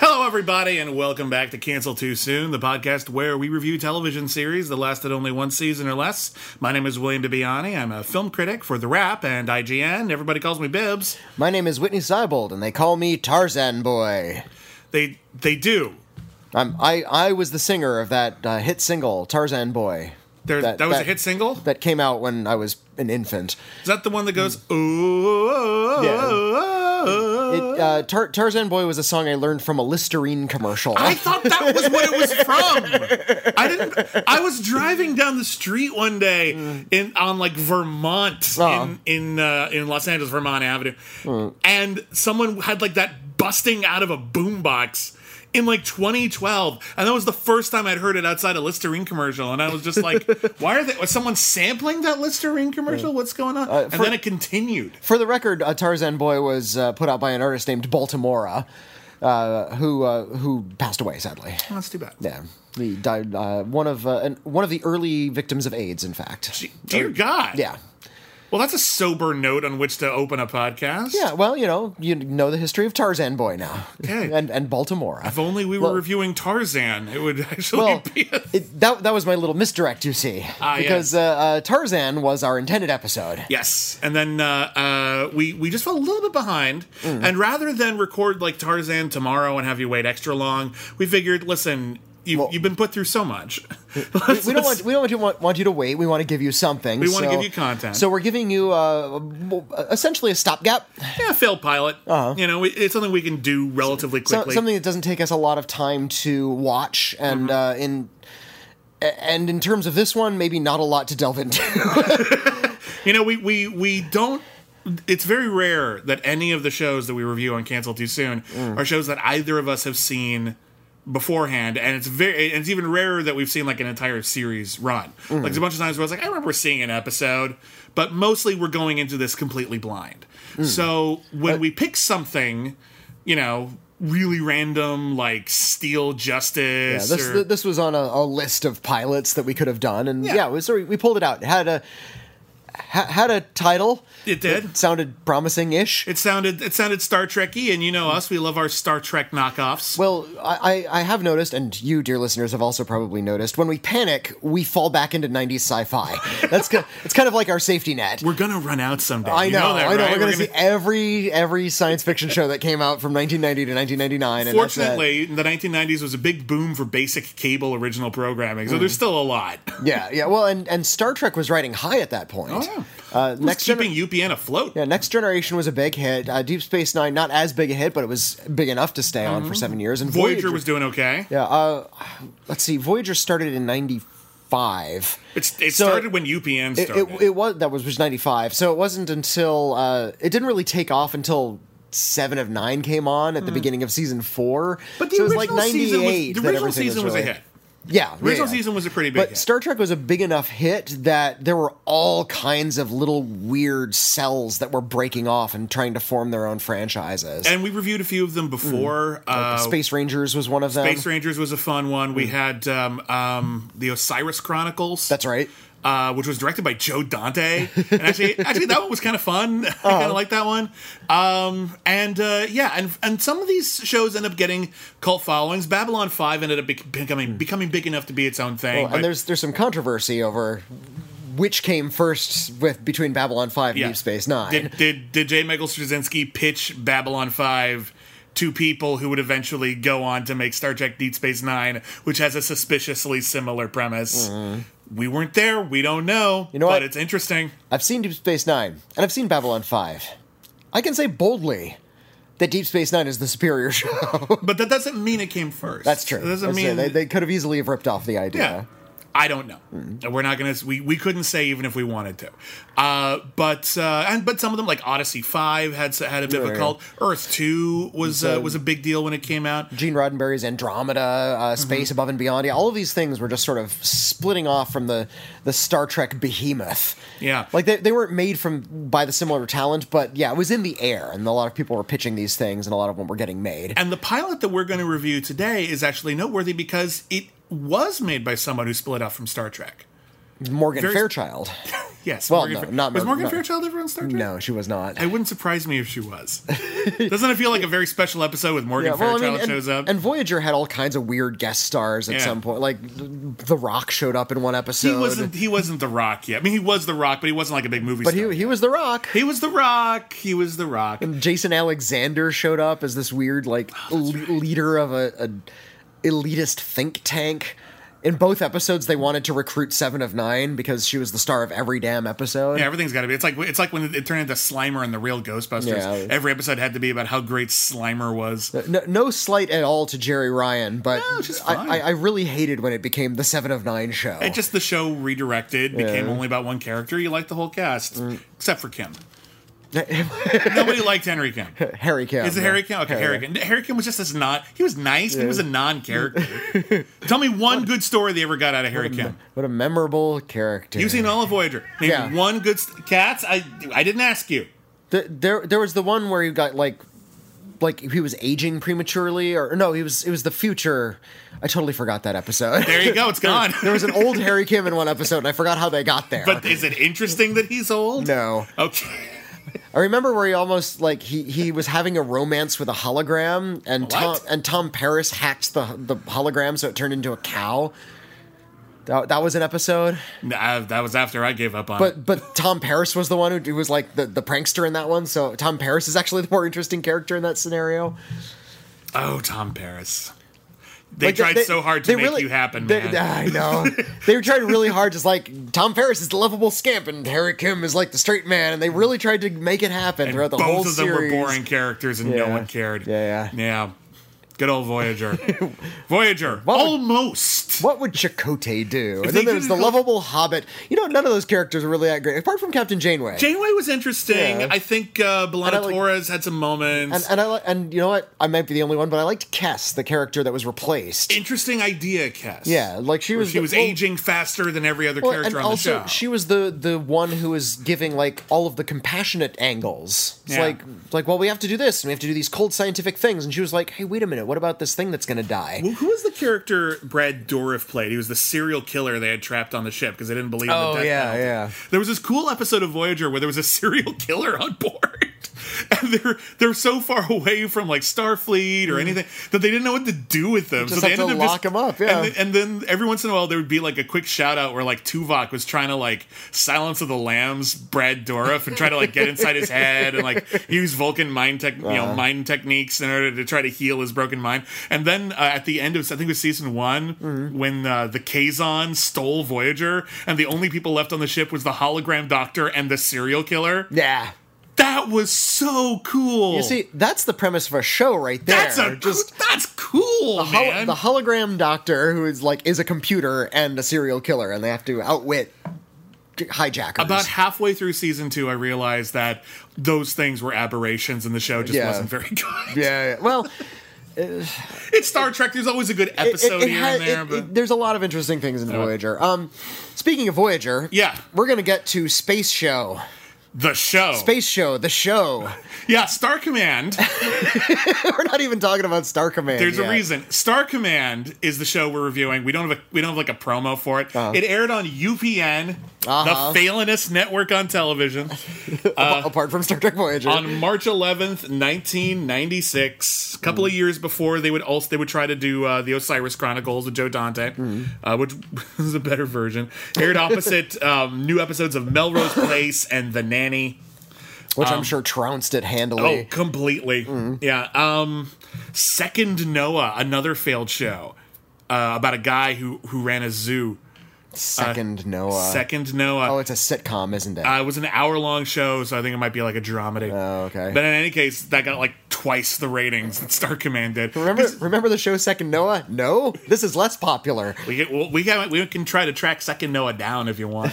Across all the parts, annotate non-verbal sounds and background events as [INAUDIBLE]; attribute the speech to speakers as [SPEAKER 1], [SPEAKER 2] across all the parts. [SPEAKER 1] Hello, everybody, and welcome back to Cancel Too Soon, the podcast where we review television series that lasted only one season or less. My name is William DeBiani. I'm a film critic for The Wrap and IGN. Everybody calls me Bibbs.
[SPEAKER 2] My name is Whitney Seibold, and they call me Tarzan Boy.
[SPEAKER 1] They they do.
[SPEAKER 2] Um, I I was the singer of that uh, hit single Tarzan Boy.
[SPEAKER 1] There, that, was a hit single.
[SPEAKER 2] that came out when I was an infant.
[SPEAKER 1] Is that the one that goes? Oh,
[SPEAKER 2] It, uh, Tar- Tarzan Boy was a song I learned from a Listerine commercial.
[SPEAKER 1] I thought that was what it was from. I didn't. I was driving down the street one day in on like Vermont
[SPEAKER 2] Oh.
[SPEAKER 1] in in uh, in Los Angeles, Vermont Avenue, and someone had like that busting out of a boombox. In like 2012, and that was the first time I'd heard it outside a Listerine commercial, and I was just like, [LAUGHS] "Why are they? Was someone sampling that Listerine commercial? What's going on?" and
[SPEAKER 2] Uh, for-
[SPEAKER 1] then it continued.
[SPEAKER 2] For the record, uh, Tarzan Boy was uh, put out by an artist named Baltimora, uh, who uh, who passed away sadly.
[SPEAKER 1] Oh, that's too bad.
[SPEAKER 2] Yeah, he died uh, one of uh, an, one of the early victims of AIDS, in fact.
[SPEAKER 1] Gee, Dear God.
[SPEAKER 2] Yeah.
[SPEAKER 1] Well, that's a sober note on which to open a podcast.
[SPEAKER 2] Yeah, well, you know, you know the history of Tarzan Boy now,
[SPEAKER 1] Okay.
[SPEAKER 2] and and Baltimore.
[SPEAKER 1] If only we were
[SPEAKER 2] Well-
[SPEAKER 1] reviewing Tarzan, it would [LAUGHS] actually
[SPEAKER 2] well,
[SPEAKER 1] be. A-
[SPEAKER 2] it, that that was my little misdirect, you see,
[SPEAKER 1] Ah, yes.
[SPEAKER 2] because uh, uh, Tarzan was our intended episode.
[SPEAKER 1] [LAUGHS] yes, and then uh, uh, we we just fell a little bit behind,
[SPEAKER 2] Mm.
[SPEAKER 1] and rather than record like Tarzan tomorrow and have you wait extra long, we figured, listen, you
[SPEAKER 2] Well-
[SPEAKER 1] you've been put through so
[SPEAKER 2] [LAUGHS]
[SPEAKER 1] much. [LAUGHS]
[SPEAKER 2] We, we don't want we don't want you, want, want you to wait. We want to give you something.
[SPEAKER 1] We wanna
[SPEAKER 2] so-
[SPEAKER 1] give you content.
[SPEAKER 2] So we're giving you uh, essentially a stopgap,
[SPEAKER 1] yeah, failed pilot. You know, we, it's something we can do relatively
[SPEAKER 2] Uh-huh. so,
[SPEAKER 1] quickly.
[SPEAKER 2] something that doesn't take us a lot of time to watch, and uh,
[SPEAKER 1] Mm-hmm.
[SPEAKER 2] in a- and in terms of this one, maybe not a lot to delve into.
[SPEAKER 1] You know, we we we don't. It's very rare that any of the shows that we review on Cancel Too Soon
[SPEAKER 2] Mm.
[SPEAKER 1] are shows that either of us have seen beforehand, and it's very and it's even rarer that we've seen like an entire series run.
[SPEAKER 2] Mm.
[SPEAKER 1] Like there's a bunch of times where I was like, I remember seeing an episode, but mostly we're going into this completely blind.
[SPEAKER 2] Mm.
[SPEAKER 1] So when we pick something, you know. Really random, like Steel
[SPEAKER 2] Yeah,
[SPEAKER 1] Justice.
[SPEAKER 2] this,
[SPEAKER 1] or-
[SPEAKER 2] th- this was on a, a list of pilots that we could have done, and
[SPEAKER 1] Yeah.
[SPEAKER 2] yeah, it was, so we, we pulled it out. It had a ha- had a title.
[SPEAKER 1] It did.
[SPEAKER 2] that sounded promising-ish.
[SPEAKER 1] it sounded it sounded Star Trekky, and you
[SPEAKER 2] Mm.
[SPEAKER 1] know us, we love our Star Trek knockoffs.
[SPEAKER 2] well, I, I I have noticed, and you, dear listeners, have also probably noticed. When we panic, we fall back into '90s sci-fi. That's ki- it's kind of like our
[SPEAKER 1] [LAUGHS]
[SPEAKER 2] safety net.
[SPEAKER 1] We're gonna run out someday.
[SPEAKER 2] I
[SPEAKER 1] You
[SPEAKER 2] know,
[SPEAKER 1] that,
[SPEAKER 2] I know.
[SPEAKER 1] right?
[SPEAKER 2] We're,
[SPEAKER 1] We're
[SPEAKER 2] going to see every every science fiction show that came out from 1990 to 1999. And that's it.
[SPEAKER 1] Fortunately, the 1990s was a big boom for basic cable original programming, so
[SPEAKER 2] Hmm.
[SPEAKER 1] there's still a lot.
[SPEAKER 2] yeah, yeah. Well, and and Star Trek was riding high at that point.
[SPEAKER 1] [LAUGHS] Oh, yeah.
[SPEAKER 2] uh,
[SPEAKER 1] Next
[SPEAKER 2] next gen-
[SPEAKER 1] keeping UPN afloat.
[SPEAKER 2] Yeah, Next Generation was a big hit. Uh, Deep Space Nine, not as big a hit, but it was big enough to stay on for seven years. And
[SPEAKER 1] Mm-hmm. Voyager, was doing okay.
[SPEAKER 2] yeah. Uh, let's see, Voyager started in '95.
[SPEAKER 1] It's, it
[SPEAKER 2] So-
[SPEAKER 1] started when UPN
[SPEAKER 2] It,
[SPEAKER 1] started.
[SPEAKER 2] it, it was that was was '95, so it wasn't until uh, it didn't really take off until Seven of Nine came on at the beginning of season four.
[SPEAKER 1] Mm. but the
[SPEAKER 2] so it was
[SPEAKER 1] original
[SPEAKER 2] like
[SPEAKER 1] season was,
[SPEAKER 2] '98.
[SPEAKER 1] the original season was,
[SPEAKER 2] really,
[SPEAKER 1] a hit.
[SPEAKER 2] Yeah,
[SPEAKER 1] The original
[SPEAKER 2] yeah, yeah.
[SPEAKER 1] season was a pretty big
[SPEAKER 2] But
[SPEAKER 1] hit.
[SPEAKER 2] Star Trek was a big enough hit that there were all kinds of little weird cells that were breaking off and trying to form their own franchises.
[SPEAKER 1] and we reviewed a few of them before. uh,
[SPEAKER 2] Hmm. Space Hmm. Rangers was one of them.
[SPEAKER 1] Space Rangers was a fun one. We had um, um, the Osiris Chronicles.
[SPEAKER 2] That's right.
[SPEAKER 1] uh, which was directed by Joe Dante.
[SPEAKER 2] [LAUGHS]
[SPEAKER 1] And actually, actually, that one was kind of fun. [LAUGHS] I kind
[SPEAKER 2] Uh-huh.
[SPEAKER 1] of like that one. Um, and uh, yeah, and and some of these shows end up getting cult followings. Babylon Five ended up bec- becoming becoming big enough to be its own thing. but-
[SPEAKER 2] and there's there's some controversy over which came first with between Babylon Five and
[SPEAKER 1] yeah.
[SPEAKER 2] Deep Space Nine.
[SPEAKER 1] Did did, did J. Michael Straczynski pitch Babylon Five? To people who would eventually go on to make Star Trek Deep Space Nine, which has a suspiciously similar premise. We weren't there. We don't know.
[SPEAKER 2] Mm-hmm. You know
[SPEAKER 1] but
[SPEAKER 2] what?
[SPEAKER 1] it's interesting.
[SPEAKER 2] I've seen Deep Space Nine and I've seen Babylon Five. I can say boldly, that Deep Space Nine is the superior [LAUGHS] show.
[SPEAKER 1] But that doesn't mean it came first.
[SPEAKER 2] That's true.
[SPEAKER 1] That doesn't
[SPEAKER 2] That's it.
[SPEAKER 1] mean
[SPEAKER 2] they, they could have easily have ripped off the idea.
[SPEAKER 1] Yeah. I don't know.
[SPEAKER 2] Mm-hmm.
[SPEAKER 1] And We're not gonna. We, we couldn't say even if we wanted to. Uh, but uh, and but some of them like Odyssey Five had had a bit of
[SPEAKER 2] Yeah.
[SPEAKER 1] a cult. Earth Two was uh, was a big deal when it came out.
[SPEAKER 2] Gene Roddenberry's Andromeda, uh, Space
[SPEAKER 1] Mm-hmm.
[SPEAKER 2] Above and Beyond. Yeah, all of these things were just sort of splitting off from the the Star Trek behemoth.
[SPEAKER 1] Yeah.
[SPEAKER 2] like they, they weren't made from by the similar talent, but yeah, it was in the air, and a lot of people were pitching these things, and a lot of them were getting made.
[SPEAKER 1] And the pilot that we're going to review today is actually noteworthy because it was made by someone who split off from Star Trek.
[SPEAKER 2] Morgan
[SPEAKER 1] very- [LAUGHS]
[SPEAKER 2] Fairchild.
[SPEAKER 1] Yes.
[SPEAKER 2] Well,
[SPEAKER 1] Morgan
[SPEAKER 2] no,
[SPEAKER 1] Fa-
[SPEAKER 2] not
[SPEAKER 1] was
[SPEAKER 2] Morgan-
[SPEAKER 1] Morgan
[SPEAKER 2] no.
[SPEAKER 1] Fairchild ever on Star Trek?
[SPEAKER 2] No, she was not.
[SPEAKER 1] It wouldn't surprise me if she
[SPEAKER 2] [LAUGHS]
[SPEAKER 1] was. Doesn't it feel like a very special episode with Morgan
[SPEAKER 2] Yeah, well, I
[SPEAKER 1] Fairchild
[SPEAKER 2] mean, and,
[SPEAKER 1] shows up?
[SPEAKER 2] and Voyager had all kinds of weird guest stars at
[SPEAKER 1] Yeah.
[SPEAKER 2] some point. Like The Rock showed up in one episode.
[SPEAKER 1] he wasn't. He wasn't the Rock yet. I mean, he was the Rock, but he wasn't like a big movie.
[SPEAKER 2] but
[SPEAKER 1] star.
[SPEAKER 2] he, he was The Rock.
[SPEAKER 1] He was the Rock. He was the Rock.
[SPEAKER 2] Jason Alexander showed up as this weird like
[SPEAKER 1] Oh,
[SPEAKER 2] le- leader of a, a elitist think tank. In both episodes, they wanted to recruit Seven of Nine because she was the star of every damn episode.
[SPEAKER 1] Yeah, everything's got to be. It's like it's like when it turned into Slimer and the real Ghostbusters.
[SPEAKER 2] Yeah.
[SPEAKER 1] Every episode had to be about how great Slimer was.
[SPEAKER 2] No, no slight at all to Jerry Ryan, but
[SPEAKER 1] No, she's fine.
[SPEAKER 2] I, I, I really hated when it became the Seven of Nine show.
[SPEAKER 1] It just the show redirected became only about one character. You liked the whole cast
[SPEAKER 2] Mm.
[SPEAKER 1] except for Kim.
[SPEAKER 2] [LAUGHS]
[SPEAKER 1] Nobody liked Henry Kim.
[SPEAKER 2] [LAUGHS] Harry Kim.
[SPEAKER 1] Is it Harry Kim? Okay, Harry Kim. Harry Kim was just this non. He was nice, but he was a
[SPEAKER 2] [LAUGHS]
[SPEAKER 1] non-character. Tell me one good story they ever got out of Harry Kim.
[SPEAKER 2] What a memorable character.
[SPEAKER 1] You've seen all of Voyager. Name
[SPEAKER 2] Yeah.
[SPEAKER 1] one good st- cats. I I didn't ask you.
[SPEAKER 2] Th- there there was the one where he got like like he was aging prematurely or no he was it was the future i totally forgot that episode
[SPEAKER 1] There you go. It's gone.
[SPEAKER 2] [LAUGHS] there was an old harry kim in one episode and i forgot how they got
[SPEAKER 1] [LAUGHS]
[SPEAKER 2] there
[SPEAKER 1] But is it interesting that he's old?
[SPEAKER 2] no
[SPEAKER 1] Okay. [LAUGHS]
[SPEAKER 2] i remember where he almost like he he was having a romance with a hologram and tom
[SPEAKER 1] What?
[SPEAKER 2] and tom paris hacked the the hologram so it turned into a cow that, that was an episode
[SPEAKER 1] Nah, that was after I gave up on it.
[SPEAKER 2] But but Tom Paris was the one who, who was like the, the prankster in that one. So Tom Paris is actually the more interesting character in that scenario.
[SPEAKER 1] Oh, Tom Paris. They
[SPEAKER 2] Like,
[SPEAKER 1] tried so hard to
[SPEAKER 2] they
[SPEAKER 1] make
[SPEAKER 2] really-
[SPEAKER 1] you happen,
[SPEAKER 2] they-
[SPEAKER 1] man.
[SPEAKER 2] I know
[SPEAKER 1] [LAUGHS]
[SPEAKER 2] they were trying really hard. Just like Tom Paris is the lovable scamp and Harry Kim is like the straight man, and they really tried to make it happen
[SPEAKER 1] And
[SPEAKER 2] throughout the
[SPEAKER 1] both
[SPEAKER 2] whole
[SPEAKER 1] of them
[SPEAKER 2] series.
[SPEAKER 1] were boring characters, and no
[SPEAKER 2] Yeah.
[SPEAKER 1] one cared.
[SPEAKER 2] Yeah, yeah.
[SPEAKER 1] yeah. Good old Voyager.
[SPEAKER 2] [LAUGHS]
[SPEAKER 1] Voyager,
[SPEAKER 2] would-
[SPEAKER 1] almost.
[SPEAKER 2] What would Chakotay do?
[SPEAKER 1] If
[SPEAKER 2] And
[SPEAKER 1] they
[SPEAKER 2] then there was the
[SPEAKER 1] didn't go-
[SPEAKER 2] lovable Hobbit. You know, none of those characters are really that great, apart from Captain Janeway.
[SPEAKER 1] Janeway was interesting.
[SPEAKER 2] Yeah.
[SPEAKER 1] I think uh,
[SPEAKER 2] And I
[SPEAKER 1] Belana
[SPEAKER 2] like-
[SPEAKER 1] Torres had some moments.
[SPEAKER 2] and, uh, and I li- and you know what? I might be the only one, but I liked Kess, the character that was replaced.
[SPEAKER 1] interesting idea, Cass.
[SPEAKER 2] yeah, like she
[SPEAKER 1] Where
[SPEAKER 2] was
[SPEAKER 1] she was
[SPEAKER 2] well,
[SPEAKER 1] aging faster than every other
[SPEAKER 2] well,
[SPEAKER 1] character
[SPEAKER 2] and
[SPEAKER 1] on
[SPEAKER 2] also
[SPEAKER 1] the show.
[SPEAKER 2] she was the the one who was giving like all of the compassionate angles. It's
[SPEAKER 1] Yeah.
[SPEAKER 2] like like well we have to do this and we have to do these cold scientific things and she was like hey wait a minute what about this thing that's going to die?
[SPEAKER 1] Who- Who was the character Brad Dourif played? He was the serial killer they had trapped on the ship because they didn't believe. in
[SPEAKER 2] Oh,
[SPEAKER 1] the death
[SPEAKER 2] yeah,
[SPEAKER 1] penalty.
[SPEAKER 2] yeah.
[SPEAKER 1] There was this cool episode of Voyager where there was a serial [LAUGHS] killer on board, and they're they're so far [LAUGHS] away from like Starfleet or anything that they didn't know what to do with them.
[SPEAKER 2] Mm. Just
[SPEAKER 1] so they
[SPEAKER 2] have to
[SPEAKER 1] ended up
[SPEAKER 2] lock
[SPEAKER 1] just,
[SPEAKER 2] 'em up, yeah.
[SPEAKER 1] And, th- and then every once in a while there would be like a quick shout out where like Tuvok was trying to like Silence of the Lambs Brad Dourif and try to like get inside his head and like use Vulcan mind tech you
[SPEAKER 2] Uh-huh.
[SPEAKER 1] know mind techniques in order to try to heal his broken mind. And then uh, at the end of I think it was season one
[SPEAKER 2] Mm-hmm.
[SPEAKER 1] when uh, the Kazon stole Voyager and the only people left on the ship was the hologram doctor and the serial killer.
[SPEAKER 2] Yeah.
[SPEAKER 1] That was so cool.
[SPEAKER 2] You see, that's the premise of a show right there.
[SPEAKER 1] that's a
[SPEAKER 2] just
[SPEAKER 1] that's cool,
[SPEAKER 2] hol-
[SPEAKER 1] man.
[SPEAKER 2] the hologram doctor who is like is a computer and a serial killer and they have to outwit j- hijackers.
[SPEAKER 1] About halfway through season two, I realized that those things were aberrations, and the show just
[SPEAKER 2] Yeah.
[SPEAKER 1] wasn't very [LAUGHS] good.
[SPEAKER 2] yeah, yeah.
[SPEAKER 1] [LAUGHS]
[SPEAKER 2] Well,
[SPEAKER 1] It's Star Trek. There's always a good episode here
[SPEAKER 2] had-
[SPEAKER 1] and there,
[SPEAKER 2] it-
[SPEAKER 1] but
[SPEAKER 2] it- there's a lot of interesting things in Voyager. Um, speaking of Voyager,
[SPEAKER 1] Yeah.
[SPEAKER 2] we're gonna get to Space Show,
[SPEAKER 1] the show,
[SPEAKER 2] Space Show, the show. [LAUGHS]
[SPEAKER 1] yeah, Star Command.
[SPEAKER 2] we're not even talking about Star Command.
[SPEAKER 1] There's
[SPEAKER 2] yet.
[SPEAKER 1] a reason. Star Command is the show we're reviewing. We don't have a we don't have like a promo for it. It aired on UPN,
[SPEAKER 2] Uh-huh.
[SPEAKER 1] the Phalanus network on television,
[SPEAKER 2] Apa- apart from Star Trek Voyager.
[SPEAKER 1] on March 11th, 1996. A couple of years before they would also they would try to do uh, the Osiris Chronicles with Joe Dante,
[SPEAKER 2] Hmm.
[SPEAKER 1] uh, which [LAUGHS] is a better version. Aired opposite [LAUGHS] um, new episodes of Melrose Place and The Nanny.
[SPEAKER 2] which I'm sure trounced it handily.
[SPEAKER 1] um, Oh, completely.
[SPEAKER 2] Hmm.
[SPEAKER 1] Yeah. Um, Second Noah, another failed show uh, about a guy who who ran a zoo.
[SPEAKER 2] Second Noah.
[SPEAKER 1] Second Noah.
[SPEAKER 2] Uh. Oh, it's a sitcom, isn't it?
[SPEAKER 1] Uh, it was an hour long show, so I think it might be like a dramedy.
[SPEAKER 2] Oh, okay.
[SPEAKER 1] But in any case, that got like twice the ratings that Star Command did.
[SPEAKER 2] remember, remember the show Second Noah? No, this is less popular.
[SPEAKER 1] We get, well, we can we can try to track Second Noah down if you want.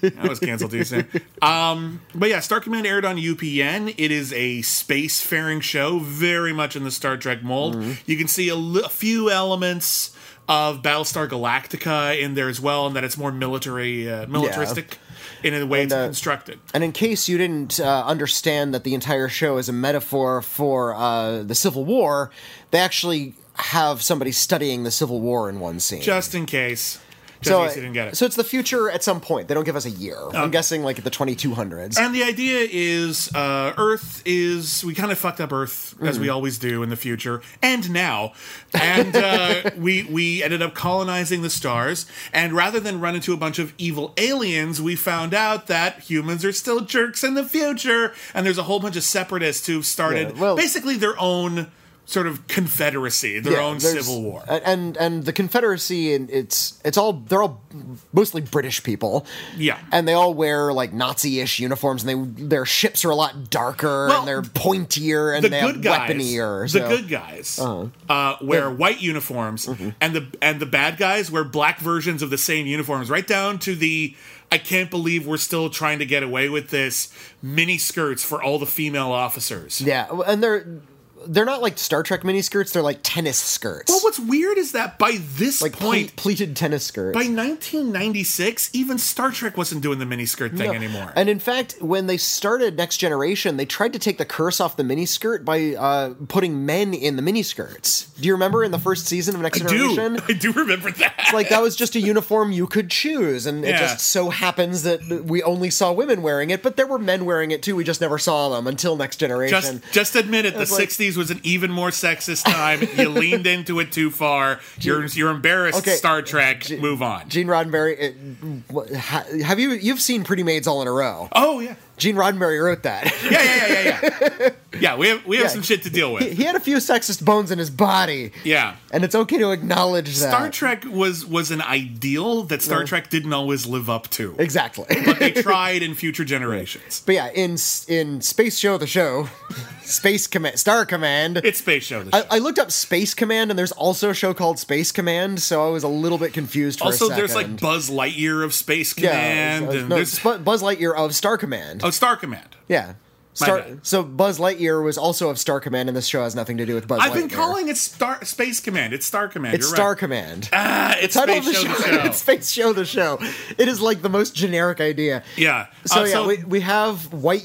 [SPEAKER 1] that was canceled too soon. Um, but yeah, Star Command aired on UPN. It is a spacefaring show, very much in the Star Trek mold.
[SPEAKER 2] Mm-hmm.
[SPEAKER 1] You can see a li- a few elements of Battlestar Galactica in there as well, and that it's more military, uh, militaristic in the way it's
[SPEAKER 2] uh,
[SPEAKER 1] constructed.
[SPEAKER 2] And in case you didn't uh, understand that the entire show is a metaphor for uh, the Civil War, they actually have somebody studying the Civil War in one scene.
[SPEAKER 1] Just in case, just in case you didn't get it.
[SPEAKER 2] so it's the future at some point. They don't give us a year. I'm guessing like the 2200s.
[SPEAKER 1] And the idea is uh, Earth is. We kind of fucked up Earth, as
[SPEAKER 2] Mm.
[SPEAKER 1] we always do in the future and now. And
[SPEAKER 2] [LAUGHS]
[SPEAKER 1] uh, we, we ended up colonizing the stars. And rather than run into a bunch of evil aliens, we found out that humans are still jerks in the future. And there's a whole bunch of separatists who've started
[SPEAKER 2] Yeah, well-
[SPEAKER 1] basically their own sort of confederacy, their
[SPEAKER 2] Yeah,
[SPEAKER 1] own
[SPEAKER 2] there's-
[SPEAKER 1] civil war.
[SPEAKER 2] and- and and the Confederacy and it's it's all they're all mostly British people,
[SPEAKER 1] Yeah.
[SPEAKER 2] and they all wear like Nazi-ish uniforms, and they their ships are a lot darker
[SPEAKER 1] Well,
[SPEAKER 2] and they're pointier and
[SPEAKER 1] the
[SPEAKER 2] they
[SPEAKER 1] good
[SPEAKER 2] have
[SPEAKER 1] guys,
[SPEAKER 2] weaponier.
[SPEAKER 1] the
[SPEAKER 2] so- Mm-hmm.
[SPEAKER 1] good guys uh, wear white uniforms, and the and the bad guys wear black versions of the same uniforms, right down to the. I can't believe we're still trying to get away with this mini skirts for all the female officers.
[SPEAKER 2] Yeah, w- and they're they're not like Star Trek miniskirts; they're like tennis skirts.
[SPEAKER 1] Well, what's weird is that by this
[SPEAKER 2] like ple-
[SPEAKER 1] point,
[SPEAKER 2] pleated tennis skirts.
[SPEAKER 1] by 1996, even Star Trek wasn't doing the miniskirt thing anymore.
[SPEAKER 2] And in fact, when they started Next Generation, they tried to take the curse off the miniskirt by uh, putting men in the miniskirts. Do you remember in the first season of Next Generation?
[SPEAKER 1] Dude, [LAUGHS] I do remember that.
[SPEAKER 2] Like that was just a uniform you could choose, and it
[SPEAKER 1] Yeah.
[SPEAKER 2] just so happens that we only saw women wearing it, but there were men wearing it too. We just never saw them until Next Generation.
[SPEAKER 1] Just, just admit it. The
[SPEAKER 2] was like-
[SPEAKER 1] '60s was an even more sexist time.
[SPEAKER 2] [LAUGHS]
[SPEAKER 1] you leaned into it too far. You're you're embarrassed.
[SPEAKER 2] Okay.
[SPEAKER 1] Star Trek. move on.
[SPEAKER 2] Gene Roddenberry, it, wha- ha- have you you've seen Pretty Maids all in a row?
[SPEAKER 1] oh yeah.
[SPEAKER 2] Gene Roddenberry wrote that. [LAUGHS]
[SPEAKER 1] Yeah yeah yeah yeah yeah. yeah we have we have
[SPEAKER 2] Yeah.
[SPEAKER 1] some shit to deal
[SPEAKER 2] he,
[SPEAKER 1] with.
[SPEAKER 2] he had a few sexist bones in his body.
[SPEAKER 1] Yeah.
[SPEAKER 2] And it's okay to acknowledge that.
[SPEAKER 1] Star Trek was was an ideal that Star Trek didn't always live up to.
[SPEAKER 2] Exactly. [LAUGHS]
[SPEAKER 1] But they tried in future generations.
[SPEAKER 2] but yeah, in s- in Space Show the show, [LAUGHS] Space Command, Star Command.
[SPEAKER 1] It's Space Show. The show.
[SPEAKER 2] I, I looked up Space Command, and there's also a show called Space Command, so I was a little bit confused. For a
[SPEAKER 1] also, there's
[SPEAKER 2] second.
[SPEAKER 1] like Buzz Lightyear of Space
[SPEAKER 2] yeah,
[SPEAKER 1] Command,
[SPEAKER 2] uh,
[SPEAKER 1] and
[SPEAKER 2] no,
[SPEAKER 1] there's
[SPEAKER 2] Sp- Buzz Lightyear of Star Command.
[SPEAKER 1] oh Star Command.
[SPEAKER 2] yeah. Star,
[SPEAKER 1] bad.
[SPEAKER 2] so Buzz Lightyear was also of Star Command, and this show has nothing to do with Buzz.
[SPEAKER 1] I've been
[SPEAKER 2] Lightyear.
[SPEAKER 1] calling it Star Space Command. It's Star Command.
[SPEAKER 2] it's
[SPEAKER 1] You're
[SPEAKER 2] Star
[SPEAKER 1] right.
[SPEAKER 2] Command.
[SPEAKER 1] Ah, it's
[SPEAKER 2] title
[SPEAKER 1] Space
[SPEAKER 2] of the show. [LAUGHS]
[SPEAKER 1] The show.
[SPEAKER 2] it's Space Show the show. It is like the most generic idea.
[SPEAKER 1] Yeah.
[SPEAKER 2] So
[SPEAKER 1] Uh,
[SPEAKER 2] yeah, we, we have white.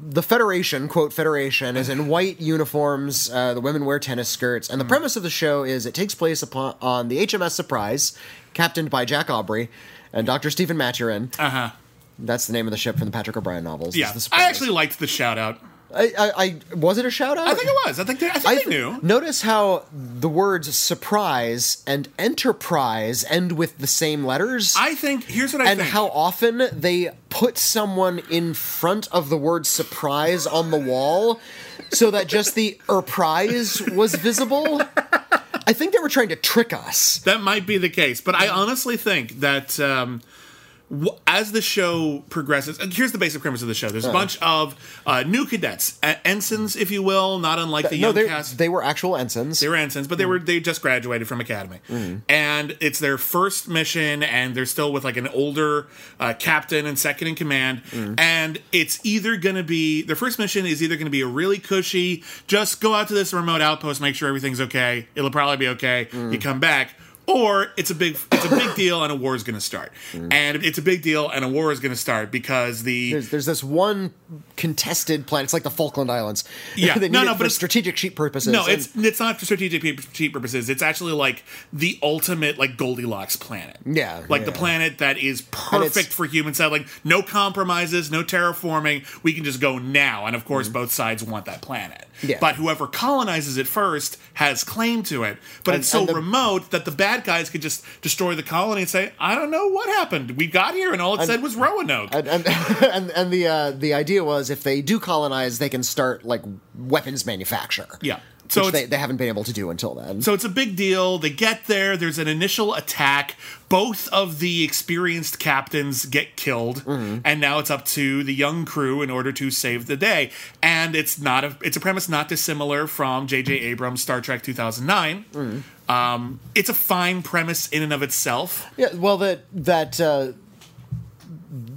[SPEAKER 2] The Federation, quote Federation, is in white uniforms. Uh, the women wear tennis skirts,
[SPEAKER 1] Hmm.
[SPEAKER 2] and the premise of the show is it takes place upon on the HMS Surprise, captained by Jack Aubrey and Doctor Stephen Maturin. Uh huh. That's the name of the ship from the Patrick O'Brien novels.
[SPEAKER 1] Uh-huh. yeah.
[SPEAKER 2] is the
[SPEAKER 1] I
[SPEAKER 2] Surprise.
[SPEAKER 1] actually liked the shout out.
[SPEAKER 2] I, I, I was it a shout out?
[SPEAKER 1] I think it was. I think they, I think they knew.
[SPEAKER 2] Notice how the words surprise and enterprise end with the same letters.
[SPEAKER 1] I think here's what I
[SPEAKER 2] and
[SPEAKER 1] think.
[SPEAKER 2] how often they put someone in front of the word surprise on the wall so that just the [LAUGHS] surprise was visible. I think they were trying to trick us.
[SPEAKER 1] that might be the case, but I honestly think that um, w- as the show progresses, and here's the basic premise of the show: there's
[SPEAKER 2] Uh-huh.
[SPEAKER 1] a bunch of uh, new cadets, uh, ensigns, if you will, not unlike the
[SPEAKER 2] no,
[SPEAKER 1] young
[SPEAKER 2] they
[SPEAKER 1] cast.
[SPEAKER 2] they were actual ensigns.
[SPEAKER 1] They were ensigns, but they were they just graduated from academy, and it's their first mission, and they're still with like an older uh, captain and second in command, and it's either gonna be their first mission is either gonna be a really cushy, just go out to this remote outpost, make sure everything's okay, it'll probably be okay, you come back. Or it's a big it's a big deal and a war is going to start, and it's a big deal and a war is going to start because the
[SPEAKER 2] There's, there's this one contested planet. It's like the Falkland Islands. [LAUGHS]
[SPEAKER 1] Yeah.
[SPEAKER 2] they
[SPEAKER 1] No,
[SPEAKER 2] need
[SPEAKER 1] no,
[SPEAKER 2] it
[SPEAKER 1] but
[SPEAKER 2] for
[SPEAKER 1] it's-
[SPEAKER 2] strategic sheep purposes.
[SPEAKER 1] No,
[SPEAKER 2] and-
[SPEAKER 1] it's it's not for strategic pe- cheap purposes. It's actually like the ultimate like Goldilocks planet.
[SPEAKER 2] Yeah,
[SPEAKER 1] like the
[SPEAKER 2] yeah.
[SPEAKER 1] planet that is
[SPEAKER 2] And it's-
[SPEAKER 1] perfect for human side. Like no compromises, no terraforming. We can just go now, and of course, both sides want that planet.
[SPEAKER 2] Mm-hmm. Yeah.
[SPEAKER 1] But whoever colonizes it first has claim to it. But
[SPEAKER 2] And-
[SPEAKER 1] it's so
[SPEAKER 2] and the-
[SPEAKER 1] remote that the bad guys could just destroy the colony and say, "I don't know what happened. We got here, and all it said was Roanoke."
[SPEAKER 2] and [LAUGHS] and and, and the uh, the idea was if they do colonize, they can start like weapons manufacture.
[SPEAKER 1] yeah. So
[SPEAKER 2] which
[SPEAKER 1] it's-
[SPEAKER 2] they, they haven't been able to do until then.
[SPEAKER 1] So it's a big deal. They get there. There's an initial attack. Both of the experienced captains get killed,
[SPEAKER 2] Mm-hmm.
[SPEAKER 1] and now it's up to the young crew in order to save the day. And it's not a it's a premise not dissimilar from J.J. Abrams' Star Trek 2009.
[SPEAKER 2] Mm.
[SPEAKER 1] Um, it's a fine premise in and of itself.
[SPEAKER 2] Yeah, well, that that uh,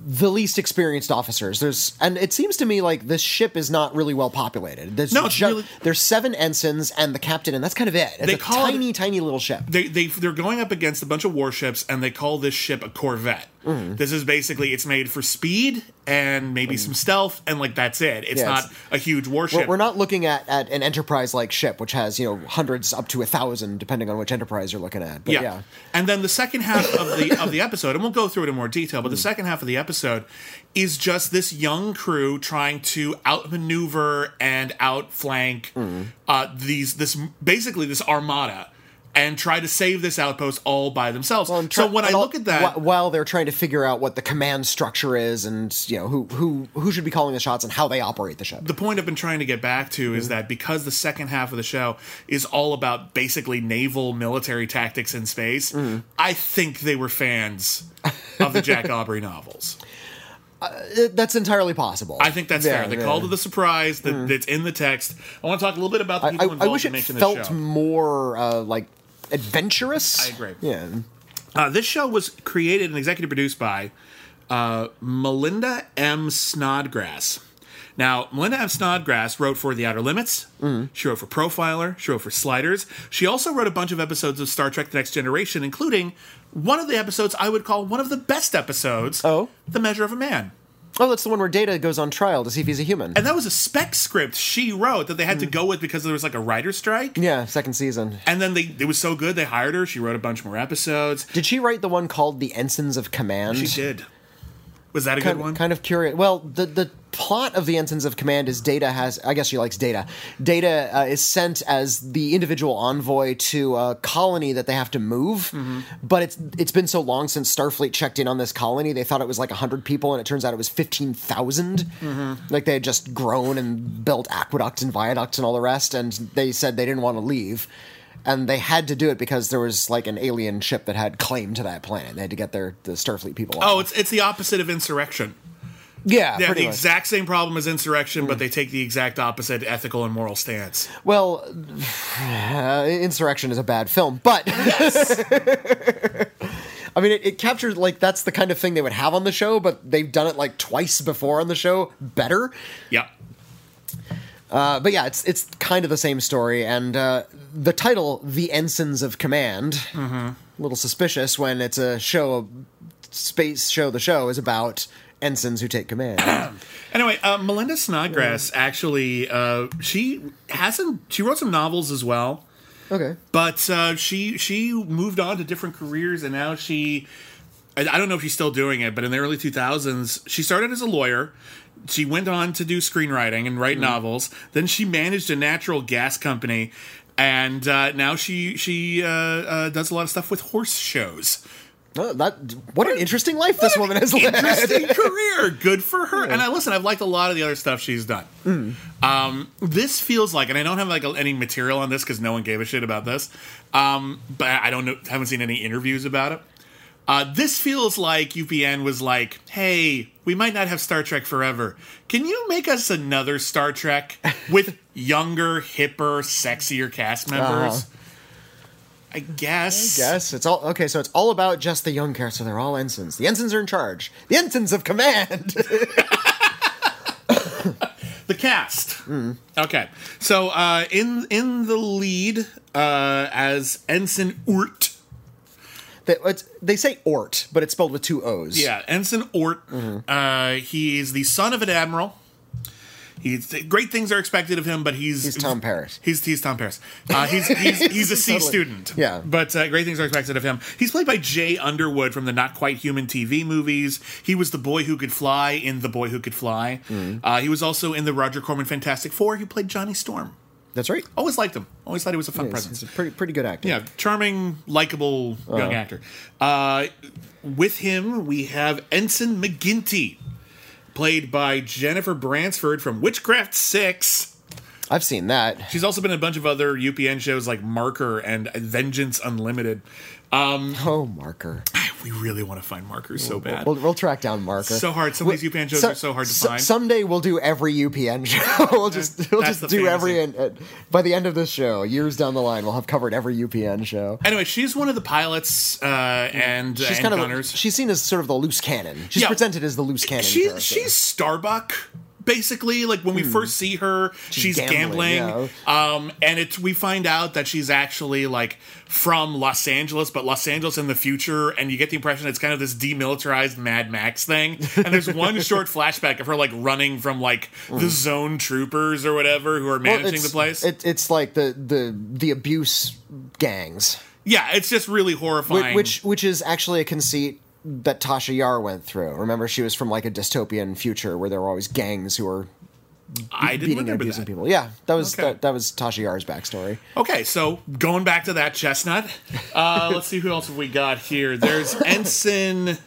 [SPEAKER 2] the least experienced officers. There's, and it seems to me like this ship is not really well populated. There's
[SPEAKER 1] No, it's
[SPEAKER 2] ju-
[SPEAKER 1] really-
[SPEAKER 2] there's seven ensigns and the captain, and that's kind of it. It's
[SPEAKER 1] They
[SPEAKER 2] a
[SPEAKER 1] call it-
[SPEAKER 2] tiny, tiny little ship.
[SPEAKER 1] they, they they're going up against a bunch of warships and they call this ship a corvette
[SPEAKER 2] Mm.
[SPEAKER 1] this is basically it's made for speed and maybe some stealth and like that's it it's
[SPEAKER 2] Yeah,
[SPEAKER 1] not
[SPEAKER 2] it's-
[SPEAKER 1] a huge warship
[SPEAKER 2] We're, we're not looking at, at an enterprise-like ship, which has you know hundreds up to a thousand, depending on which enterprise you're looking at. But yeah,
[SPEAKER 1] And then the second half of the of the episode, and we'll go through it in more detail, but the
[SPEAKER 2] Hmm.
[SPEAKER 1] second half of the episode is just this young crew trying to outmaneuver and outflank
[SPEAKER 2] Hmm.
[SPEAKER 1] uh, these this basically this armada and try to save this outpost all by themselves.
[SPEAKER 2] Well, and try-
[SPEAKER 1] so when I
[SPEAKER 2] and all-
[SPEAKER 1] look at that,
[SPEAKER 2] wh- while they're trying to figure out what the command structure is, and you know who who who should be calling the shots and how they operate the ship.
[SPEAKER 1] the point I've been trying to get back to
[SPEAKER 2] Hmm.
[SPEAKER 1] is that because the second half of the show is all about basically naval military tactics in space,
[SPEAKER 2] Hmm.
[SPEAKER 1] I think they were fans of the
[SPEAKER 2] [LAUGHS]
[SPEAKER 1] Jack Aubrey novels.
[SPEAKER 2] Uh, that's entirely possible.
[SPEAKER 1] I think that's fair. The call to the surprise that, that's in the text. I want to talk a little bit about the people
[SPEAKER 2] Mm. I,
[SPEAKER 1] involved
[SPEAKER 2] I wish
[SPEAKER 1] in
[SPEAKER 2] it
[SPEAKER 1] making
[SPEAKER 2] felt
[SPEAKER 1] this show.
[SPEAKER 2] more uh, like adventurous.
[SPEAKER 1] I agree.
[SPEAKER 2] Yeah.
[SPEAKER 1] uh, this show was created and executive produced by uh, Melinda M. Snodgrass. Now, Melinda M. Snodgrass wrote for The Outer Limits.
[SPEAKER 2] Mm.
[SPEAKER 1] She wrote for Profiler. She wrote for Sliders. She also wrote a bunch of episodes of Star Trek The Next Generation, including one of the episodes I would call one of the best episodes
[SPEAKER 2] Oh?
[SPEAKER 1] The Measure of a Man.
[SPEAKER 2] Oh, that's the one where Data goes on trial to see if he's a human.
[SPEAKER 1] And that was a spec script she wrote that they
[SPEAKER 2] Mm.
[SPEAKER 1] had to go with because there was like a writer strike.
[SPEAKER 2] yeah, second season.
[SPEAKER 1] And then they it was so good they hired her. She wrote a bunch more episodes.
[SPEAKER 2] Did she write the one called The Ensigns of Command?
[SPEAKER 1] She did. Was that a
[SPEAKER 2] Kind,
[SPEAKER 1] good one?
[SPEAKER 2] kind of curious. Well, the the plot of The Ensigns of Command is Data has. I guess she likes Data. Data uh, is sent as the individual envoy to a colony that they have to move,
[SPEAKER 1] Mm-hmm.
[SPEAKER 2] but it's it's been so long since Starfleet checked in on this colony. They thought it was like hundred people, and it turns out it was fifteen
[SPEAKER 1] Mm-hmm.
[SPEAKER 2] Like they had just grown and built aqueducts and viaducts and all the rest, and they said they didn't want to leave. And they had to do it because there was like an alien ship that had claim to that planet. They had to get their the Starfleet people.
[SPEAKER 1] oh,
[SPEAKER 2] out.
[SPEAKER 1] it's it's the opposite of insurrection.
[SPEAKER 2] yeah,
[SPEAKER 1] They have
[SPEAKER 2] pretty
[SPEAKER 1] the
[SPEAKER 2] much. Mm.
[SPEAKER 1] exact same problem as insurrection, but they take the exact opposite ethical and moral stance.
[SPEAKER 2] Well, uh, Insurrection is a bad film, but [LAUGHS] I mean, it, it captured like that's the kind of thing they would have on the show, but they've done it like twice before on the show, better.
[SPEAKER 1] Yeah.
[SPEAKER 2] Uh, but yeah, it's it's kind of the same story, and uh, the title, "The Ensigns of Command," a little suspicious when it's a show, a space show. The show is about ensigns who take [COUGHS] command.
[SPEAKER 1] Anyway, uh, Melinda Snodgrass
[SPEAKER 2] Mm.
[SPEAKER 1] actually uh, she hasn't she wrote some novels as well.
[SPEAKER 2] okay.
[SPEAKER 1] but uh, she she moved on to different careers and now she I I don't know if she's still doing it, but in the early 2000s, she started as a lawyer. She went on to do screenwriting and write novels. Then she managed a natural gas company, and uh, now she she uh, uh, does a lot of stuff with horse shows.
[SPEAKER 2] Oh, that what an interesting life this woman has led.
[SPEAKER 1] Interesting career, good for her. And I listen, I've liked a lot of the other stuff she's done. Um, this feels like, and I don't have like any material on this because no one gave a shit about this. Um, but I don't know, haven't seen any interviews about it. Uh, this feels like UPN was like, "Hey, we might not have Star Trek forever. Can you make us another Star Trek with younger, hipper, sexier cast members?" I guess.
[SPEAKER 2] Yes, it's all okay. So it's all about just the young characters. So they're all ensigns. The ensigns are in charge. The ensigns of command. [LAUGHS]
[SPEAKER 1] The cast.
[SPEAKER 2] Mm-hmm.
[SPEAKER 1] Okay, so uh, in in the lead uh, as Ensign Ort.
[SPEAKER 2] they, it's, they say Ort, but it's spelled with two O's.
[SPEAKER 1] Yeah, Ensign Ort.
[SPEAKER 2] Mm-hmm.
[SPEAKER 1] Uh, he is the son of an admiral. He's great things are expected of him, but he's
[SPEAKER 2] He's Tom Paris.
[SPEAKER 1] He's he's Tom Paris. Uh, he's,
[SPEAKER 2] [LAUGHS]
[SPEAKER 1] he's he's a C
[SPEAKER 2] Totally.
[SPEAKER 1] student.
[SPEAKER 2] Yeah.
[SPEAKER 1] but uh, great things are expected of him. He's played by Jay Underwood from the Not Quite Human TV movies. He was the boy who could fly in The Boy Who Could Fly.
[SPEAKER 2] Mm-hmm.
[SPEAKER 1] Uh, he was also in the Roger Corman Fantastic Four. He played Johnny Storm.
[SPEAKER 2] That's right.
[SPEAKER 1] Always liked him. Always thought he was a fun
[SPEAKER 2] He's,
[SPEAKER 1] presence.
[SPEAKER 2] he's a pretty pretty good actor.
[SPEAKER 1] Yeah, charming, likable
[SPEAKER 2] Uh-huh.
[SPEAKER 1] young actor. Uh, with him, we have Ensign McGinty, played by Jennifer Bransford from Witchcraft Six.
[SPEAKER 2] I've seen that.
[SPEAKER 1] She's also been in a bunch of other UPN shows like Marker and Vengeance Unlimited.
[SPEAKER 2] Oh, Marker.
[SPEAKER 1] We really want to find Marker so bad.
[SPEAKER 2] Oh, We'll, we'll track down Marker.
[SPEAKER 1] so hard. Some of these UPN shows
[SPEAKER 2] So-
[SPEAKER 1] are so hard to
[SPEAKER 2] so-
[SPEAKER 1] find.
[SPEAKER 2] Someday we'll do every UPN [LAUGHS] show. we'll just we'll
[SPEAKER 1] that's
[SPEAKER 2] just
[SPEAKER 1] the
[SPEAKER 2] do every.
[SPEAKER 1] fantasy.
[SPEAKER 2] and- and by the end of this show, years down the line, we'll have covered every UPN show.
[SPEAKER 1] anyway, she's one of the pilots uh, and
[SPEAKER 2] She's
[SPEAKER 1] and
[SPEAKER 2] kind of
[SPEAKER 1] gunners.
[SPEAKER 2] she's seen as sort of the loose cannon. She's
[SPEAKER 1] Yeah.
[SPEAKER 2] presented as the loose cannon.
[SPEAKER 1] She,
[SPEAKER 2] character. Hmm.
[SPEAKER 1] she's Starbuck. Basically, like when we first see her, she's, gambling,
[SPEAKER 2] gambling,
[SPEAKER 1] um, and it's we find out that she's actually like from Los Angeles, but Los Angeles in the future, and you get the impression it's kind of this demilitarized Mad Max thing. And
[SPEAKER 2] [LAUGHS]
[SPEAKER 1] there's one short flashback of her like running from like the Zone Troopers or whatever who are
[SPEAKER 2] Hmm. Well,
[SPEAKER 1] managing the
[SPEAKER 2] it's-
[SPEAKER 1] place.
[SPEAKER 2] It, it's like the the the abuse gangs,
[SPEAKER 1] yeah, it's just really
[SPEAKER 2] whi-
[SPEAKER 1] horrifying.
[SPEAKER 2] which which is actually a conceit that Tasha Yar went through. Remember, she was from like a dystopian future where there were always gangs who were
[SPEAKER 1] I didn't
[SPEAKER 2] beating and
[SPEAKER 1] remember
[SPEAKER 2] abusing
[SPEAKER 1] that.
[SPEAKER 2] people. Yeah, that was
[SPEAKER 1] Okay.
[SPEAKER 2] that, that was Tasha Yar's backstory.
[SPEAKER 1] Okay, so going back to that chestnut,
[SPEAKER 2] [LAUGHS]
[SPEAKER 1] uh, let's see who else have we got here. There's Ensign.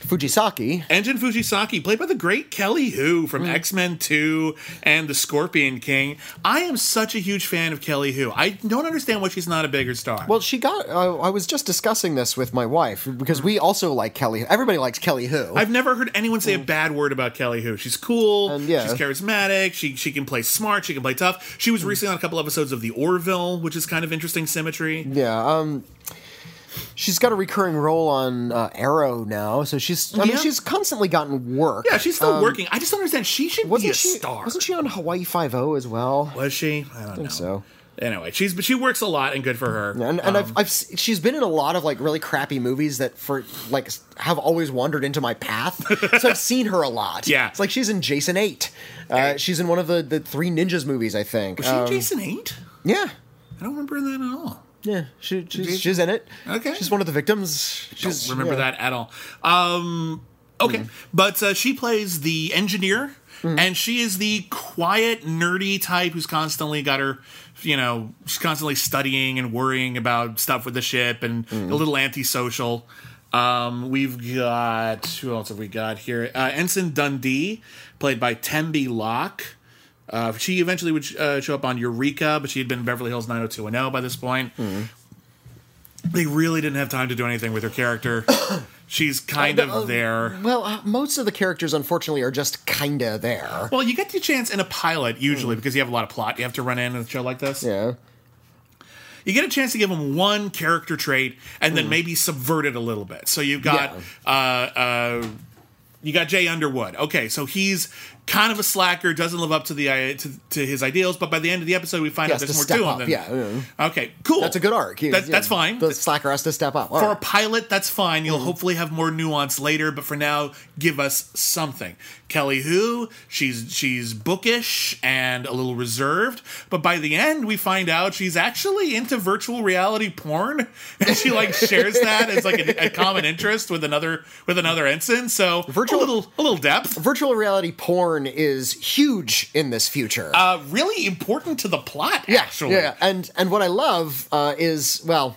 [SPEAKER 2] Fujisaki.
[SPEAKER 1] Engine Fujisaki, played by the great Kelly Who
[SPEAKER 2] Mm.
[SPEAKER 1] from X Men 2 and The Scorpion King. I am such a huge fan of Kelly Who. I don't understand why she's not a bigger star.
[SPEAKER 2] Well, she got. Uh, I was just discussing this with my wife because we also like Kelly. Everybody likes Kelly Who.
[SPEAKER 1] I've never heard anyone say a bad word about Kelly Who. She's cool.
[SPEAKER 2] Um, Mm. yeah. Mm.
[SPEAKER 1] She's charismatic. She she can play smart. She can play tough. She was recently on a couple episodes of The Orville, which is kind of interesting symmetry.
[SPEAKER 2] yeah. Um, she's got a recurring role on uh, Arrow now, so she's. I mean,
[SPEAKER 1] Yeah.
[SPEAKER 2] she's constantly gotten work.
[SPEAKER 1] Yeah, she's still working. I just don't understand. She should be
[SPEAKER 2] um, Wasn't
[SPEAKER 1] a
[SPEAKER 2] she?
[SPEAKER 1] star.
[SPEAKER 2] Wasn't she on Hawaii Five O as well?
[SPEAKER 1] Was she? I don't know.
[SPEAKER 2] so.
[SPEAKER 1] Anyway, she's but she works a lot and good for her. Um,
[SPEAKER 2] And, and I've, I've s- she's been in a lot of like really crappy movies that for like s- have always wandered into my path. so I've seen her a
[SPEAKER 1] [LAUGHS]
[SPEAKER 2] lot.
[SPEAKER 1] Yeah.
[SPEAKER 2] it's like she's in Jason Eight. Uh, she's in one of the the Three Ninjas movies, I think.
[SPEAKER 1] Was she
[SPEAKER 2] Um,
[SPEAKER 1] Jason Eight?
[SPEAKER 2] yeah,
[SPEAKER 1] I don't remember that at all.
[SPEAKER 2] yeah, she, she's, she's in it.
[SPEAKER 1] Okay.
[SPEAKER 2] she's one of the victims. She's,
[SPEAKER 1] don't remember
[SPEAKER 2] yeah.
[SPEAKER 1] that at all. Um, okay, but uh, she plays the engineer, and she is the quiet, nerdy type who's constantly got her, you know, she's constantly studying and worrying about stuff with the ship, and a little antisocial. Um, we've got who else have we got here? Uh, Ensign Dundee, played by Temby Locke. Uh, she eventually would uh, show up on Eureka, but she had been in Beverly Hills 90210 by this point they really didn't have time to do anything with her character. [COUGHS] She's kind
[SPEAKER 2] Uh,
[SPEAKER 1] of there.
[SPEAKER 2] Well, uh, most of the characters, unfortunately, are just kinda there.
[SPEAKER 1] Well, you get the chance in a pilot usually because you have a lot of plot you have to run in in a show like this.
[SPEAKER 2] Yeah.
[SPEAKER 1] You get a chance to give them one character trait and
[SPEAKER 2] Hmm.
[SPEAKER 1] then maybe subvert it a little bit. So you've got uh, uh, you got Jay Underwood. Okay, so he's kind of a slacker, doesn't live up to the uh, to, to his ideals. But by the end of the episode, we find
[SPEAKER 2] He
[SPEAKER 1] out
[SPEAKER 2] has
[SPEAKER 1] there's
[SPEAKER 2] to
[SPEAKER 1] more
[SPEAKER 2] step
[SPEAKER 1] to him.
[SPEAKER 2] up,
[SPEAKER 1] than-
[SPEAKER 2] yeah,
[SPEAKER 1] Okay. Cool.
[SPEAKER 2] That's a good arc. He-
[SPEAKER 1] That-
[SPEAKER 2] yeah,
[SPEAKER 1] that's fine.
[SPEAKER 2] The slacker has to step up. All
[SPEAKER 1] for a
[SPEAKER 2] right.
[SPEAKER 1] pilot, that's fine.
[SPEAKER 2] Mm-hmm.
[SPEAKER 1] You'll hopefully have more nuance later, but for now, give us something. Kelly Who, she's she's bookish and a little reserved, but by the end we find out she's actually into virtual reality porn. [LAUGHS] And she like shares that as like a, a common interest with another with another ensign. So virtual, a
[SPEAKER 2] Virtual-
[SPEAKER 1] little a little depth.
[SPEAKER 2] Virtual reality porn is huge in this future.
[SPEAKER 1] Uh, really important to the plot,
[SPEAKER 2] Yeah,
[SPEAKER 1] actually.
[SPEAKER 2] Yeah, and and what I love uh, is well,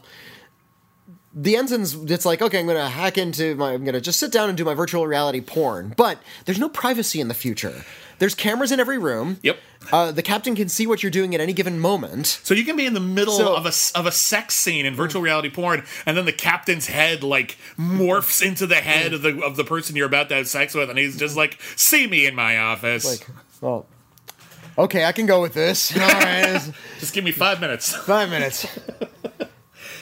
[SPEAKER 2] the ensigns. It's like okay, I'm gonna hack into my. I'm gonna just sit down and do my virtual reality porn. But there's no privacy in the future. There's cameras in every room.
[SPEAKER 1] Yep.
[SPEAKER 2] Uh, the captain can see what you're doing at any given moment.
[SPEAKER 1] So you can be in the middle
[SPEAKER 2] So-
[SPEAKER 1] of a s- of a sex scene in virtual reality porn, and then the captain's head like morphs into the head of the of the person you're about to have sex with, and he's just like, "See me in my office.
[SPEAKER 2] Like, well, okay, I can go with this. [LAUGHS] All right, it's
[SPEAKER 1] just give me five minutes." [LAUGHS]
[SPEAKER 2] five minutes.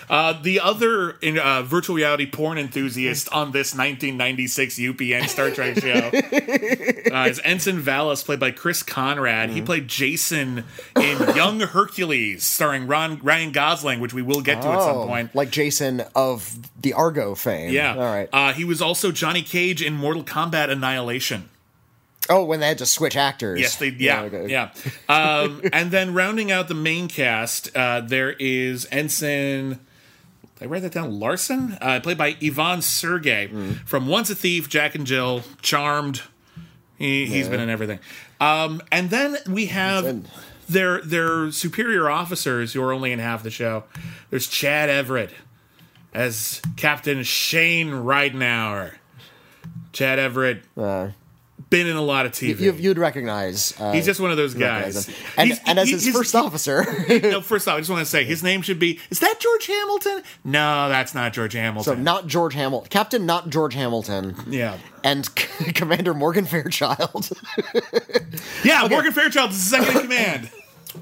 [SPEAKER 1] Uh, the other in, uh, virtual reality porn enthusiast on this 1996 UPN Star Trek
[SPEAKER 2] [LAUGHS]
[SPEAKER 1] show uh, is Ensign Valis, played by Chris Conrad.
[SPEAKER 2] Mm-hmm.
[SPEAKER 1] He played Jason in Young Hercules, starring Ron, Ryan Gosling, which we will get to at some point.
[SPEAKER 2] Oh, like Jason of the Argo fame.
[SPEAKER 1] Yeah.
[SPEAKER 2] All right.
[SPEAKER 1] Uh, he was also Johnny Cage in Mortal Kombat Annihilation.
[SPEAKER 2] oh, when they had to switch actors.
[SPEAKER 1] Yes, they. Yeah,
[SPEAKER 2] okay.
[SPEAKER 1] yeah. Um, [LAUGHS] and then rounding out the main cast, uh, there is Ensign. Did I write that down. Larson, uh, played by Ivan Sergey
[SPEAKER 2] Mm-hmm.
[SPEAKER 1] from Once a Thief, Jack and Jill, Charmed. He, He's been in everything. Um, and then we have
[SPEAKER 2] in-
[SPEAKER 1] their their superior officers who are only in half the show. There's Chad Everett as Captain Shane Ridenauer. Chad Everett been in a lot of TV.
[SPEAKER 2] uh, You, you'd recognize. Uh,
[SPEAKER 1] he's just one of those guys.
[SPEAKER 2] recognize him. And,
[SPEAKER 1] He's-
[SPEAKER 2] and as
[SPEAKER 1] he-
[SPEAKER 2] his first
[SPEAKER 1] [LAUGHS]
[SPEAKER 2] officer.
[SPEAKER 1] no, first off, I just want to say his name should be. Is that George Hamilton? No, that's not George
[SPEAKER 2] so
[SPEAKER 1] Hamilton.
[SPEAKER 2] not George Hamilton. Captain not George Hamilton.
[SPEAKER 1] yeah,
[SPEAKER 2] And [LAUGHS] Commander Morgan Fairchild. [LAUGHS]
[SPEAKER 1] yeah. Morgan Fairchild's the second in command.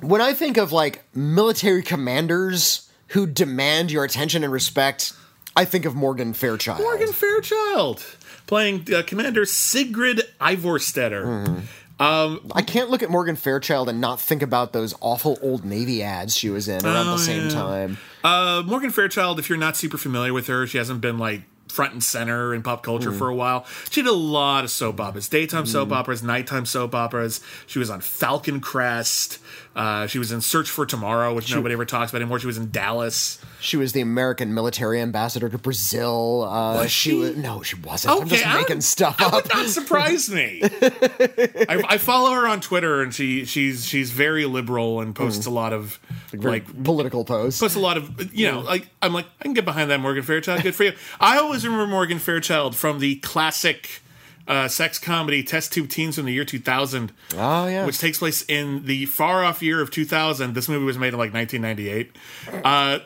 [SPEAKER 2] when I think of like military commanders who demand your attention and respect, I think of Morgan Fairchild.
[SPEAKER 1] [LAUGHS] Morgan Fairchild playing uh, Commander Sigrid Ivorstetter.
[SPEAKER 2] I can't look at Morgan Fairchild and not think about those awful old Navy ads she was in around
[SPEAKER 1] Oh,
[SPEAKER 2] the same time.
[SPEAKER 1] Uh, Morgan Fairchild, if you're not super familiar with her, she hasn't been like front and center in pop culture for a while. She did a lot of soap operas, daytime soap operas, nighttime soap operas. She was on Falcon Crest. Uh, she was in Search for Tomorrow, which nobody ever talks about anymore. She was in Dallas.
[SPEAKER 2] She was the American military ambassador to Brazil. Uh,
[SPEAKER 1] Was
[SPEAKER 2] she?
[SPEAKER 1] she?
[SPEAKER 2] was no, she wasn't. I'm just making
[SPEAKER 1] would-
[SPEAKER 2] stuff
[SPEAKER 1] that
[SPEAKER 2] up.
[SPEAKER 1] Would not surprise
[SPEAKER 2] [LAUGHS]
[SPEAKER 1] me. I, I follow her on Twitter, and she she's she's very liberal and
[SPEAKER 2] Mm.
[SPEAKER 1] posts a lot of like
[SPEAKER 2] Political posts.
[SPEAKER 1] puts a lot of you know like I'm like I can get behind that Morgan Fairchild. Good for you. I always remember Morgan Fairchild from the classic. Uh, sex comedy test tube teens from the year 2000
[SPEAKER 2] Oh, yeah.
[SPEAKER 1] which takes place in the far off year of 2000 this movie was made in like 1998 uh,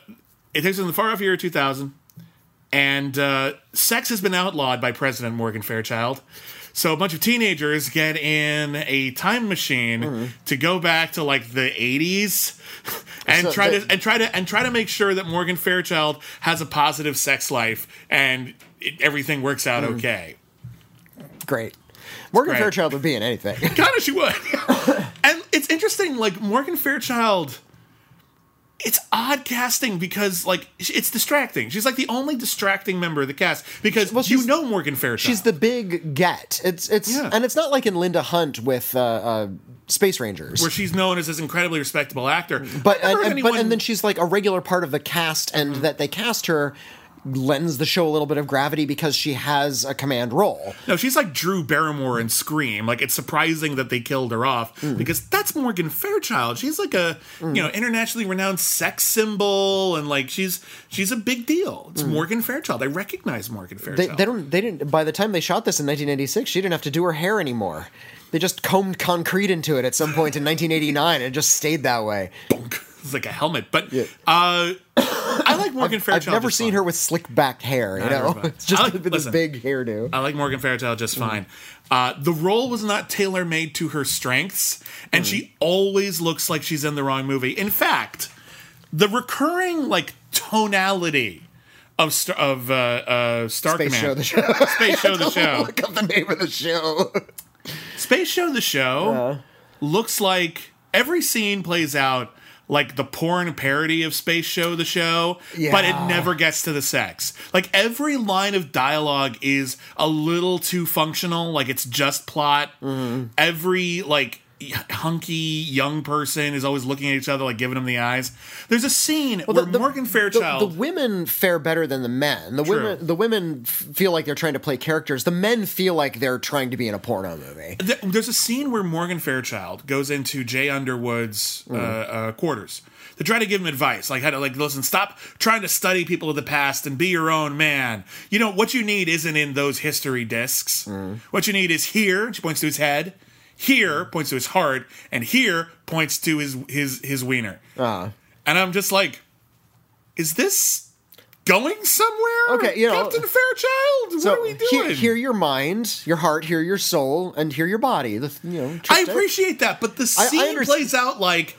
[SPEAKER 1] it takes place in the far off year of 2000 and uh, sex has been outlawed by President Morgan Fairchild. So a bunch of teenagers get in a time machine to go back to like the 80s and
[SPEAKER 2] Hmm. So
[SPEAKER 1] try
[SPEAKER 2] the-
[SPEAKER 1] to and try to and try to make sure that Morgan Fairchild has a positive sex life and it, everything works out
[SPEAKER 2] Hmm.
[SPEAKER 1] okay.
[SPEAKER 2] Great. Morgan
[SPEAKER 1] great.
[SPEAKER 2] Fairchild would be in anything.
[SPEAKER 1] [LAUGHS] Kind of she would. and it's interesting like Morgan Fairchild it's odd casting because like sh- it's distracting. She's like the only distracting member of the cast because you
[SPEAKER 2] she's-
[SPEAKER 1] know Morgan Fairchild.
[SPEAKER 2] She's the big get. It's it's
[SPEAKER 1] Yeah.
[SPEAKER 2] and it's not like in Linda Hunt with uh, uh, Space Rangers.
[SPEAKER 1] where she's known as this incredibly respectable actor.
[SPEAKER 2] but
[SPEAKER 1] I wonder if
[SPEAKER 2] and, and- but
[SPEAKER 1] anyone- Mm-hmm.
[SPEAKER 2] and then she's like a regular part of the cast, and that they cast her lends the show a little bit of gravity because she has a command role.
[SPEAKER 1] no, she's like Drew Barrymore in Scream. Like it's surprising that they killed her off
[SPEAKER 2] Mm.
[SPEAKER 1] because that's Morgan Fairchild. She's like a you know internationally renowned sex symbol, and like she's she's a big deal. It's Morgan Fairchild. I recognize Morgan
[SPEAKER 2] Mm. They,
[SPEAKER 1] Fairchild.
[SPEAKER 2] they don't. They didn't. By the time they shot this in 1986, she didn't have to do her hair anymore. They just combed concrete into it at some point in 1989, and it just stayed that way.
[SPEAKER 1] [LAUGHS] it's like a helmet, but uh, [COUGHS] I like Morgan Fairchild.
[SPEAKER 2] I've never
[SPEAKER 1] just
[SPEAKER 2] seen
[SPEAKER 1] fine.
[SPEAKER 2] her with slick back hair. You
[SPEAKER 1] never
[SPEAKER 2] know,
[SPEAKER 1] mind.
[SPEAKER 2] [LAUGHS] it's just
[SPEAKER 1] I like-
[SPEAKER 2] with this
[SPEAKER 1] listen.
[SPEAKER 2] big hairdo.
[SPEAKER 1] I like Morgan Fairchild just
[SPEAKER 2] Mm.
[SPEAKER 1] fine. Uh, the role was not tailor made to her strengths, and
[SPEAKER 2] Mm.
[SPEAKER 1] she always looks like she's in the wrong movie. In fact, the recurring like tonality of Star, of uh, uh, Star
[SPEAKER 2] Space
[SPEAKER 1] Command,
[SPEAKER 2] show the show.
[SPEAKER 1] [LAUGHS] Space
[SPEAKER 2] [LAUGHS]
[SPEAKER 1] Show the Show,
[SPEAKER 2] Look up the name of the show.
[SPEAKER 1] Space Show the Show looks like every scene plays out like the porn parody of Space Show the Show, but it
[SPEAKER 2] Yeah.
[SPEAKER 1] never gets to the sex. Like every line of dialogue is a little too functional, like it's just plot.
[SPEAKER 2] Mm-hmm.
[SPEAKER 1] Every like y- hunky young person is always looking at each other like giving them the eyes. There's a scene where
[SPEAKER 2] the- the-
[SPEAKER 1] Morgan
[SPEAKER 2] The,
[SPEAKER 1] Fairchild
[SPEAKER 2] the women fare better than the men. The women, the women f- feel like they're trying to play characters. The men feel like they're trying to be in a porno movie.
[SPEAKER 1] Th- there's a scene where Morgan Fairchild goes into Jay Underwood's uh,
[SPEAKER 2] Mm-hmm.
[SPEAKER 1] uh, quarters to try to give him advice, like how to like listen, stop trying to study people of the past and be your own man. You know what you need isn't in those history discs.
[SPEAKER 2] Mm-hmm.
[SPEAKER 1] What you need is here. She points to his head. Here points to his heart, and here points to his his his wiener.
[SPEAKER 2] Uh. Ah.
[SPEAKER 1] And I'm just like, is this going somewhere?
[SPEAKER 2] Okay, you know-
[SPEAKER 1] Captain Fairchild, what are we
[SPEAKER 2] hear,
[SPEAKER 1] doing?
[SPEAKER 2] hear your mind, your heart, hear your soul, and hear your body. The, th- you know,
[SPEAKER 1] I
[SPEAKER 2] triptych.
[SPEAKER 1] appreciate that, but the
[SPEAKER 2] I
[SPEAKER 1] scene
[SPEAKER 2] underst-
[SPEAKER 1] plays out
[SPEAKER 2] [COUGHS]
[SPEAKER 1] like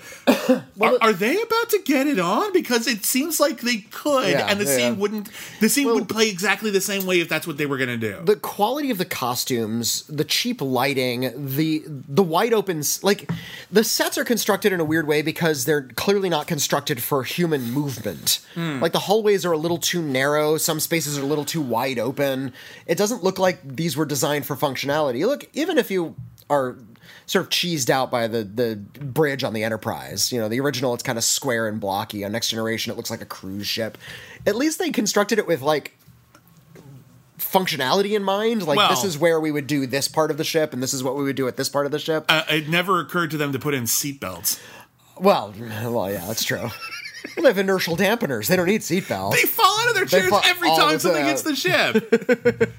[SPEAKER 1] are, are they about to get it on? Because it seems like they could,
[SPEAKER 2] Yeah,
[SPEAKER 1] and the
[SPEAKER 2] yeah.
[SPEAKER 1] scene wouldn't. The scene would play exactly the same way if that's what they were going to do.
[SPEAKER 2] the quality of the costumes, the cheap lighting, the the wide open s- like the sets are constructed in a weird way because they're clearly not constructed for human movement. Like the hallways are a little too narrow, some spaces are a little too wide open. It doesn't look like these were designed for functionality. Look, even if you are sort of cheesed out by the the bridge on the Enterprise. You know, the original it's kind of square and blocky. On Next Generation, it looks like a cruise ship. At least they constructed it with like functionality in mind. Like this
[SPEAKER 1] Well-
[SPEAKER 2] is where we would do this part of the ship, and this is what we would do at this part of the ship.
[SPEAKER 1] Uh, it never occurred to them to put in [LAUGHS] seatbelts.
[SPEAKER 2] well, well, yeah, that's true. they have inertial dampeners. They don't need seatbelts.
[SPEAKER 1] They fall out of their chairs
[SPEAKER 2] fall
[SPEAKER 1] every
[SPEAKER 2] all
[SPEAKER 1] time
[SPEAKER 2] the
[SPEAKER 1] something
[SPEAKER 2] time. [LAUGHS]
[SPEAKER 1] hits the ship.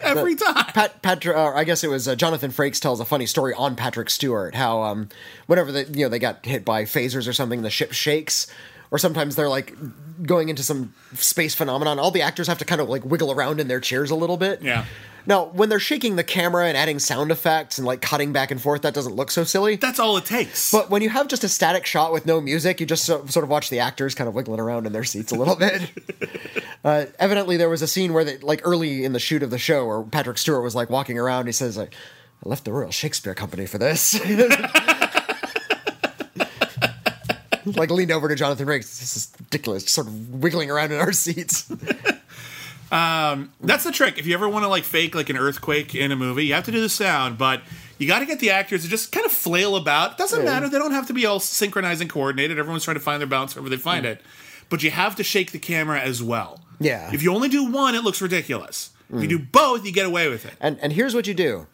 [SPEAKER 1] every time.
[SPEAKER 2] Pat, Patrick, uh, I guess it was uh, Jonathan Frakes tells a funny story on Patrick Stewart. How um, whenever they, you know they got hit by phasers or something, the ship shakes. Or sometimes they're like going into some space phenomenon. All the actors have to kind of like wiggle around in their chairs a little bit.
[SPEAKER 1] Yeah.
[SPEAKER 2] Now, when they're shaking the camera and adding sound effects and like cutting back and forth, that doesn't look so silly.
[SPEAKER 1] That's all it takes.
[SPEAKER 2] But when you have just a static shot with no music, you just so- sort of watch the actors kind of wiggling around in their seats a little bit. uh, evidently, there was a scene where, they, like early in the shoot of the show, where Patrick Stewart was like walking around. He says, "Like I left the Royal Shakespeare Company for this." [LAUGHS] like leaned over to Jonathan Riggs. This is ridiculous. Just sort of wiggling around in our seats. [LAUGHS]
[SPEAKER 1] That's the trick. If you ever want to like fake like an earthquake in a movie, you have to do the sound, but you got to get the actors to just kind of flail about. It doesn't matter. They don't have to be all synchronized and coordinated. Everyone's trying to find their balance wherever they find it. But you have to shake the camera as well.
[SPEAKER 2] Yeah.
[SPEAKER 1] If you only do one, it looks ridiculous.
[SPEAKER 2] Mm.
[SPEAKER 1] If you do both, you get away with it.
[SPEAKER 2] And and here's what you do.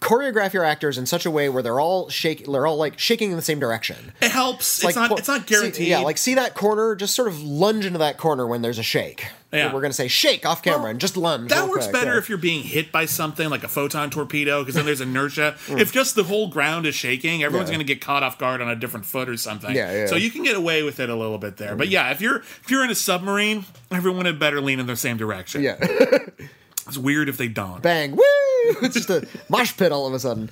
[SPEAKER 2] Choreograph your actors in such a way where they're all shake, they're all like shaking in the same direction.
[SPEAKER 1] It helps. It's,
[SPEAKER 2] like,
[SPEAKER 1] not.
[SPEAKER 2] qu-
[SPEAKER 1] It's not
[SPEAKER 2] see-
[SPEAKER 1] guaranteed.
[SPEAKER 2] yeah, like see that corner, just sort of lunge into that corner when there's a shake.
[SPEAKER 1] Yeah.
[SPEAKER 2] We're gonna say shake off camera and just lunge.
[SPEAKER 1] that
[SPEAKER 2] real
[SPEAKER 1] works
[SPEAKER 2] quick,
[SPEAKER 1] better
[SPEAKER 2] yeah.
[SPEAKER 1] if you're being hit by something like a photon torpedo, because then there's
[SPEAKER 2] [LAUGHS]
[SPEAKER 1] inertia. If just the whole ground is shaking, everyone's
[SPEAKER 2] Hmm. Yeah.
[SPEAKER 1] going to get caught off guard on a different foot or something.
[SPEAKER 2] Yeah, Hmm. yeah.
[SPEAKER 1] So you can get away with it a little bit there. But yeah, if you're if you're in a submarine, everyone had better lean in the same direction.
[SPEAKER 2] yeah. [LAUGHS]
[SPEAKER 1] It's weird if they don't.
[SPEAKER 2] Bang! Woo! It's just a mosh pit all of a sudden.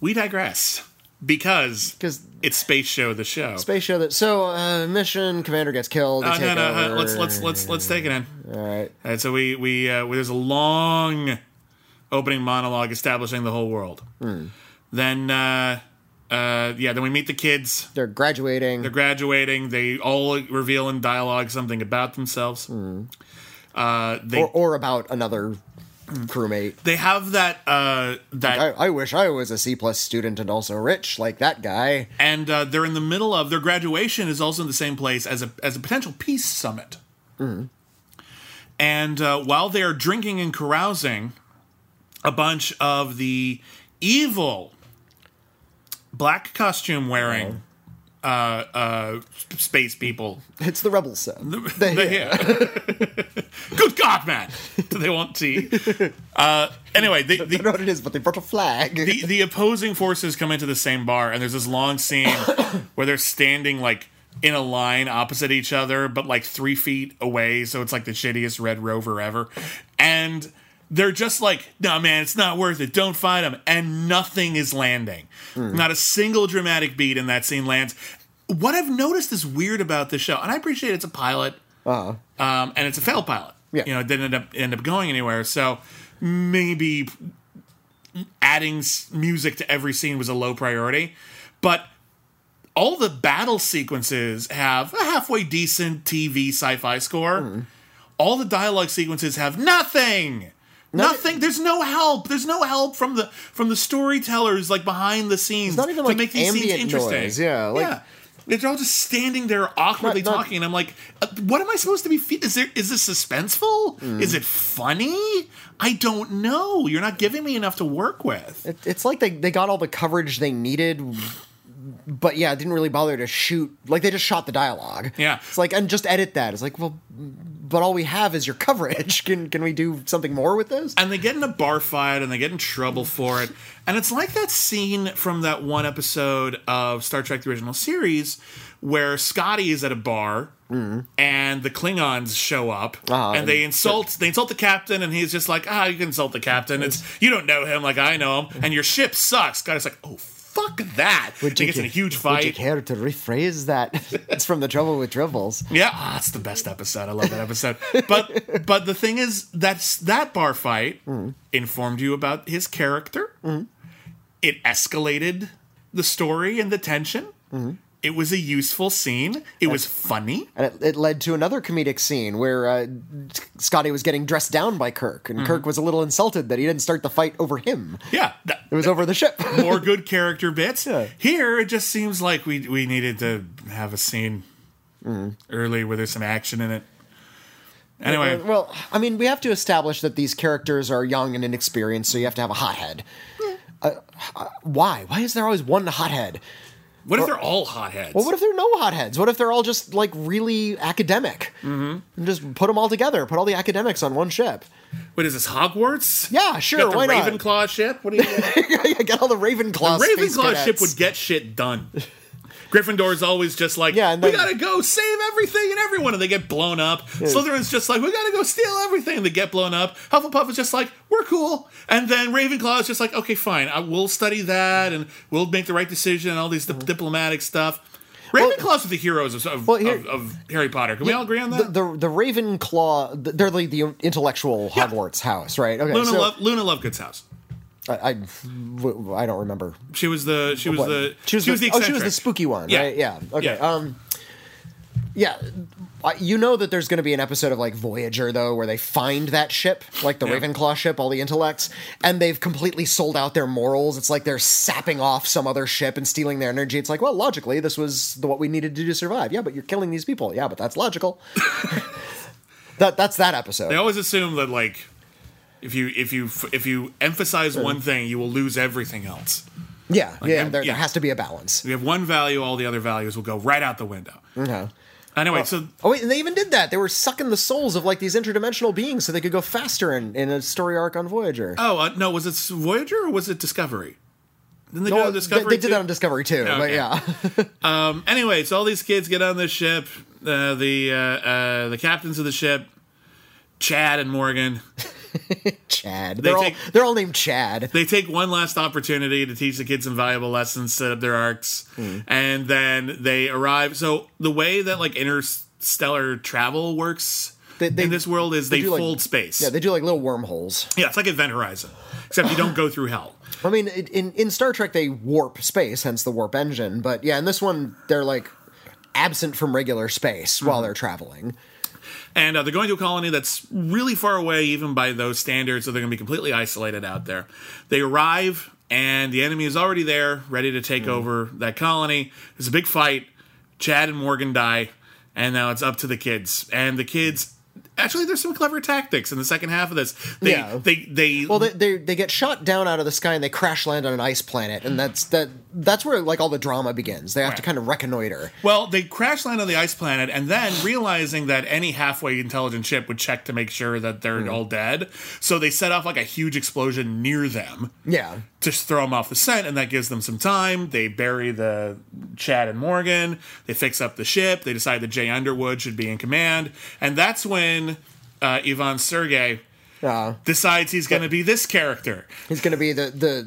[SPEAKER 1] we digress because
[SPEAKER 2] 'Cause-
[SPEAKER 1] it's space show the show.
[SPEAKER 2] Space show that so uh, mission commander gets killed. they
[SPEAKER 1] Uh, no,
[SPEAKER 2] take
[SPEAKER 1] no, uh,
[SPEAKER 2] over.
[SPEAKER 1] let's let's let's let's take it in.
[SPEAKER 2] All right.
[SPEAKER 1] All right, so we we uh, we- there's a long opening monologue establishing the whole world.
[SPEAKER 2] Hmm.
[SPEAKER 1] Then uh, uh, yeah, then we meet the kids.
[SPEAKER 2] They're graduating.
[SPEAKER 1] They're graduating. They all reveal in dialogue something about themselves. Uh, they
[SPEAKER 2] Hmm. or, or about another crewmate.
[SPEAKER 1] they have that uh, that
[SPEAKER 2] I, I wish I was a C plus student and also rich like that guy.
[SPEAKER 1] and uh, they're in the middle of their graduation is also in the same place as a as a potential peace summit. And uh, while they are drinking and carousing, a bunch of the evil black costume wearing uh, uh, s- space people.
[SPEAKER 2] It's the rebel son. They- [LAUGHS]
[SPEAKER 1] They're here. [LAUGHS] Good God, man! Do they want tea? Uh, anyway, the, the,
[SPEAKER 2] I don't know what it is, but they brought a flag.
[SPEAKER 1] the, the opposing forces come into the same bar, and there's this long scene [COUGHS] where they're standing like in a line opposite each other, but like three feet away. So it's like the shittiest Red Rover ever. And they're just like, no, man, it's not worth it. Don't fight them. And nothing is landing. Not a single dramatic beat in that scene lands. What I've noticed is weird about this show, and I appreciate it's a pilot,
[SPEAKER 2] Uh-huh.
[SPEAKER 1] um, and it's a failed pilot.
[SPEAKER 2] Yeah.
[SPEAKER 1] You know, it didn't end up end up going anywhere. So maybe adding s- music to every scene was a low priority, but all the battle sequences have a halfway decent TV sci-fi score.
[SPEAKER 2] Hmm.
[SPEAKER 1] All the dialogue sequences have nothing.
[SPEAKER 2] e-
[SPEAKER 1] Nothing. There's no help. There's no help from the from the storytellers like behind the scenes
[SPEAKER 2] not even,
[SPEAKER 1] to
[SPEAKER 2] like,
[SPEAKER 1] make these scenes
[SPEAKER 2] ambient
[SPEAKER 1] interesting.
[SPEAKER 2] noise. Yeah, like-
[SPEAKER 1] yeah. They're all just standing there awkwardly
[SPEAKER 2] Not- not-
[SPEAKER 1] talking, and I'm like, uh, "What am I supposed to be? Fe- is there? Is this suspenseful? Is it funny? I don't know. You're not giving me enough to work with."
[SPEAKER 2] It, it's like they, they got all the coverage they needed, but yeah, it didn't really bother to shoot. Like they just shot the dialogue.
[SPEAKER 1] Yeah.
[SPEAKER 2] it's like and just edit that. It's like well, but all we have is your coverage. [LAUGHS] Can can we do something more with this?
[SPEAKER 1] and they get in a bar fight and they get in trouble for it. And it's like that scene from that one episode of Star Trek the original series where Scotty is at a bar and the Klingons show up
[SPEAKER 2] Ah,
[SPEAKER 1] and they insult they insult the captain and he's just like, "Ah, you can insult the captain. It's you don't know him like I know him and your ship sucks." Scotty's like, "Oh, fuck that." And he gets in a huge
[SPEAKER 2] Would you
[SPEAKER 1] fight.
[SPEAKER 2] care to rephrase that? [LAUGHS] it's from the Trouble with Dribbles.
[SPEAKER 1] Yeah, ah, it's the best episode. I love that episode. but [LAUGHS] but the thing is, that's that bar fight
[SPEAKER 2] Mm.
[SPEAKER 1] informed you about his character. It escalated the story and the tension.
[SPEAKER 2] Mm.
[SPEAKER 1] It was a useful scene. It was funny.
[SPEAKER 2] And it, it led to another comedic scene where uh, Scotty was getting dressed down by Kirk, and Kirk was a little insulted that he didn't start the fight over him.
[SPEAKER 1] Yeah, that-
[SPEAKER 2] [LAUGHS] It was over the ship.
[SPEAKER 1] more good character bits.
[SPEAKER 2] Yeah.
[SPEAKER 1] Here, it just seems like we we needed to have a scene
[SPEAKER 2] Mm.
[SPEAKER 1] early where there's some action in it. Anyway,
[SPEAKER 2] Uh, well, I mean, we have to establish that these characters are young and inexperienced, so you have to have a hothead. Uh, uh, why? Why is there always one hothead?
[SPEAKER 1] What if they're all hotheads?
[SPEAKER 2] Well, what if they're no hotheads? What if they're all just like really academic? Mm-hmm. And just put them all together. Put all the academics on one ship.
[SPEAKER 1] Wait, is this Hogwarts?
[SPEAKER 2] Yeah,
[SPEAKER 1] You
[SPEAKER 2] sure.
[SPEAKER 1] got the
[SPEAKER 2] Why not? [LAUGHS]
[SPEAKER 1] Ravenclaw ship? What do you?
[SPEAKER 2] Get all the Ravenclaw. space
[SPEAKER 1] Ravenclaw ship
[SPEAKER 2] cadets.
[SPEAKER 1] would get shit done. Gryffindor's always just like,
[SPEAKER 2] Yeah, and
[SPEAKER 1] we
[SPEAKER 2] then-
[SPEAKER 1] gotta go save everything and everyone, and they get blown up. Slytherin's just like, we gotta go steal everything, and they get blown up. Hufflepuff is just like, we're cool. And then Ravenclaw is just like, okay, fine, I, we'll study that, and we'll make the right decision, and all these di- diplomatic stuff. Ravenclaws are the heroes of, of,
[SPEAKER 2] Mm-hmm. Well, here-
[SPEAKER 1] of, of Harry Potter. Can we all agree on that?
[SPEAKER 2] The, the the Ravenclaw. th- They're the, the intellectual Hogwarts house, right? Okay.
[SPEAKER 1] Luna,
[SPEAKER 2] so
[SPEAKER 1] Love, Luna Lovegood's house.
[SPEAKER 2] I, I w- I don't remember.
[SPEAKER 1] She was the she was
[SPEAKER 2] What?
[SPEAKER 1] the
[SPEAKER 2] she was, the, oh, she was the
[SPEAKER 1] eccentric.
[SPEAKER 2] spooky one,
[SPEAKER 1] Yeah.
[SPEAKER 2] right? Yeah. Okay.
[SPEAKER 1] Yeah.
[SPEAKER 2] Um. Yeah, I- you know that there's going to be an episode of like Voyager though, where they find that ship, like the
[SPEAKER 1] Yeah.
[SPEAKER 2] Ravenclaw ship, all the intellects, and they've completely sold out their morals. It's like they're sapping off some other ship and stealing their energy. It's like, well, logically, this was the, what we needed to do to survive. Yeah, but you're killing these people. Yeah, but
[SPEAKER 1] [LAUGHS]
[SPEAKER 2] that's logical. that that's that episode.
[SPEAKER 1] They always assume that like if you if you if you emphasize one
[SPEAKER 2] Hmm.
[SPEAKER 1] thing, you will lose everything else.
[SPEAKER 2] yeah, yeah,
[SPEAKER 1] I'm-
[SPEAKER 2] there,
[SPEAKER 1] yeah.
[SPEAKER 2] There has to be a balance.
[SPEAKER 1] If you have one value, all the other values will go right out the window.
[SPEAKER 2] Hmm.
[SPEAKER 1] Anyway, so
[SPEAKER 2] Oh wait, and they even did that. They were sucking the souls of like these interdimensional beings so they could go faster in, in a story arc on Voyager.
[SPEAKER 1] oh uh, no, was it Voyager or was it Discovery? Didn't they do it
[SPEAKER 2] No,
[SPEAKER 1] Oh, on
[SPEAKER 2] they,
[SPEAKER 1] Discovery?
[SPEAKER 2] they did
[SPEAKER 1] too?
[SPEAKER 2] that on Discovery too, but
[SPEAKER 1] okay.
[SPEAKER 2] yeah, [LAUGHS]
[SPEAKER 1] Um, anyway, so all these kids get on this ship. Uh, the uh, uh, the captains of the ship, Chad and Morgan,
[SPEAKER 2] Chad. They're all
[SPEAKER 1] take-
[SPEAKER 2] they're all named Chad.
[SPEAKER 1] they take one last opportunity to teach the kids some valuable lessons, set up their arcs,
[SPEAKER 2] Hmm.
[SPEAKER 1] and then they arrive. So the way that like interstellar travel works
[SPEAKER 2] They- they-
[SPEAKER 1] in this world is
[SPEAKER 2] they
[SPEAKER 1] they,
[SPEAKER 2] do, like-
[SPEAKER 1] fold space.
[SPEAKER 2] Yeah, they do like little wormholes.
[SPEAKER 1] yeah, it's like Event Horizon, except you don't go through hell.
[SPEAKER 2] I mean, it- in in Star Trek they warp space, hence the warp engine. But yeah, in this one they're like absent from regular space
[SPEAKER 1] Mm-hmm.
[SPEAKER 2] while they're traveling.
[SPEAKER 1] And uh, they're going to a colony that's really far away, even by those standards, so they're going to be completely isolated out there. They arrive, and the enemy is already there, ready to take
[SPEAKER 2] Hmm.
[SPEAKER 1] over that colony. There's a big fight. Chad and Morgan die, and now it's up to the kids. And the kids. Actually, there's some clever tactics in the second half of this. They,
[SPEAKER 2] Yeah.
[SPEAKER 1] they, they,
[SPEAKER 2] Well, they, they they get shot down out of the sky and they crash land on an ice planet, and that's that that's where like all the drama begins. They have to
[SPEAKER 1] Right.
[SPEAKER 2] kind of reconnoiter.
[SPEAKER 1] Well, they crash land on the ice planet, and then realizing that any halfway intelligent ship would check to make sure that
[SPEAKER 2] Hmm.
[SPEAKER 1] they're all dead, so they set off like a huge explosion near them
[SPEAKER 2] Yeah,
[SPEAKER 1] to throw them off the scent, and that gives them some time. They bury the Chad and Morgan. They fix up the ship. They decide that Jay Underwood should be in command, and that's when uh, Ivan Sergey
[SPEAKER 2] yeah.
[SPEAKER 1] decides he's going to be this character.
[SPEAKER 2] He's gonna be the the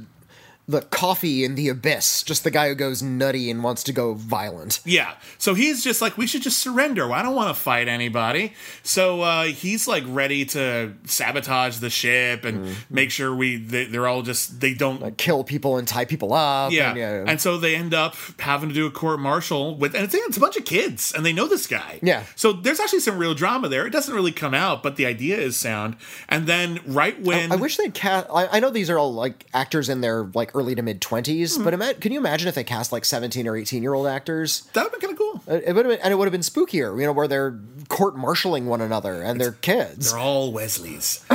[SPEAKER 2] the coffee in the abyss, just the guy who goes nutty and wants to go violent.
[SPEAKER 1] Yeah. So he's just like, we should just surrender. I don't want to fight anybody. So uh, he's like ready to sabotage the ship and make sure we they, they're all just they don't.
[SPEAKER 2] Kill people and tie people up.
[SPEAKER 1] yeah.
[SPEAKER 2] and, yeah.
[SPEAKER 1] and so they end up having to do a court martial with, and it's, it's a bunch of kids, and they know this guy.
[SPEAKER 2] Yeah.
[SPEAKER 1] So there's actually some real drama there. It doesn't really come out, but the idea is sound. And then right when
[SPEAKER 2] Oh, I wish they'd cast. I, I know these are all like actors in their like early to mid 20s
[SPEAKER 1] Hmm.
[SPEAKER 2] but ima- can you imagine if they cast like seventeen or eighteen year old actors?
[SPEAKER 1] that would be kind of cool.
[SPEAKER 2] It, would have been, and it would have been spookier, you know, where they're court martialing one another and they're kids.
[SPEAKER 1] They're all Wesleys.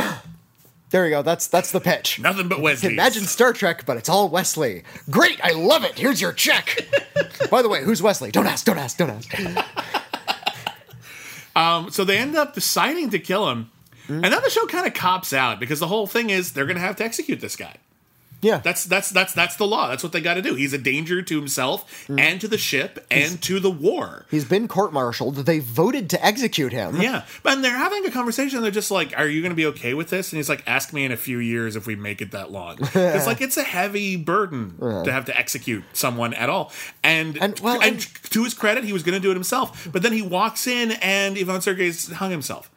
[SPEAKER 2] There you go. That's that's the pitch.
[SPEAKER 1] Nothing but Wesleys.
[SPEAKER 2] [LAUGHS] Imagine Star Trek, but it's all Wesley. Great, I love it. Here's
[SPEAKER 1] [LAUGHS]
[SPEAKER 2] your check. By the way, who's Wesley? Don't ask. Don't ask. Don't ask.
[SPEAKER 1] So they end up deciding to kill him.
[SPEAKER 2] Hmm?
[SPEAKER 1] And then the show kind of cops out because the whole thing is they're going to have to execute this guy.
[SPEAKER 2] Yeah,
[SPEAKER 1] That's that's that's that's the law. That's what they got to do. He's a danger to himself
[SPEAKER 2] Hmm.
[SPEAKER 1] and to the ship and to the war.
[SPEAKER 2] He's been court martialed. They voted to execute [LAUGHS] him.
[SPEAKER 1] Yeah. And they're having a conversation. they're just like, "Are you going to be okay with this?" And he's like, "Ask me in a few years if we make it that
[SPEAKER 2] [LAUGHS]
[SPEAKER 1] long." it's like it's a heavy burden to have to execute someone at all. And
[SPEAKER 2] And, well,
[SPEAKER 1] and
[SPEAKER 2] and-
[SPEAKER 1] to his credit, he was going to do it himself, but then he walks in and Ivan Sergey's hung himself.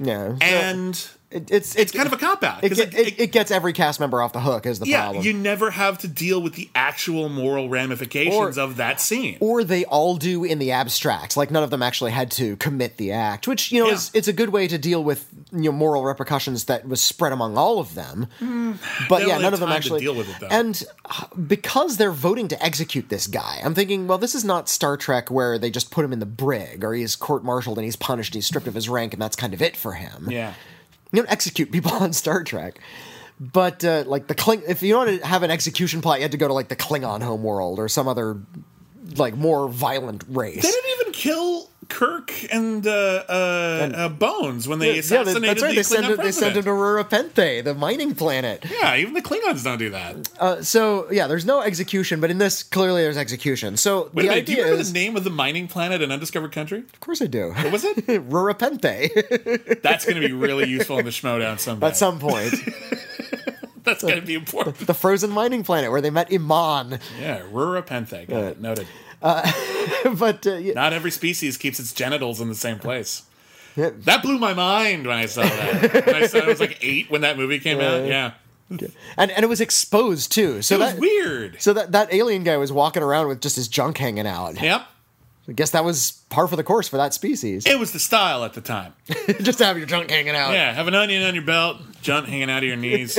[SPEAKER 2] Yeah. So
[SPEAKER 1] And
[SPEAKER 2] it, it's
[SPEAKER 1] it's kind of a cop out
[SPEAKER 2] it, get- it, it gets every cast member off the hook is the
[SPEAKER 1] Yeah,
[SPEAKER 2] problem.
[SPEAKER 1] you never have to deal with the actual moral ramifications
[SPEAKER 2] Or-
[SPEAKER 1] of that scene.
[SPEAKER 2] or they all do in the abstract. Like none of them actually had to commit the act, which you know
[SPEAKER 1] Yeah.
[SPEAKER 2] is it's a good way to deal with you know moral repercussions that was spread among all of them.
[SPEAKER 1] Mm. They
[SPEAKER 2] but
[SPEAKER 1] don't
[SPEAKER 2] yeah,
[SPEAKER 1] have
[SPEAKER 2] none of them
[SPEAKER 1] time to
[SPEAKER 2] actually
[SPEAKER 1] deal with it, though.
[SPEAKER 2] And uh, because they're voting to execute this guy, I'm thinking, well, this is not Star Trek where they just put him in the brig or he's court-martialed and he's punished and he's stripped of his rank and that's kind of it for him.
[SPEAKER 1] yeah.
[SPEAKER 2] you don't execute people [LAUGHS] on Star Trek. But uh, like the Kling, if you want to have an execution plot, you had to go to like the Klingon homeworld or some other like more violent race.
[SPEAKER 1] They didn't even kill Kirk and uh, uh, uh, Bones when they
[SPEAKER 2] [LAUGHS] yeah,
[SPEAKER 1] assassinated
[SPEAKER 2] they- that's right.
[SPEAKER 1] the
[SPEAKER 2] They send,
[SPEAKER 1] Klingon
[SPEAKER 2] him, they send him
[SPEAKER 1] president.
[SPEAKER 2] to Rurapente, the mining planet.
[SPEAKER 1] yeah, even the Klingons don't do that.
[SPEAKER 2] Uh, so yeah, there's no execution, but in this clearly there's execution. So
[SPEAKER 1] Wait
[SPEAKER 2] the
[SPEAKER 1] a minute, do you
[SPEAKER 2] idea
[SPEAKER 1] remember
[SPEAKER 2] is,
[SPEAKER 1] the name of the mining planet in Undiscovered Country?
[SPEAKER 2] of course I do.
[SPEAKER 1] What was
[SPEAKER 2] [LAUGHS]
[SPEAKER 1] it? [LAUGHS]
[SPEAKER 2] Rurapente
[SPEAKER 1] That's going to be really useful in the Schmodown someday.
[SPEAKER 2] at some point,
[SPEAKER 1] That's going to be
[SPEAKER 2] [LAUGHS]
[SPEAKER 1] important.
[SPEAKER 2] the frozen mining planet where they met Iman. [LAUGHS]
[SPEAKER 1] Yeah, Rurapenthe. Got it. Noted.
[SPEAKER 2] but uh, yeah,
[SPEAKER 1] Not every species keeps its genitals in the same place. That blew my mind when I saw that. When I, saw, I was like eight when that movie came out. Yeah.
[SPEAKER 2] and and it was exposed too. So
[SPEAKER 1] It was
[SPEAKER 2] that
[SPEAKER 1] weird.
[SPEAKER 2] so that that alien guy was walking around with just his junk hanging out.
[SPEAKER 1] Yep.
[SPEAKER 2] I guess that was par for the course for that species.
[SPEAKER 1] It was the style at the time.
[SPEAKER 2] Uh, [LAUGHS] just to have your junk hanging out.
[SPEAKER 1] Yeah, have an onion on your belt, junk hanging out of your
[SPEAKER 2] [LAUGHS]
[SPEAKER 1] knees.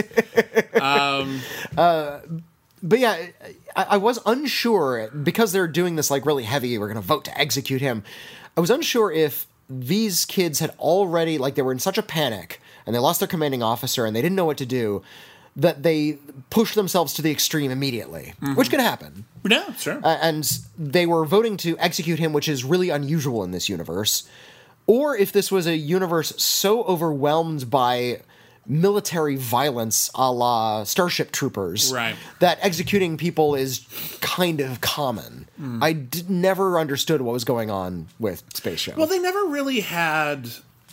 [SPEAKER 2] But yeah, I, I was unsure because they're doing this like really heavy. We're going to vote to execute him. I was unsure if these kids had already like they were in such a panic and they lost their commanding officer and they didn't know what to do that they pushed themselves to the extreme immediately, which could happen.
[SPEAKER 1] No, sure.
[SPEAKER 2] Uh, and they were voting to execute him, which is really unusual in this universe. Or if this was a universe so overwhelmed by military violence a la Starship Troopers
[SPEAKER 1] Right.
[SPEAKER 2] that executing people is kind of common.
[SPEAKER 1] Hmm.
[SPEAKER 2] I d- never understood what was going on with Space Show.
[SPEAKER 1] Well, they never really had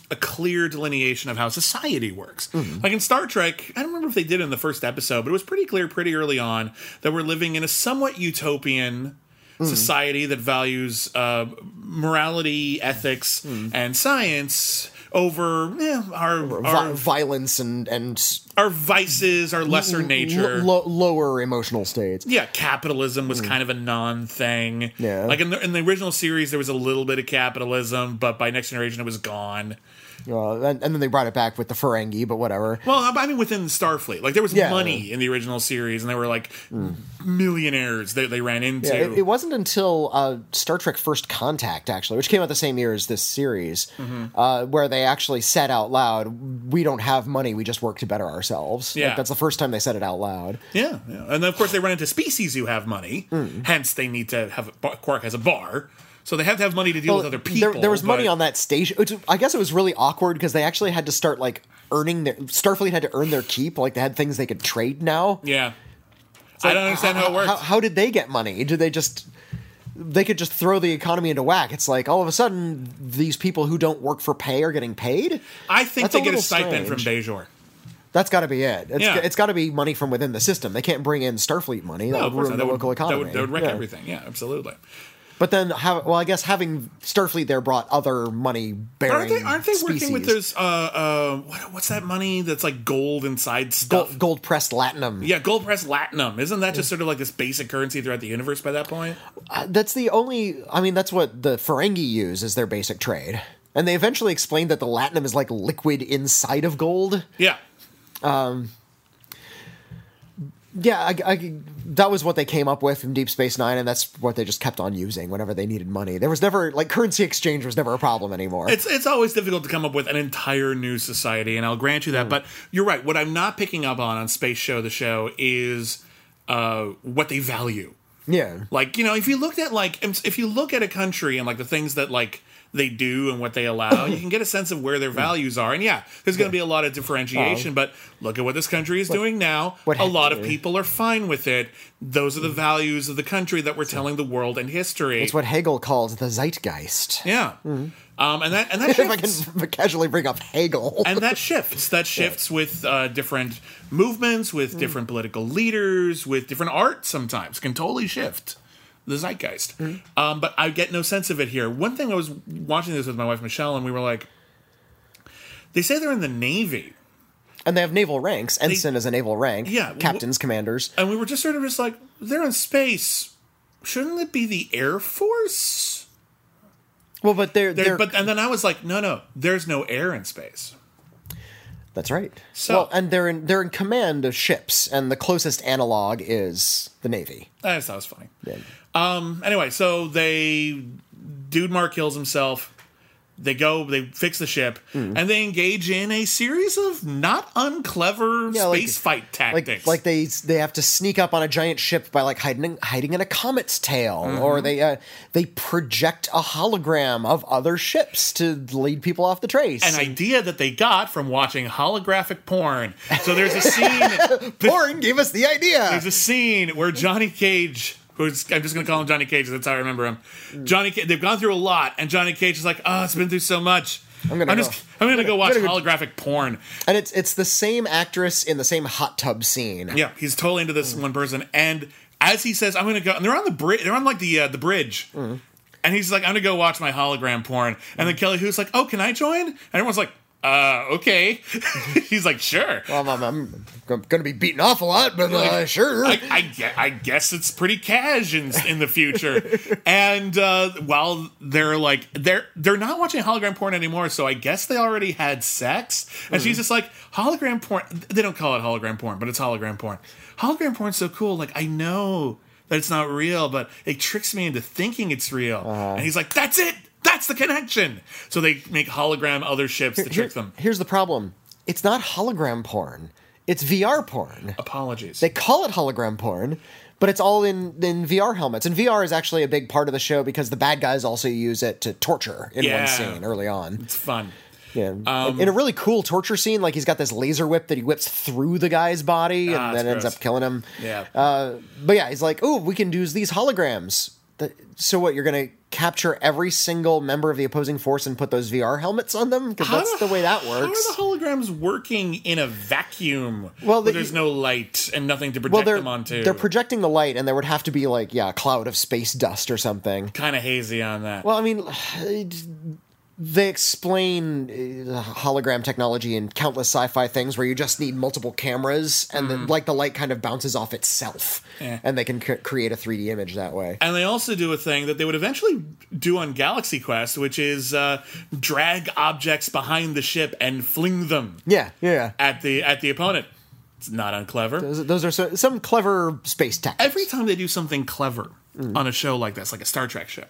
[SPEAKER 1] a clear delineation of how society works.
[SPEAKER 2] Mm-hmm.
[SPEAKER 1] Like in Star Trek, I don't remember if they did in the first episode, but it was pretty clear pretty early on that we're living in a somewhat utopian
[SPEAKER 2] Mm-hmm.
[SPEAKER 1] society that values uh, morality, ethics,
[SPEAKER 2] Mm-hmm.
[SPEAKER 1] and science over eh, our,
[SPEAKER 2] Vi-
[SPEAKER 1] our
[SPEAKER 2] violence and, and s-
[SPEAKER 1] our vices, our lesser nature.
[SPEAKER 2] Mm-hmm. lo- lower emotional states.
[SPEAKER 1] yeah, capitalism was kind of a non thing.
[SPEAKER 2] Yeah.
[SPEAKER 1] Like in the, in the original series, there was a little bit of capitalism, but by Next Generation, it was gone.
[SPEAKER 2] Uh, and, and then they brought it back with the Ferengi, but whatever.
[SPEAKER 1] Well, I mean, within Starfleet, like there was
[SPEAKER 2] Yeah.
[SPEAKER 1] money in the original series, and they were like millionaires that they ran into.
[SPEAKER 2] Yeah, it, it wasn't until uh, Star Trek First Contact, actually, which came out the same year as this series,
[SPEAKER 1] Mm-hmm.
[SPEAKER 2] uh, where they actually said out loud, We don't have money, we just work to better ourselves. Like,
[SPEAKER 1] Yeah.
[SPEAKER 2] that's the first time they said it out loud.
[SPEAKER 1] yeah, yeah. and then, of course they run into species who have money,
[SPEAKER 2] Mm.
[SPEAKER 1] hence they need to have a bar- Quark has a bar, so they have to have money to deal with other people.
[SPEAKER 2] there, there was money
[SPEAKER 1] but-
[SPEAKER 2] on that station. Which, I guess it was really awkward because they actually had to start, like, earning their. Starfleet had to earn their keep. Like, they had things they could trade now.
[SPEAKER 1] Yeah, I don't understand how it works.
[SPEAKER 2] How, how did they get money? Did they just. They could just throw the economy into whack. It's like all of a sudden, these people who don't work for pay are getting paid.
[SPEAKER 1] I think
[SPEAKER 2] That's a
[SPEAKER 1] they get a
[SPEAKER 2] little
[SPEAKER 1] stipend
[SPEAKER 2] strange.
[SPEAKER 1] from Bejor.
[SPEAKER 2] That's got to be it. It's,
[SPEAKER 1] Yeah.
[SPEAKER 2] it's got to be money from within the system. They can't bring in Starfleet money. That
[SPEAKER 1] No, of
[SPEAKER 2] would
[SPEAKER 1] course not.
[SPEAKER 2] ruin the
[SPEAKER 1] That would,
[SPEAKER 2] local
[SPEAKER 1] that
[SPEAKER 2] economy.
[SPEAKER 1] would, that would wreck
[SPEAKER 2] Yeah.
[SPEAKER 1] everything. Yeah, absolutely.
[SPEAKER 2] But then, how, well, I guess having Starfleet there brought other money bearing.
[SPEAKER 1] Aren't they? Aren't they working with those? Uh, uh, what, what's that money that's like gold inside stuff?
[SPEAKER 2] gold, gold pressed latinum?
[SPEAKER 1] Yeah, gold press latinum. Isn't that just sort of like this basic currency throughout the universe by that point?
[SPEAKER 2] Uh, that's the only. I mean, that's what the Ferengi use as their basic trade. And they eventually explained that the latinum is like liquid inside of gold.
[SPEAKER 1] Yeah.
[SPEAKER 2] Yeah, I, I- that was what they came up with from Deep Space Nine, and that's what they just kept on using whenever they needed money. There was never like currency exchange was never a problem anymore.
[SPEAKER 1] It's it's always difficult to come up with an entire new society, and I'll grant you that. But you're right. What I'm not picking up on on Space Show the Show is uh, what they value.
[SPEAKER 2] yeah.
[SPEAKER 1] Like you know, if you looked at like um, if you look at a country and like the things that like they do and what they allow, you can get a sense of where their values are. And yeah, there's going to be a lot of differentiation. But look at what this country is doing now.
[SPEAKER 2] what
[SPEAKER 1] a lot of
[SPEAKER 2] Hector-
[SPEAKER 1] people are fine with it. Those are the values of the country that we're telling the world and history.
[SPEAKER 2] It's what Hegel calls the zeitgeist. [LAUGHS]
[SPEAKER 1] Yeah. Um, and that and that
[SPEAKER 2] If I
[SPEAKER 1] shifts,
[SPEAKER 2] can [LAUGHS] casually bring up Hegel.
[SPEAKER 1] and that shifts. That shifts with uh, different movements, with different political leaders, with different art. Sometimes can totally shift the zeitgeist. Um, but I get no sense of it here. One thing I was watching this with my wife Michelle, and we were like, they say they're in the navy.
[SPEAKER 2] And they have naval ranks. Ensign is a naval rank.
[SPEAKER 1] Yeah, wh-
[SPEAKER 2] Captains, commanders.
[SPEAKER 1] And we were just sort of just like, they're in space. Shouldn't it be the Air Force?
[SPEAKER 2] Well, but they're,
[SPEAKER 1] There-
[SPEAKER 2] they're,
[SPEAKER 1] But and then I was like, no, no, there's no air in space.
[SPEAKER 2] that's right.
[SPEAKER 1] So-
[SPEAKER 2] well, and they're in they're in command of ships, and the closest analog is the navy.
[SPEAKER 1] I just thought it was funny. Um. Anyway, so they dude Mark kills himself. They go, they fix the ship,
[SPEAKER 2] Hmm.
[SPEAKER 1] and they engage in a series of not unclever
[SPEAKER 2] Yeah, like-
[SPEAKER 1] space fight tactics.
[SPEAKER 2] Like, like they they have to sneak up on a giant ship by like hiding hiding in a comet's tail,
[SPEAKER 1] Mm-hmm.
[SPEAKER 2] or they uh, they project a hologram of other ships to lead people off the trace.
[SPEAKER 1] an idea that they got from watching holographic porn. So there's
[SPEAKER 2] [LAUGHS]
[SPEAKER 1] a scene.
[SPEAKER 2] Porn gave us the idea.
[SPEAKER 1] There's a scene where Johnny Cage, who's I'm just gonna call him Johnny Cage, 'cause that's how I remember
[SPEAKER 2] Hmm.
[SPEAKER 1] him. Johnny, Cage, they've gone through a lot, and Johnny Cage is like, oh, it's been through so much. I'm
[SPEAKER 2] gonna
[SPEAKER 1] just,
[SPEAKER 2] go.
[SPEAKER 1] I'm gonna go watch
[SPEAKER 2] gonna
[SPEAKER 1] holographic porn.
[SPEAKER 2] And it's it's the same actress in the same hot tub scene.
[SPEAKER 1] Yeah, he's totally into this one person, and as he says, I'm gonna go, and they're on the bridge. They're on like the uh, the bridge. And he's like, I'm gonna go watch my hologram porn. And then Kelly Who's like, Oh, can I join? And everyone's like, Uh, okay. [LAUGHS] he's like, Sure.
[SPEAKER 2] Um, I'm, I'm going to be beaten off a lot, but uh, sure.
[SPEAKER 1] I, I, gue- I guess it's pretty cash in, in the future. and uh, while they're like they're they're not watching hologram porn anymore, so I guess they already had sex. And she's just like hologram porn. They don't call it hologram porn, but it's hologram porn. Hologram porn's so cool. Like I know that it's not real, but it tricks me into thinking it's real. And he's like, that's it. That's the connection. So they make hologram other ships to trick them.
[SPEAKER 2] Here's the problem: it's not hologram porn; it's VR porn.
[SPEAKER 1] Apologies.
[SPEAKER 2] They call it hologram porn, but it's all in in VR helmets. And VR is actually a big part of the show because the bad guys also use it to torture in
[SPEAKER 1] Yeah. Um,
[SPEAKER 2] one scene early on.
[SPEAKER 1] it's fun.
[SPEAKER 2] Yeah, in a really cool torture scene, like he's got this laser whip that he whips through the guy's body and
[SPEAKER 1] Ah,
[SPEAKER 2] then
[SPEAKER 1] it's
[SPEAKER 2] ends
[SPEAKER 1] gross.
[SPEAKER 2] up killing him.
[SPEAKER 1] Yeah.
[SPEAKER 2] But yeah, he's like, "Oh, we can use these holograms." That- so what? You're gonna capture every single member of the opposing force and put those VR helmets on them because
[SPEAKER 1] How
[SPEAKER 2] that's
[SPEAKER 1] do-
[SPEAKER 2] the way that
[SPEAKER 1] How
[SPEAKER 2] works.
[SPEAKER 1] are the holograms working in a vacuum?
[SPEAKER 2] Well,
[SPEAKER 1] Well,
[SPEAKER 2] they-
[SPEAKER 1] there's no light and nothing to project
[SPEAKER 2] well, they're
[SPEAKER 1] them onto.
[SPEAKER 2] they're projecting the light, and there would have to be like yeah, a cloud of space dust or something.
[SPEAKER 1] kind of hazy on that.
[SPEAKER 2] Well, I mean, [SIGHS] it- they explain uh, hologram technology in countless sci-fi things where you just need multiple cameras, and then like the light kind of bounces off itself,
[SPEAKER 1] Mm-hmm. Yeah.
[SPEAKER 2] and they can c- create a 3D image that way.
[SPEAKER 1] and they also do a thing that they would eventually do on Galaxy Quest, which is uh, drag objects behind the ship and fling them
[SPEAKER 2] Yeah, yeah.
[SPEAKER 1] at the at the opponent. It's not unclever.
[SPEAKER 2] Those, those are so, some clever space tech.
[SPEAKER 1] Every time they do something clever
[SPEAKER 2] Mm.
[SPEAKER 1] on a show like this, like a Star Trek show,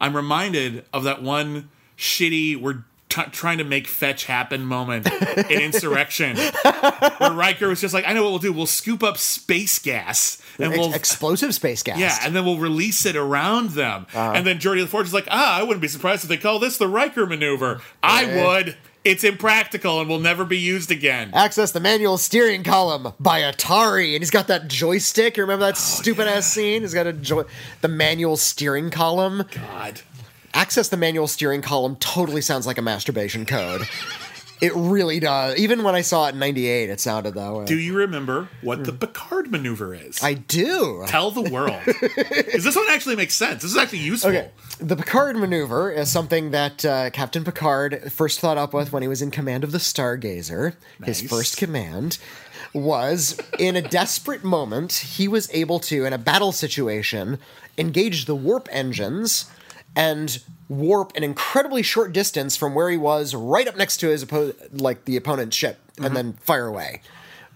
[SPEAKER 1] I'm reminded of that one shitty we're t- trying to make fetch happen
[SPEAKER 2] [LAUGHS]
[SPEAKER 1] moment in Insurrection, where Riker was just like, "I know what we'll do. We'll scoop up space gas and
[SPEAKER 2] Ex-
[SPEAKER 1] we'll."
[SPEAKER 2] explosive space
[SPEAKER 1] [LAUGHS]
[SPEAKER 2] gas.
[SPEAKER 1] yeah, and then we'll release it around them.
[SPEAKER 2] Uh-huh.
[SPEAKER 1] And then Geordi LaForge is like, ah, I wouldn't be surprised if they call this the Riker maneuver. I would. It's impractical and will never be used again.
[SPEAKER 2] Access the manual steering column by Atari, and he's got that joystick. You
[SPEAKER 1] Oh,
[SPEAKER 2] remember that stupid ass scene? He's got a joy, the manual steering column.
[SPEAKER 1] God.
[SPEAKER 2] access the manual steering column totally sounds like a masturbation code. it really does. Even when I saw it in 98, it sounded that way.
[SPEAKER 1] Do you remember what
[SPEAKER 2] Mm.
[SPEAKER 1] the Picard maneuver is?
[SPEAKER 2] I do.
[SPEAKER 1] tell the
[SPEAKER 2] [LAUGHS]
[SPEAKER 1] world. Because this one actually makes sense. This is actually useful.
[SPEAKER 2] Okay. The Picard maneuver is something that uh, Captain Picard first thought up with when he was in command of the Stargazer. His
[SPEAKER 1] Nice.
[SPEAKER 2] first command was in a desperate moment, he was able to, in a battle situation, engage the warp engines and warp an incredibly short distance from where he was right up next to his oppo- like the opponent's ship and then fire away.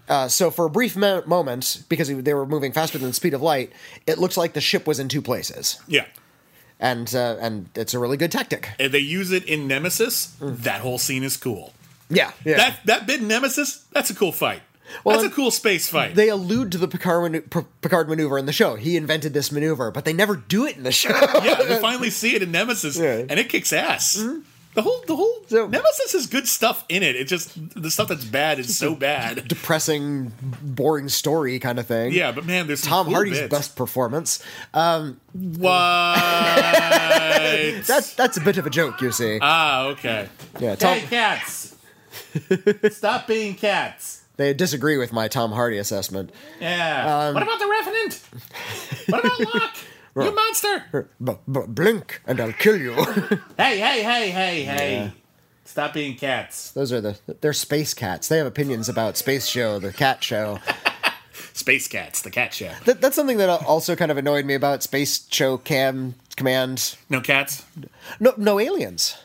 [SPEAKER 2] Uh, so for a brief mo- moment, because they were moving faster than the speed of light, it looked like the ship was in two places
[SPEAKER 1] Yeah.
[SPEAKER 2] and uh, and it's a really good tactic.
[SPEAKER 1] And they use it in Nemesis. That whole scene is cool.
[SPEAKER 2] Yeah, Mm. yeah.
[SPEAKER 1] That that bit in Nemesis, that's a cool fight.
[SPEAKER 2] Well,
[SPEAKER 1] that's
[SPEAKER 2] and
[SPEAKER 1] a cool space fight.
[SPEAKER 2] they allude to the Picard, manu- P- Picard maneuver in the show. He invented this maneuver, but they never do it in the show.
[SPEAKER 1] [LAUGHS] yeah, we
[SPEAKER 2] [LAUGHS]
[SPEAKER 1] finally see it in Nemesis
[SPEAKER 2] Yeah. Mm-hmm.
[SPEAKER 1] and it kicks ass. The whole the whole
[SPEAKER 2] So-
[SPEAKER 1] Nemesis has good stuff in it. It just the stuff that's bad is so bad.
[SPEAKER 2] Depressing, boring story kind of thing.
[SPEAKER 1] Yeah, but man, there's some
[SPEAKER 2] Tom
[SPEAKER 1] cool
[SPEAKER 2] Hardy's
[SPEAKER 1] bits.
[SPEAKER 2] best performance. [LAUGHS]
[SPEAKER 1] What?
[SPEAKER 2] That's that's a bit of a joke, you see.
[SPEAKER 1] ah, okay.
[SPEAKER 2] yeah, Tom, [LAUGHS]
[SPEAKER 1] cats, stop being cats.
[SPEAKER 2] they disagree with my Tom Hardy assessment. Um,
[SPEAKER 1] Yeah. what about the Revenant? What
[SPEAKER 2] [LAUGHS]
[SPEAKER 1] about Locke? you monster!
[SPEAKER 2] B- b- blink, and I'll kill you. [LAUGHS]
[SPEAKER 1] Hey, hey, hey, hey, hey. Stop being cats.
[SPEAKER 2] Those are the they're space cats. They have opinions about space show, the cat show.
[SPEAKER 1] Space cats, the cat show.
[SPEAKER 2] That, that's something that also kind of annoyed me about space show cam command.
[SPEAKER 1] No cats?
[SPEAKER 2] No, no aliens.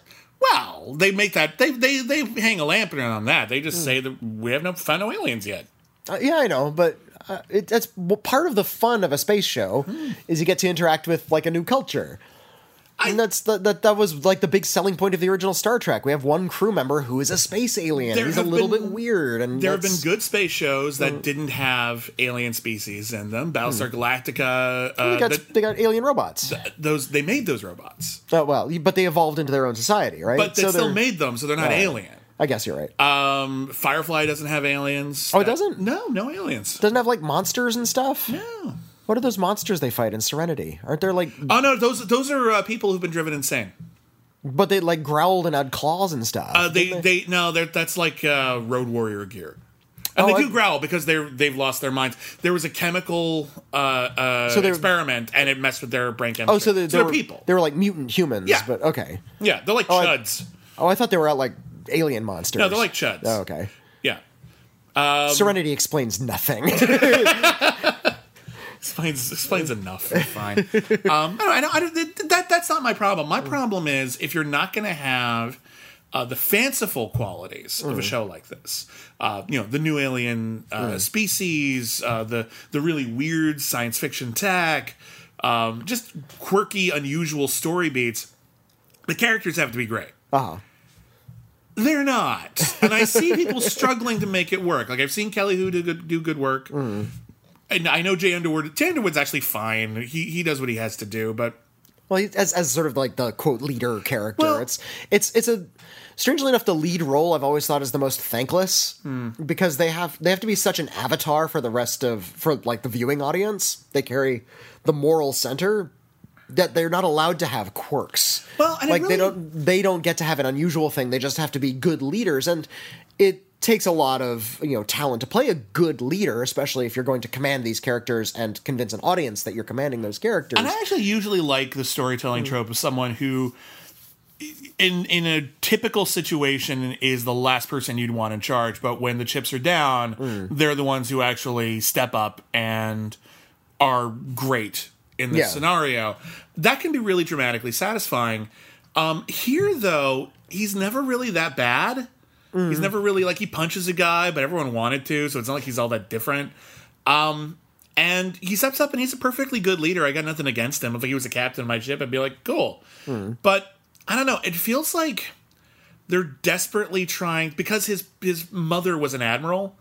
[SPEAKER 1] Well, they make that they they they hang a lantern on that. They
[SPEAKER 2] Hmm.
[SPEAKER 1] just say that we have no found no aliens yet.
[SPEAKER 2] Uh, yeah, I know, but uh, it, that's
[SPEAKER 1] Hmm.
[SPEAKER 2] well, part of the fun of a space show is you get to interact with like a new culture. and that's the, that that was like the big selling point of the original Star Trek. We have one crew member who is a space alien.
[SPEAKER 1] There
[SPEAKER 2] He's a
[SPEAKER 1] have
[SPEAKER 2] little
[SPEAKER 1] been-
[SPEAKER 2] bit weird, and
[SPEAKER 1] There have been
[SPEAKER 2] that's- Hmm.
[SPEAKER 1] good space shows that didn't have alien species in them. Battlestar Galactica. Uh,
[SPEAKER 2] They got,
[SPEAKER 1] that-
[SPEAKER 2] they got alien robots.
[SPEAKER 1] those they made those robots,
[SPEAKER 2] Oh well, but they evolved into their own society, right?
[SPEAKER 1] but they still
[SPEAKER 2] they're-
[SPEAKER 1] made them, so they're not alien.
[SPEAKER 2] I guess you're right.
[SPEAKER 1] Um, Firefly doesn't have aliens.
[SPEAKER 2] Oh, it
[SPEAKER 1] That-
[SPEAKER 2] doesn't?
[SPEAKER 1] No, no aliens.
[SPEAKER 2] Doesn't have like monsters and stuff.
[SPEAKER 1] No.
[SPEAKER 2] What are those monsters they fight in Serenity? Aren't there like,
[SPEAKER 1] Oh no, those those are uh, people who've been driven insane.
[SPEAKER 2] but they like growled and had claws and stuff.
[SPEAKER 1] Uh, they they no, they're, that's like uh, road warrior gear. And
[SPEAKER 2] Oh,
[SPEAKER 1] they
[SPEAKER 2] I-
[SPEAKER 1] do growl because they're they've lost their minds. There was a chemical uh, uh,
[SPEAKER 2] So they were-
[SPEAKER 1] experiment, and it messed with their brain chemistry.
[SPEAKER 2] oh, so they, they
[SPEAKER 1] are
[SPEAKER 2] were
[SPEAKER 1] people.
[SPEAKER 2] They were like mutant humans.
[SPEAKER 1] Yeah.
[SPEAKER 2] but okay.
[SPEAKER 1] yeah, they're like
[SPEAKER 2] I-
[SPEAKER 1] chuds.
[SPEAKER 2] Oh, I thought they were out like alien monsters.
[SPEAKER 1] No, they're like Um, chuds.
[SPEAKER 2] Oh, okay.
[SPEAKER 1] Yeah,
[SPEAKER 2] Serenity explains nothing. [LAUGHS]
[SPEAKER 1] explains explains enough. It's Fine. [LAUGHS] um, I don't, I don't, I don't, that- that that's not my problem. My problem is if you're not going to have uh, the fanciful qualities of a show like this. Uh, you know, the new alien uh, species, uh, the the really weird science fiction tech, um, just quirky, unusual story beats. The characters have to be great.
[SPEAKER 2] uh-huh.
[SPEAKER 1] They're not. And I see people struggling to make it work. Like I've seen Kelly Who do good, do good work. And I know Jay Underwood. Jay Underwood's actually fine. He he does what he has to do, but
[SPEAKER 2] Well, he- as as sort of like the quote leader character,
[SPEAKER 1] Well-
[SPEAKER 2] it's it's it's a strangely enough the lead role I've always thought is the most thankless because they have they have to be such an avatar for the rest of for like the viewing audience. They carry the moral center that they're not allowed to have quirks.
[SPEAKER 1] Well, and it
[SPEAKER 2] like they
[SPEAKER 1] really-
[SPEAKER 2] don't they don't get to have an unusual thing. They just have to be good leaders and it takes a lot of, you know, talent to play a good leader, especially if you're going to command these characters and convince an audience that you're commanding those characters.
[SPEAKER 1] And I actually usually like the storytelling trope of someone who, in in a typical situation, is the last person you'd want in charge. But when the chips are down, they're the ones who actually step up and are great in this
[SPEAKER 2] Yeah.
[SPEAKER 1] scenario. That can be really dramatically satisfying. Um, here, though, he's never really that bad. He's never really like he punches a guy, but everyone wanted to, so it's not like he's all that different. Um, and he steps up and he's a perfectly good leader. I got nothing against him. If he was a captain of my ship, I'd be like, cool. But I don't know. It feels like they're desperately trying because his his mother was an admiral,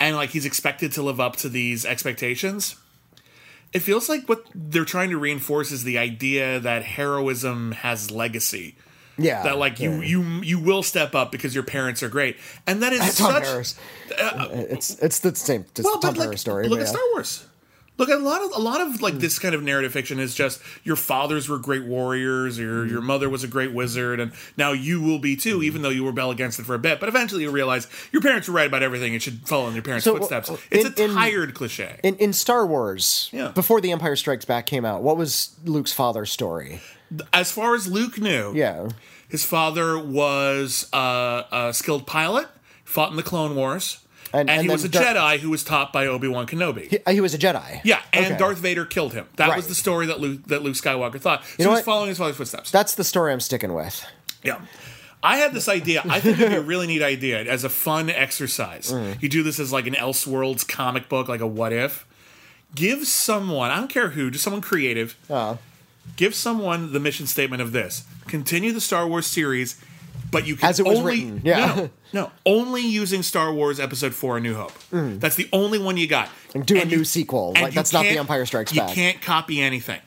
[SPEAKER 1] and like he's expected to live up to these expectations. It feels like what they're trying to reinforce is the idea that heroism has legacy.
[SPEAKER 2] yeah.
[SPEAKER 1] That like you you you will step up because your parents are great, and that is
[SPEAKER 2] It's Tom
[SPEAKER 1] such uh, Oh,
[SPEAKER 2] Harris. Uh, it's it's the same it's the Tom Harris story.
[SPEAKER 1] Look at
[SPEAKER 2] but yeah. Hmm.
[SPEAKER 1] Star Wars. Look at a lot of a lot of like this kind of narrative fiction is just your fathers were great warriors, or
[SPEAKER 2] Hmm.
[SPEAKER 1] your, your mother was a great wizard, and now you will be too, even though you rebel against it for a bit. But eventually you realize your parents were right about everything. You should follow in your parents'
[SPEAKER 2] So,
[SPEAKER 1] footsteps.
[SPEAKER 2] uh,
[SPEAKER 1] It's a
[SPEAKER 2] in- in-
[SPEAKER 1] tired cliche.
[SPEAKER 2] In in Star Wars,
[SPEAKER 1] Yeah.
[SPEAKER 2] before The Empire Strikes Back came out, what was Luke's father's story?
[SPEAKER 1] as far as Luke knew,
[SPEAKER 2] Yeah.
[SPEAKER 1] his father was uh, a skilled pilot, fought in the Clone Wars,
[SPEAKER 2] And-
[SPEAKER 1] and,
[SPEAKER 2] and
[SPEAKER 1] he
[SPEAKER 2] then
[SPEAKER 1] was a
[SPEAKER 2] Dar-
[SPEAKER 1] Jedi who was taught by Obi Wan Kenobi.
[SPEAKER 2] He, he was a Jedi.
[SPEAKER 1] Yeah, and
[SPEAKER 2] Okay.
[SPEAKER 1] Darth Vader killed him. That was
[SPEAKER 2] Right.
[SPEAKER 1] the story that Luke that Luke Skywalker thought. So
[SPEAKER 2] know
[SPEAKER 1] he was
[SPEAKER 2] what?
[SPEAKER 1] following his father's footsteps.
[SPEAKER 2] That's the story I'm sticking with.
[SPEAKER 1] yeah. I had this idea. I think it'd be a really neat idea as a fun exercise.
[SPEAKER 2] Mm.
[SPEAKER 1] You do this as like an Elseworlds comic book, like a what if. Give someone, I don't care who, just someone creative. Give someone the mission statement of this. Continue the Star Wars series, but you can
[SPEAKER 2] As it was
[SPEAKER 1] only
[SPEAKER 2] written, yeah.
[SPEAKER 1] no, no, no, only using Star Wars Episode Four: A New Hope.
[SPEAKER 2] Mm.
[SPEAKER 1] That's the only one you got.
[SPEAKER 2] And do a new
[SPEAKER 1] you-
[SPEAKER 2] sequel.
[SPEAKER 1] and
[SPEAKER 2] Like,
[SPEAKER 1] you
[SPEAKER 2] that's not The
[SPEAKER 1] can't-
[SPEAKER 2] Empire Strikes
[SPEAKER 1] you
[SPEAKER 2] Back. Mm-hmm.
[SPEAKER 1] can't copy anything.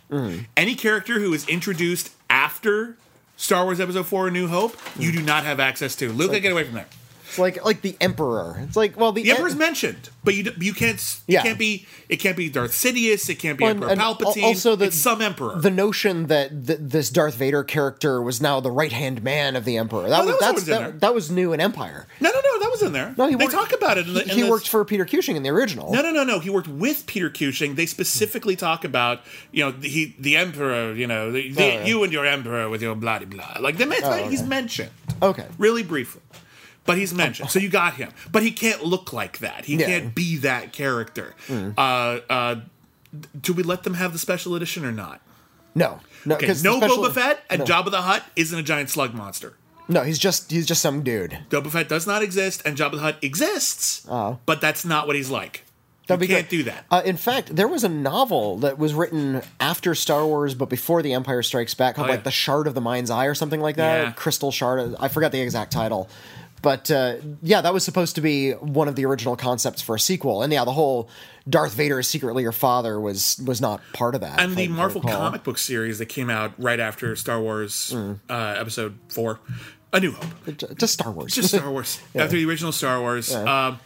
[SPEAKER 1] Any character who is introduced after Star Wars Episode Four: A New Hope, you
[SPEAKER 2] Mm-hmm.
[SPEAKER 1] do not have access to. Luke, get away from there.
[SPEAKER 2] It's like like the Emperor. It's like well the, E,
[SPEAKER 1] The Emperor's mentioned, but you d- you can't s-
[SPEAKER 2] Yeah.
[SPEAKER 1] it can't be it can't be Darth Sidious. It can't be
[SPEAKER 2] Well, and-
[SPEAKER 1] Emperor
[SPEAKER 2] and al-
[SPEAKER 1] Palpatine.
[SPEAKER 2] also the-
[SPEAKER 1] it's some Emperor.
[SPEAKER 2] the notion that th- this Darth Vader character was now the right hand man of the Emperor. That
[SPEAKER 1] Oh, that
[SPEAKER 2] was
[SPEAKER 1] was
[SPEAKER 2] that's
[SPEAKER 1] always in there.
[SPEAKER 2] that, that was new in Empire.
[SPEAKER 1] no, no, no, that was in there.
[SPEAKER 2] No, he
[SPEAKER 1] they
[SPEAKER 2] worked,
[SPEAKER 1] talk about it. In the, in
[SPEAKER 2] he
[SPEAKER 1] the-
[SPEAKER 2] worked for Peter Cushing in the original.
[SPEAKER 1] No, no, no, no. He worked with Peter Cushing. They specifically talk about, you know, the- he, the emperor, you know, the, the,
[SPEAKER 2] Oh, yeah. Oh,
[SPEAKER 1] you and your emperor with your bloody blah. Like, the, he's mentioned.
[SPEAKER 2] Okay.
[SPEAKER 1] Really briefly. But he's mentioned. So you got him. But he can't look like that. He
[SPEAKER 2] Yeah. Mm.
[SPEAKER 1] can't be that character. Uh, uh, do we let them have the special edition or not?
[SPEAKER 2] No. No,
[SPEAKER 1] Okay,
[SPEAKER 2] Uh, 'cause the
[SPEAKER 1] no
[SPEAKER 2] special-
[SPEAKER 1] Boba Fett and Jabba the Hutt isn't a giant slug monster.
[SPEAKER 2] No, he's just he's just some dude.
[SPEAKER 1] Boba Fett does not exist and Jabba the Hutt exists, but that's not what he's like.
[SPEAKER 2] Oh. That'd
[SPEAKER 1] You
[SPEAKER 2] be
[SPEAKER 1] can't
[SPEAKER 2] good.
[SPEAKER 1] do that.
[SPEAKER 2] Uh, in fact, there was a novel that was written after Star Wars, but before The Empire Strikes Back, called
[SPEAKER 1] Oh,
[SPEAKER 2] like
[SPEAKER 1] yeah.
[SPEAKER 2] The Shard of the Mind's Eye or something like that.
[SPEAKER 1] Yeah.
[SPEAKER 2] Crystal Shard. I forgot the exact title. But uh, yeah, that was supposed to be one of the original concepts for a sequel. And yeah, the whole Darth Vader is secretly your father was was not part of that.
[SPEAKER 1] and
[SPEAKER 2] if
[SPEAKER 1] the
[SPEAKER 2] I
[SPEAKER 1] Marvel
[SPEAKER 2] recall.
[SPEAKER 1] comic book series that came out right after Star Wars
[SPEAKER 2] Mm.
[SPEAKER 1] uh, Episode Four, A New Hope,
[SPEAKER 2] J- uh, Just Star Wars.
[SPEAKER 1] just Star
[SPEAKER 2] [LAUGHS]
[SPEAKER 1] Wars after the original Star Wars, um,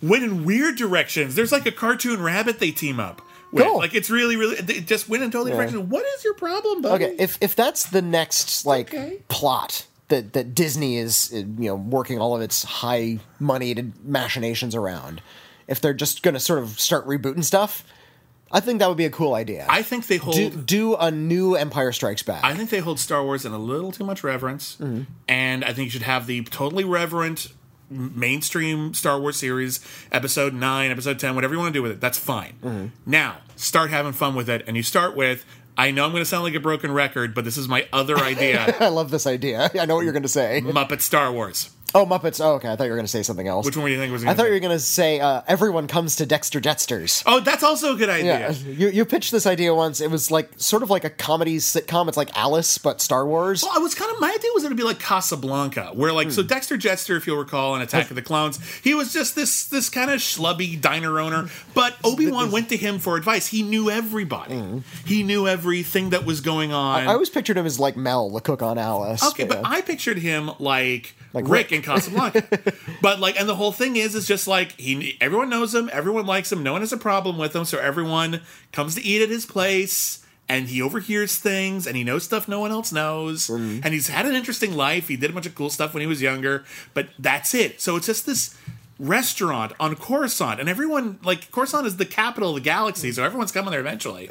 [SPEAKER 1] went in weird directions. There's like a cartoon rabbit they team up with.
[SPEAKER 2] Cool.
[SPEAKER 1] Like it's really, really, it just went in totally different directions. What is your problem, buddy?
[SPEAKER 2] Okay, if if that's the next like
[SPEAKER 1] Um, okay.
[SPEAKER 2] plot that that Disney is uh, you know working all of its high moneyed machinations around, if they're just going to sort of start rebooting stuff, I think that would be a cool idea.
[SPEAKER 1] I think they hold.
[SPEAKER 2] do, do a new Empire Strikes Back.
[SPEAKER 1] I think they hold Star Wars in a little too much reverence,
[SPEAKER 2] Mm-hmm.
[SPEAKER 1] and I think you should have the totally reverent m- mainstream Star Wars series, Episode Nine, Episode Ten, whatever you want to do with it. That's fine.
[SPEAKER 2] Mm-hmm.
[SPEAKER 1] Now start having fun with it, and you start with. I know I'm going to sound like a broken record, but this is my other idea:
[SPEAKER 2] [LAUGHS] [LAUGHS] I love this idea. I know what you're going to say.
[SPEAKER 1] Muppet Star Wars.
[SPEAKER 2] Oh, Muppets. Oh, okay. I thought you were going to say something else.
[SPEAKER 1] Which one do you think was?
[SPEAKER 2] I
[SPEAKER 1] Gonna
[SPEAKER 2] thought
[SPEAKER 1] be?
[SPEAKER 2] you were going to say uh, everyone comes to Dexter
[SPEAKER 1] [LAUGHS]
[SPEAKER 2] Jetsters.
[SPEAKER 1] Oh, that's also a good idea.
[SPEAKER 2] Yeah, [LAUGHS] you you pitched this idea once. It was like sort of like a comedy sitcom. It's like Alice but Star Wars.
[SPEAKER 1] Well, I was kind of my idea was going to be like Casablanca, where like
[SPEAKER 2] Hmm.
[SPEAKER 1] so Dexter Jetster, if you'll recall, in Attack of the Clowns, he was just this this kind of schlubby diner owner. But Obi Wan went to him for advice. He knew everybody. He knew everything that was going on.
[SPEAKER 2] Hmm. I always pictured him as like Mel, the cook on Alice.
[SPEAKER 1] Okay, but
[SPEAKER 2] yeah.
[SPEAKER 1] I pictured him like,
[SPEAKER 2] Like
[SPEAKER 1] Rick,
[SPEAKER 2] Rick.
[SPEAKER 1] in
[SPEAKER 2] [LAUGHS]
[SPEAKER 1] Casablanca. but like, and the whole thing is, is just like he. Everyone knows him. Everyone likes him. No one has a problem with him. So everyone comes to eat at his place, and he overhears things, and he knows stuff no one else knows.
[SPEAKER 2] Mm-hmm.
[SPEAKER 1] And he's had an interesting life. He did a bunch of cool stuff when he was younger. But that's it. So it's just this restaurant on Coruscant, and everyone like Coruscant is the capital of the galaxy,
[SPEAKER 2] Mm-hmm.
[SPEAKER 1] so everyone's coming there eventually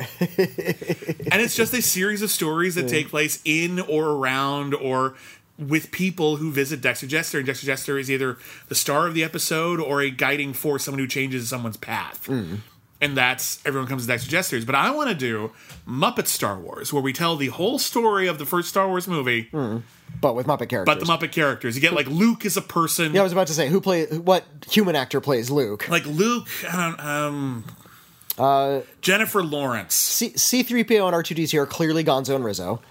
[SPEAKER 1] and it's just a series of stories that take place in or around or with people who visit Dexter Jester. And Dexter Jester is either the star of the episode or a guiding force, someone who changes someone's path.
[SPEAKER 2] Hmm.
[SPEAKER 1] And that's everyone comes to Dexter Jester's. But I want to do Muppet Star Wars, where we tell the whole story of the first Star Wars movie,
[SPEAKER 2] Hmm. but with Muppet characters.
[SPEAKER 1] but the Muppet characters. You get like Luke is a person.
[SPEAKER 2] yeah, I was about to say who play what human actor plays Luke.
[SPEAKER 1] Like Luke, I don't, um,
[SPEAKER 2] Uh,
[SPEAKER 1] Jennifer Lawrence.
[SPEAKER 2] C three PO and R two D two are clearly Gonzo and Rizzo.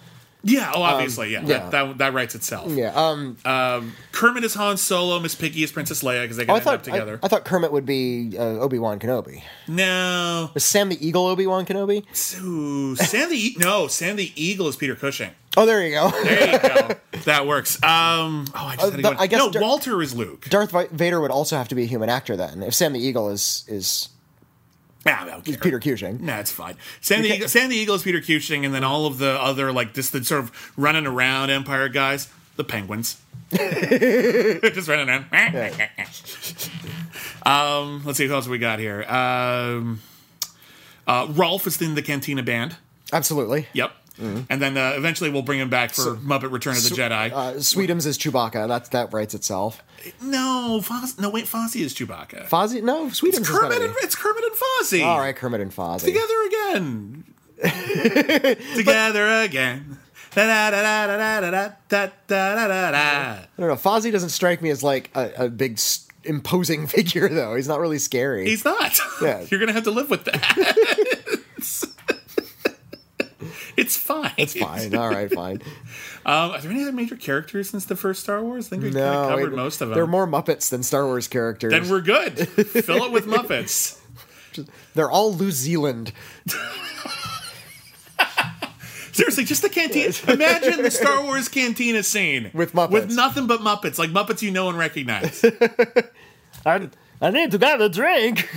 [SPEAKER 1] Yeah, oh, obviously, yeah,
[SPEAKER 2] um, yeah.
[SPEAKER 1] That, that that writes itself.
[SPEAKER 2] Yeah. Um.
[SPEAKER 1] Kermit is Han Solo, Miss Piggy is Princess Leia because they
[SPEAKER 2] oh,
[SPEAKER 1] got
[SPEAKER 2] I
[SPEAKER 1] end up
[SPEAKER 2] thought I,
[SPEAKER 1] together.
[SPEAKER 2] I thought Kermit would be uh, Obi Wan Kenobi.
[SPEAKER 1] no,
[SPEAKER 2] Is Sam the Eagle Obi Wan Kenobi?
[SPEAKER 1] so, Sam the E- no Sam the Eagle is Peter Cushing.
[SPEAKER 2] Oh, there you go.
[SPEAKER 1] There you go. that works. Um, oh, I just had to go.
[SPEAKER 2] but Uh, I guess
[SPEAKER 1] no,
[SPEAKER 2] Dar-
[SPEAKER 1] Walter is Luke.
[SPEAKER 2] [LAUGHS] Darth Vi- Vader would also have to be a human actor then. If Sam the Eagle is is
[SPEAKER 1] Nah, Ah, I don't care.
[SPEAKER 2] Peter Cushing.
[SPEAKER 1] Nah, it's fine. Sam the, Eagle, Sam the Eagle is Peter Cushing, and then all of the other like just the sort of running around Empire guys, the
[SPEAKER 2] [LAUGHS]
[SPEAKER 1] Penguins, just running around. um, let's see who else we got here. Um, uh, Rolf is in the Cantina Band.
[SPEAKER 2] Absolutely.
[SPEAKER 1] Yep.
[SPEAKER 2] Mm-hmm.
[SPEAKER 1] And then uh, eventually we'll bring him back for Muppet Return of the Jedi.
[SPEAKER 2] Uh, Sweetums is Chewbacca. That's that writes itself.
[SPEAKER 1] no, Foz- no wait, Fozzie is Chewbacca.
[SPEAKER 2] Fozzie? No, Sweetums is gotta
[SPEAKER 1] Kermit and,
[SPEAKER 2] be.
[SPEAKER 1] it's Kermit and Fozzie.
[SPEAKER 2] All right, Kermit and Fozzie.
[SPEAKER 1] Together again.
[SPEAKER 2] [LAUGHS]
[SPEAKER 1] Together again. Da da da da da da da da da da da da.
[SPEAKER 2] I don't know. Fozzie doesn't strike me as like a, a big s- imposing [LAUGHS] figure, though. He's not really scary.
[SPEAKER 1] He's not.
[SPEAKER 2] Yeah.
[SPEAKER 1] [LAUGHS] You're gonna have to live with that. [LAUGHS] it's fine.
[SPEAKER 2] It's [LAUGHS] fine. All right,
[SPEAKER 1] [LAUGHS]
[SPEAKER 2] fine.
[SPEAKER 1] Um, are there any other major characters since the first Star Wars? I think we kind
[SPEAKER 2] No,
[SPEAKER 1] of covered
[SPEAKER 2] it-
[SPEAKER 1] most of them.
[SPEAKER 2] There are more Muppets than Star Wars characters.
[SPEAKER 1] then we're good.
[SPEAKER 2] [LAUGHS]
[SPEAKER 1] Fill it with Muppets.
[SPEAKER 2] They're all New Zealand.
[SPEAKER 1] Seriously, just the
[SPEAKER 2] [LAUGHS]
[SPEAKER 1] canteen. Imagine the Star Wars cantina scene
[SPEAKER 2] With Muppets.
[SPEAKER 1] with nothing but Muppets, like Muppets you know and
[SPEAKER 2] [LAUGHS]
[SPEAKER 1] recognize.
[SPEAKER 2] I, I need to get
[SPEAKER 1] [LAUGHS]
[SPEAKER 2] a drink.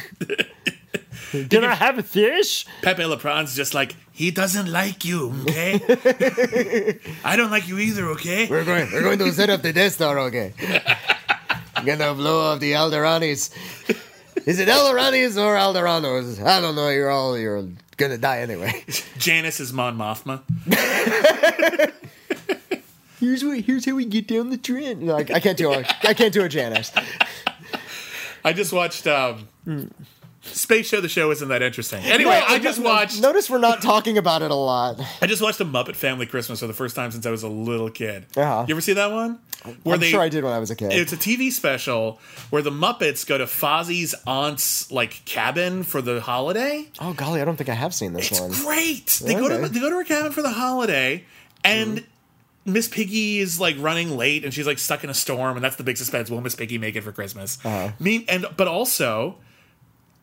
[SPEAKER 2] Can I have a fish?
[SPEAKER 1] Pepe Le Pewn's just like he doesn't like you, okay?
[SPEAKER 2] [LAUGHS]
[SPEAKER 1] I don't like you either, okay?
[SPEAKER 2] We're going. We're going to set up the Death
[SPEAKER 1] [LAUGHS]
[SPEAKER 2] Star. Okay. I'm gonna blow up the Alderanis. Is it Alderanis or Alderanos? I don't know. You're all. You're gonna die anyway.
[SPEAKER 1] Janice is Mon Mothma.
[SPEAKER 2] here's what here's how we get down the train. No, I, I can't do a I can't do a Janice.
[SPEAKER 1] I just watched um Space Show the show isn't that interesting. Anyway, I just watched
[SPEAKER 2] Notice we're not talking about it a lot.
[SPEAKER 1] I just watched the Muppet Family Christmas for the first time since I was a little kid.
[SPEAKER 2] Uh-huh.
[SPEAKER 1] You ever see that one? Where
[SPEAKER 2] I'm sure I did when I was a kid.
[SPEAKER 1] It's a TV special where the Muppets go to Fozzie's aunt's like cabin for the holiday.
[SPEAKER 2] oh golly, I don't think I have seen this
[SPEAKER 1] It's
[SPEAKER 2] one.
[SPEAKER 1] great. They go to
[SPEAKER 2] Okay.
[SPEAKER 1] they go to her cabin for the holiday, and
[SPEAKER 2] Mm-hmm.
[SPEAKER 1] Miss Piggy is like running late, and she's like stuck in a storm, and that's the big suspense. Will Miss Piggy make it for Christmas?
[SPEAKER 2] Uh-huh.
[SPEAKER 1] Mean and but also.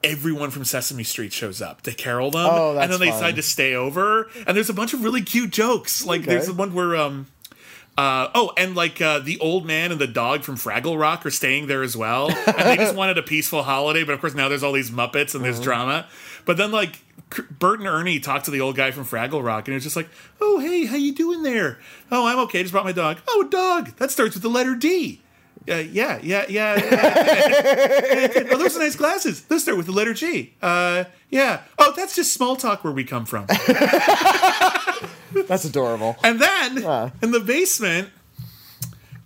[SPEAKER 1] Everyone from Sesame Street shows up to carol them,
[SPEAKER 2] Oh,
[SPEAKER 1] and
[SPEAKER 2] that's
[SPEAKER 1] then they
[SPEAKER 2] fun.
[SPEAKER 1] decide to stay over. And there's a bunch of really cute jokes. Like
[SPEAKER 2] Okay.
[SPEAKER 1] there's the one where, um, uh, oh, and like uh, the old man and the dog from Fraggle Rock are staying there as well, and they just wanted a peaceful holiday. But of course, now there's all these Muppets and there's drama. But then like C- Bert and Ernie talk to the old guy from Fraggle Rock, and it's just like, oh hey, how you doing there? Oh, I'm okay. Just brought my dog. Oh, a dog that starts with the letter D. Uh, yeah, yeah, yeah. yeah. oh, those are nice glasses. Those start with the letter G. Uh, yeah. Oh, that's just small talk where we come from.
[SPEAKER 2] That's adorable.
[SPEAKER 1] And then in the basement,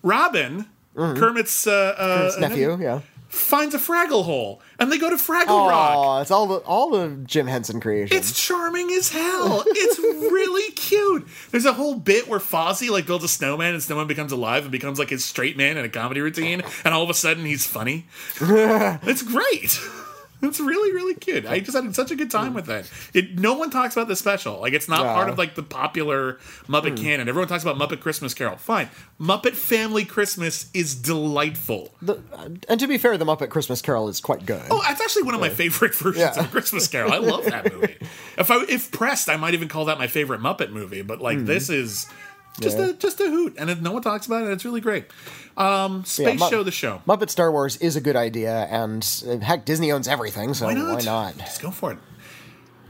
[SPEAKER 1] Robin, Kermit's, uh, uh, [LAUGHS]
[SPEAKER 2] It's nephew, yeah.
[SPEAKER 1] finds a Fraggle hole, and they go to Fraggle Rock.
[SPEAKER 2] Oh, it's all the all the Jim Henson creations.
[SPEAKER 1] It's charming as hell. It's really cute. There's a whole bit where Fozzie like builds a snowman and snowman becomes alive and becomes like his straight man in a comedy routine, and all of a sudden he's funny. it's great. It's really really cute. I just had such a good time with it. it no one talks about this special. Like it's not
[SPEAKER 2] Yeah.
[SPEAKER 1] part of like the popular Muppet canon. Everyone talks about Muppet Christmas Carol. Fine. Muppet Family Christmas is delightful.
[SPEAKER 2] The- and to be fair, the Muppet Christmas Carol is quite good.
[SPEAKER 1] Oh, that's actually one of my favorite [LAUGHS] versions
[SPEAKER 2] Yeah.
[SPEAKER 1] of Christmas Carol. I love that movie. if I if pressed, I might even call that my favorite Muppet movie. But like this is just
[SPEAKER 2] Hmm. Yeah.
[SPEAKER 1] a just a hoot, and if no one talks about it. It's really great. Um,
[SPEAKER 2] Yeah,
[SPEAKER 1] Space
[SPEAKER 2] Mu-
[SPEAKER 1] Show the show.
[SPEAKER 2] Muppet Star Wars is a good idea, and uh, heck, Disney owns everything, so why not?
[SPEAKER 1] Just go for it.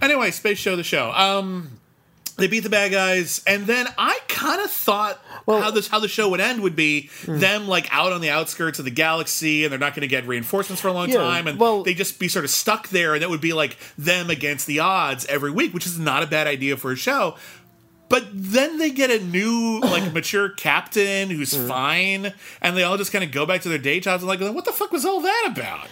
[SPEAKER 1] Anyway, Space Show the show. Um, they beat the bad guys, and then I kind of thought how this how the show would end would be
[SPEAKER 2] hmm.
[SPEAKER 1] them like out on the outskirts of the galaxy, and they're not going to get reinforcements for a long
[SPEAKER 2] Yeah,
[SPEAKER 1] time, and
[SPEAKER 2] well-
[SPEAKER 1] they just be sort of stuck there, and that would be like them against the odds every week, which is not a bad idea for a show. But then they get a
[SPEAKER 2] [COUGHS]
[SPEAKER 1] new, like, mature captain who's
[SPEAKER 2] Hmm.
[SPEAKER 1] fine, and they all just kind of go back to their day jobs and like, what the fuck was all that about?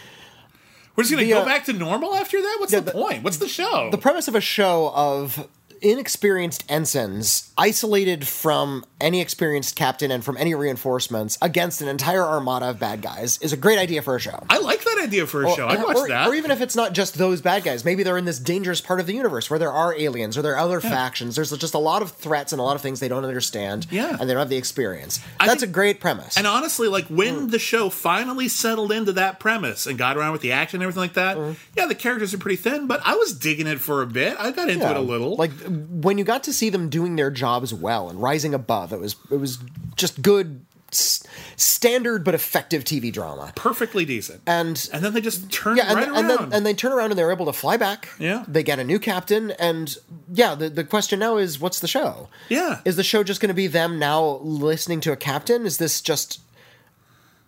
[SPEAKER 1] We're just gonna
[SPEAKER 2] The,
[SPEAKER 1] go
[SPEAKER 2] uh,
[SPEAKER 1] back to normal after that. What's the, point? What's the show?
[SPEAKER 2] The premise of a show of inexperienced ensigns isolated from any experienced captain and from any reinforcements against an entire armada of bad guys is a great idea for a show.
[SPEAKER 1] I like that idea for a show. I'd watch
[SPEAKER 2] or,
[SPEAKER 1] that.
[SPEAKER 2] or even if it's not just those bad guys, maybe they're in this dangerous part of the universe where there are aliens or there are other factions. There's just a lot of threats and a lot of things they don't understand.
[SPEAKER 1] Yeah.
[SPEAKER 2] and they don't have the experience. That's
[SPEAKER 1] think-
[SPEAKER 2] a great premise.
[SPEAKER 1] and honestly, like
[SPEAKER 2] Mm.
[SPEAKER 1] when the show finally settled into that premise and got around with the action and everything like that,
[SPEAKER 2] Mm.
[SPEAKER 1] yeah, the characters are pretty thin, but I was digging it for a bit. I got into it a little.
[SPEAKER 2] Like when you got to see them doing their jobs well and rising above, it was it was just good s- standard but effective TV drama.
[SPEAKER 1] perfectly decent.
[SPEAKER 2] And
[SPEAKER 1] And then they just turned
[SPEAKER 2] yeah, and,
[SPEAKER 1] right
[SPEAKER 2] and
[SPEAKER 1] around.
[SPEAKER 2] then and they turn around and they're able to fly back.
[SPEAKER 1] Yeah.
[SPEAKER 2] They get a new captain and yeah, the, the question now is what's the show?
[SPEAKER 1] yeah.
[SPEAKER 2] Is the show just going to be them now listening to a captain? Is this just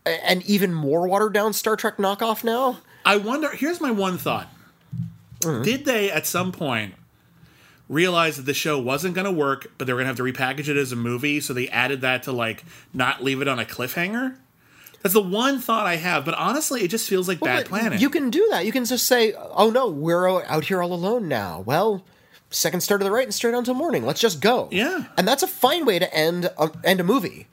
[SPEAKER 2] a- an even more watered down Star Trek knockoff now?
[SPEAKER 1] I wonder. Here's my one thought:
[SPEAKER 2] Mm-hmm.
[SPEAKER 1] Did they at some point realize that the show wasn't going to work, but they were going to have to repackage it as a movie? So they added that to like not leave it on a cliffhanger. That's the one thought I have. But honestly, it just feels like bad
[SPEAKER 2] But
[SPEAKER 1] planning.
[SPEAKER 2] You can do that. You can just say, "Oh no, we're o- out here all alone now." Well, second star to the right and straight on till morning. Let's just go.
[SPEAKER 1] Yeah.
[SPEAKER 2] and that's a fine way to end a, end a movie.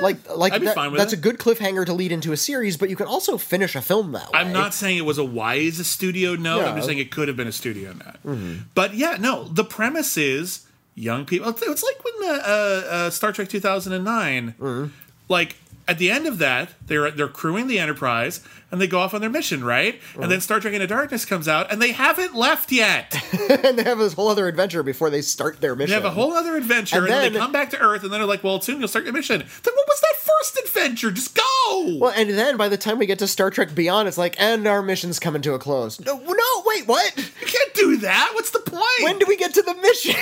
[SPEAKER 2] Like, like
[SPEAKER 1] I'd be
[SPEAKER 2] that-
[SPEAKER 1] fine with
[SPEAKER 2] that's
[SPEAKER 1] it.
[SPEAKER 2] a good cliffhanger to lead into a series, but you can also finish a film that way. [LAUGHS]
[SPEAKER 1] I'm not saying it was a wise studio note. I'm
[SPEAKER 2] Yeah. Mm-hmm.
[SPEAKER 1] just saying it could have been a studio note. But yeah, no. The premise is young people. It's, it's like when the uh, uh, Star Trek 2009,
[SPEAKER 2] Mm-hmm.
[SPEAKER 1] like at the end of that, they're they're crewing the Enterprise and they go off on their mission, right? And
[SPEAKER 2] Mm-hmm.
[SPEAKER 1] then Star Trek Into Darkness comes out and they haven't left yet.
[SPEAKER 2] and they have this whole other adventure before they start their mission.
[SPEAKER 1] They have a whole other adventure, and,
[SPEAKER 2] And
[SPEAKER 1] then, they
[SPEAKER 2] then-
[SPEAKER 1] come back to Earth, and then they're like, "Well, soon you'll start your mission." Then what was that first adventure? Just go.
[SPEAKER 2] Well, and
[SPEAKER 1] [LAUGHS]
[SPEAKER 2] then by the time we get to Star Trek Beyond, it's like, and our mission's coming to a close. No, no, wait, what?
[SPEAKER 1] You can't do that. What's the point?
[SPEAKER 2] When do we get to the mission?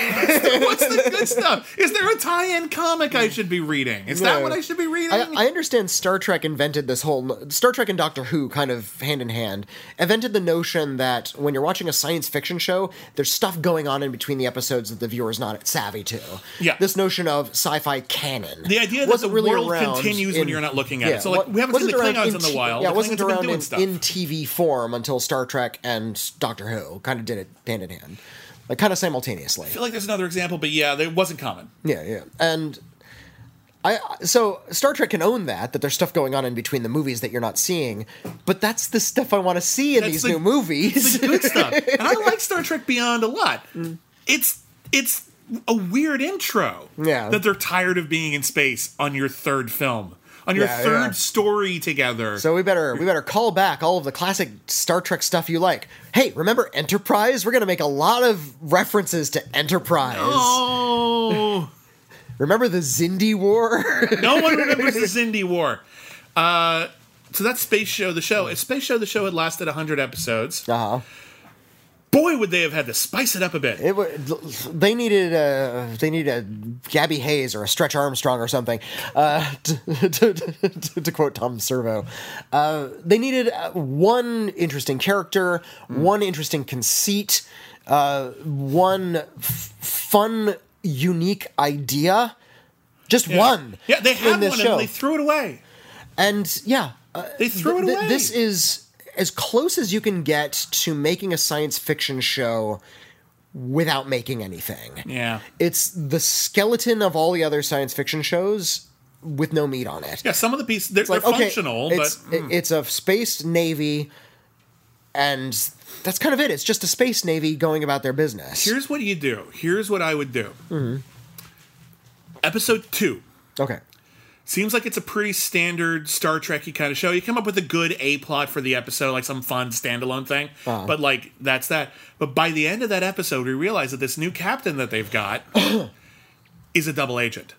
[SPEAKER 1] What's the
[SPEAKER 2] [LAUGHS]
[SPEAKER 1] good stuff? Is there a tie-in comic I should be reading? Is that
[SPEAKER 2] No.
[SPEAKER 1] what I should be reading?
[SPEAKER 2] I, I understand Star Trek invented this whole Star Trek and Doctor Who kind of hand in hand invented the notion that when you're watching a science fiction show, there's stuff going on in between the episodes that the viewer's not savvy to.
[SPEAKER 1] Yeah.
[SPEAKER 2] This notion of sci-fi canon.
[SPEAKER 1] The idea that the
[SPEAKER 2] wasn't really
[SPEAKER 1] world
[SPEAKER 2] around
[SPEAKER 1] continues when
[SPEAKER 2] in-
[SPEAKER 1] you're not looking at it. So, like,
[SPEAKER 2] wa-
[SPEAKER 1] we haven't seen
[SPEAKER 2] wasn't
[SPEAKER 1] the
[SPEAKER 2] around
[SPEAKER 1] Klingons in a
[SPEAKER 2] t-
[SPEAKER 1] while.
[SPEAKER 2] Yeah,
[SPEAKER 1] The
[SPEAKER 2] it wasn't
[SPEAKER 1] Klingons have been
[SPEAKER 2] around
[SPEAKER 1] doing
[SPEAKER 2] in,
[SPEAKER 1] stuff.
[SPEAKER 2] in TV form until Star Trek and Doctor Who kind of did it hand in hand, like kind of simultaneously.
[SPEAKER 1] feel like there's another example, but yeah, it wasn't
[SPEAKER 2] [LAUGHS]
[SPEAKER 1] common.
[SPEAKER 2] Yeah, yeah. And I so Star Trek can own that that there's stuff going on in between the movies that you're not seeing, but that's the stuff I want to see in
[SPEAKER 1] That's
[SPEAKER 2] these
[SPEAKER 1] the-
[SPEAKER 2] new movies.
[SPEAKER 1] It's the good stuff. And I like Star Trek Beyond a lot.
[SPEAKER 2] Mm.
[SPEAKER 1] It's it's a weird intro.
[SPEAKER 2] Yeah.
[SPEAKER 1] That they're tired of being in space on your third film. On your
[SPEAKER 2] Yeah,
[SPEAKER 1] third
[SPEAKER 2] yeah.
[SPEAKER 1] story together.
[SPEAKER 2] [LAUGHS] so we better we better call back all of the classic Star Trek stuff you like. Hey, remember Enterprise? We're going to make a lot of references to Enterprise.
[SPEAKER 1] oh
[SPEAKER 2] Remember the Zindi War? [LAUGHS]
[SPEAKER 1] no one remembers the Zindi War. Uh so that's Space Show the Show. If Space Show the Show had lasted hundred episodes,
[SPEAKER 2] uh-huh.
[SPEAKER 1] boy would they have had to spice it up a bit.
[SPEAKER 2] It wa- they needed a they needed a Gabby Hayes or a Stretch Armstrong or something. Uh, [LAUGHS] to, to, to, to quote Tom Servo, uh, they needed uh, one interesting character,
[SPEAKER 1] Hmm.
[SPEAKER 2] one interesting conceit, uh, one f- fun, unique idea. Just one.
[SPEAKER 1] Yeah, they had
[SPEAKER 2] in
[SPEAKER 1] one
[SPEAKER 2] this
[SPEAKER 1] and
[SPEAKER 2] show,
[SPEAKER 1] they threw it away.
[SPEAKER 2] and yeah, uh,
[SPEAKER 1] They threw it
[SPEAKER 2] th-
[SPEAKER 1] away.
[SPEAKER 2] th- This is as close as you can get to making a science fiction show without making anything.
[SPEAKER 1] Yeah.
[SPEAKER 2] It's the skeleton of all the other science fiction shows with no meat on it.
[SPEAKER 1] Yeah, some of the pieces they're,
[SPEAKER 2] Like
[SPEAKER 1] they're
[SPEAKER 2] okay,
[SPEAKER 1] functional,
[SPEAKER 2] it's,
[SPEAKER 1] but hmm.
[SPEAKER 2] it- it's a space navy, and that's kind of it. It's just a space navy going about their business.
[SPEAKER 1] here's what you do. Here's what I would do.
[SPEAKER 2] Mm-hmm.
[SPEAKER 1] Episode two
[SPEAKER 2] okay,
[SPEAKER 1] seems like it's a pretty standard Star Trekky kind of show. You come up with a good A plot for the episode, like some fun standalone thing. But like that's that. But by the end of that episode, we realize that this new captain that they've got [COUGHS] is a double agent,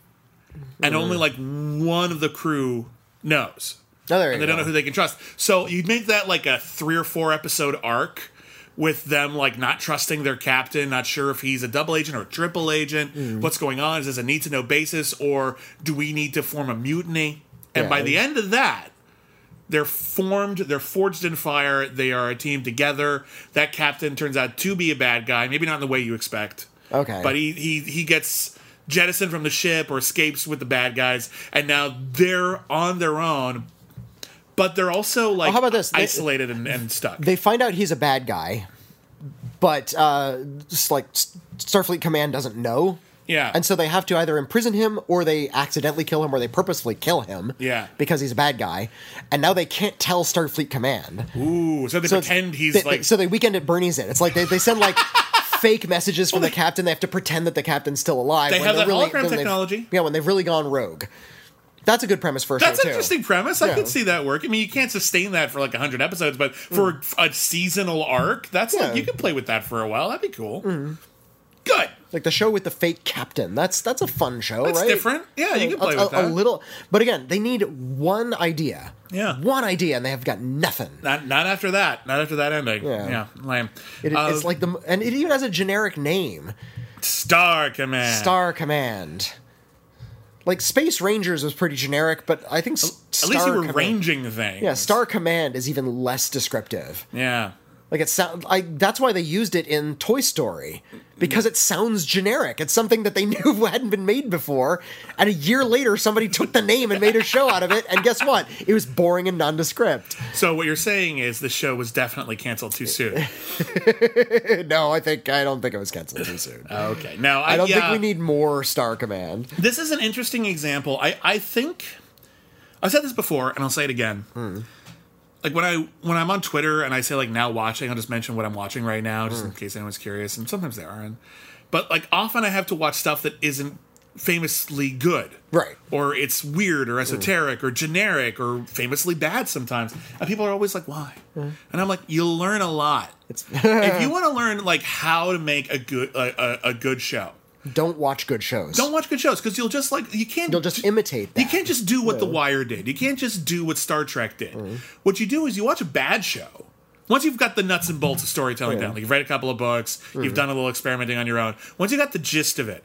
[SPEAKER 1] and only like one of the crew knows.
[SPEAKER 2] Oh, there you
[SPEAKER 1] and they don't
[SPEAKER 2] go.
[SPEAKER 1] know who they can trust. So you'd make that like a three or four episode arc with them like not trusting their captain, not sure if he's a double agent or a triple agent.
[SPEAKER 2] Mm.
[SPEAKER 1] What's going on? Is this a need to know basis or do we need to form a mutiny? And
[SPEAKER 2] Yeah.
[SPEAKER 1] by the end of that, they're formed, they're forged in fire, they are a team together. That captain turns out to be a bad guy, maybe not in the way you expect.
[SPEAKER 2] Okay.
[SPEAKER 1] But he he he gets jettisoned from the ship or escapes with the bad guys, and now they're on their own. But they're also like
[SPEAKER 2] Oh, how about this? They-
[SPEAKER 1] isolated and, and stuck.
[SPEAKER 2] they find out he's a bad guy, but uh, just like S- Starfleet Command doesn't know.
[SPEAKER 1] yeah.
[SPEAKER 2] And so they have to either imprison him or they accidentally kill him or they purposefully kill him.
[SPEAKER 1] Yeah.
[SPEAKER 2] Because he's a bad guy. And now they can't tell Starfleet Command.
[SPEAKER 1] Ooh, so they
[SPEAKER 2] So it's-
[SPEAKER 1] pretend he's
[SPEAKER 2] they-
[SPEAKER 1] like
[SPEAKER 2] so they weekend at Bernie's it. It's like they, they send like [LAUGHS] fake messages from the captain. They have to pretend that the captain's still alive.
[SPEAKER 1] Oh They have
[SPEAKER 2] they're
[SPEAKER 1] that hologram
[SPEAKER 2] when they've-
[SPEAKER 1] technology.
[SPEAKER 2] Yeah, when they've really gone rogue. That's a good premise for a
[SPEAKER 1] That's
[SPEAKER 2] show
[SPEAKER 1] an
[SPEAKER 2] too.
[SPEAKER 1] interesting premise. I
[SPEAKER 2] Yeah.
[SPEAKER 1] could see that work. I mean, you can't sustain that for like 100 episodes, but for a seasonal arc, that's
[SPEAKER 2] Mm. Yeah. Mm.
[SPEAKER 1] like you can play with that for a while. That'd be cool. Good.
[SPEAKER 2] Like the show with the fake captain. That's that's a fun show,
[SPEAKER 1] That's
[SPEAKER 2] right?
[SPEAKER 1] different. Yeah, you can play
[SPEAKER 2] a,
[SPEAKER 1] with
[SPEAKER 2] a-
[SPEAKER 1] that.
[SPEAKER 2] a little, but again, they need one idea.
[SPEAKER 1] Yeah.
[SPEAKER 2] one idea, and they have got nothing.
[SPEAKER 1] Not not after that. Not after that ending. Yeah,
[SPEAKER 2] Yeah.
[SPEAKER 1] lame.
[SPEAKER 2] It,
[SPEAKER 1] Uh,
[SPEAKER 2] it's like the and it even has a generic name,
[SPEAKER 1] Star Command.
[SPEAKER 2] Star Command. Like Space Rangers was pretty generic, but I think s-
[SPEAKER 1] At
[SPEAKER 2] Star
[SPEAKER 1] least you were
[SPEAKER 2] Command,
[SPEAKER 1] ranging things.
[SPEAKER 2] Yeah, Star Command is even less descriptive.
[SPEAKER 1] Yeah.
[SPEAKER 2] Like it sound, I that's why they used it in Toy Story because it sounds generic. It's something that they [LAUGHS] knew hadn't been made before, and a year later somebody took the name and made a show out of it. And guess what? It was boring and nondescript. [LAUGHS]
[SPEAKER 1] So what you're saying is the show was definitely canceled too soon.
[SPEAKER 2] No, I think I don't think it was canceled too soon.
[SPEAKER 1] okay. Now I,
[SPEAKER 2] I don't
[SPEAKER 1] yeah.
[SPEAKER 2] think we need more Star Command.
[SPEAKER 1] This is an interesting example. I, I think I've said this before, and I'll say it again.
[SPEAKER 2] Hmm.
[SPEAKER 1] Like when I when I'm on Twitter and I say like now watching, I'll just mention what I'm watching right now, just in
[SPEAKER 2] Hmm.
[SPEAKER 1] case anyone's curious. And sometimes they aren't. But like often I have to watch stuff that isn't famously good,
[SPEAKER 2] Right. Hmm.
[SPEAKER 1] Or it's weird or esoteric or generic or famously bad sometimes. And people are always like, "Why?"
[SPEAKER 2] Hmm.
[SPEAKER 1] And I'm like, "You'll learn a
[SPEAKER 2] [LAUGHS]
[SPEAKER 1] lot if you want to learn like how to make a good a, a, a good show."
[SPEAKER 2] Don't watch good shows.
[SPEAKER 1] Don't watch good shows because you'll just like you can't.
[SPEAKER 2] You'll just imitate that.
[SPEAKER 1] You can't just
[SPEAKER 2] Uh-huh.
[SPEAKER 1] do what The Wire did. You can't just do what Star Trek did. What you do is you watch a bad show once you've got the nuts and bolts of storytelling down, like you've read a couple of books,
[SPEAKER 2] Mm-hmm.
[SPEAKER 1] you've done a little experimenting on your own. Once you got the gist of it,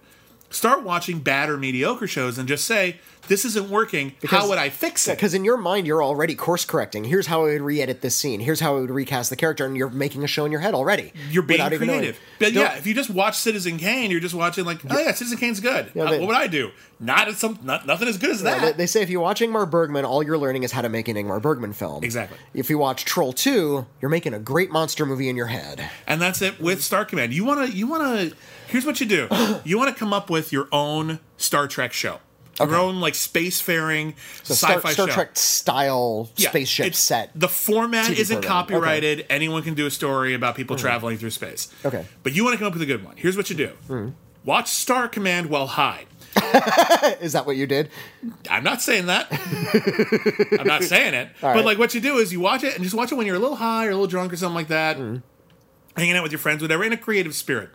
[SPEAKER 1] start watching bad or mediocre shows and just say, "This isn't working. How
[SPEAKER 2] Because-
[SPEAKER 1] would I fix it?"
[SPEAKER 2] Because in your mind, you're already course correcting. Here's how I would re-edit this scene. Here's how I would recast the character, and you're making a show in your head already.
[SPEAKER 1] You're being
[SPEAKER 2] without even knowing.
[SPEAKER 1] creative. But
[SPEAKER 2] Don't-
[SPEAKER 1] yeah, if you just watch Citizen Kane, you're just watching like, "Oh yeah, Citizen Kane's good.
[SPEAKER 2] Yeah,
[SPEAKER 1] Uh,
[SPEAKER 2] they-
[SPEAKER 1] what would I do? Not as some not, nothing as good as
[SPEAKER 2] Yeah,
[SPEAKER 1] that."
[SPEAKER 2] They, they say if you watch Ingmar Bergman, all you're learning is how to make an Ingmar Bergman film.
[SPEAKER 1] Exactly.
[SPEAKER 2] If you watch Troll 2, you're making a great monster movie in your head.
[SPEAKER 1] and that's it with Star Command. You wanna you wanna here's what you
[SPEAKER 2] [CLEARS THROAT]
[SPEAKER 1] do. you wanna come up with your own Star Trek show. Your own like spacefaring
[SPEAKER 2] The Star,
[SPEAKER 1] sci-fi
[SPEAKER 2] Star
[SPEAKER 1] show.
[SPEAKER 2] Trek style
[SPEAKER 1] Yeah,
[SPEAKER 2] spaceship
[SPEAKER 1] it's-
[SPEAKER 2] set.
[SPEAKER 1] The format
[SPEAKER 2] TV
[SPEAKER 1] isn't
[SPEAKER 2] program. Okay. Mm-hmm.
[SPEAKER 1] copyrighted. Anyone can do a story about people traveling through space.
[SPEAKER 2] Okay. Mm-hmm.
[SPEAKER 1] But you want to come up with a good one. Here's what you do. Watch Star Command while high.
[SPEAKER 2] is that what you did?
[SPEAKER 1] I'm not saying
[SPEAKER 2] [LAUGHS]
[SPEAKER 1] that. I'm not saying it.
[SPEAKER 2] All
[SPEAKER 1] But
[SPEAKER 2] right.
[SPEAKER 1] like what you do is you watch it and just watch it when you're a little high or a little drunk or something like that.
[SPEAKER 2] Mm-hmm.
[SPEAKER 1] Hanging out with your friends, whatever, in a creative spirit.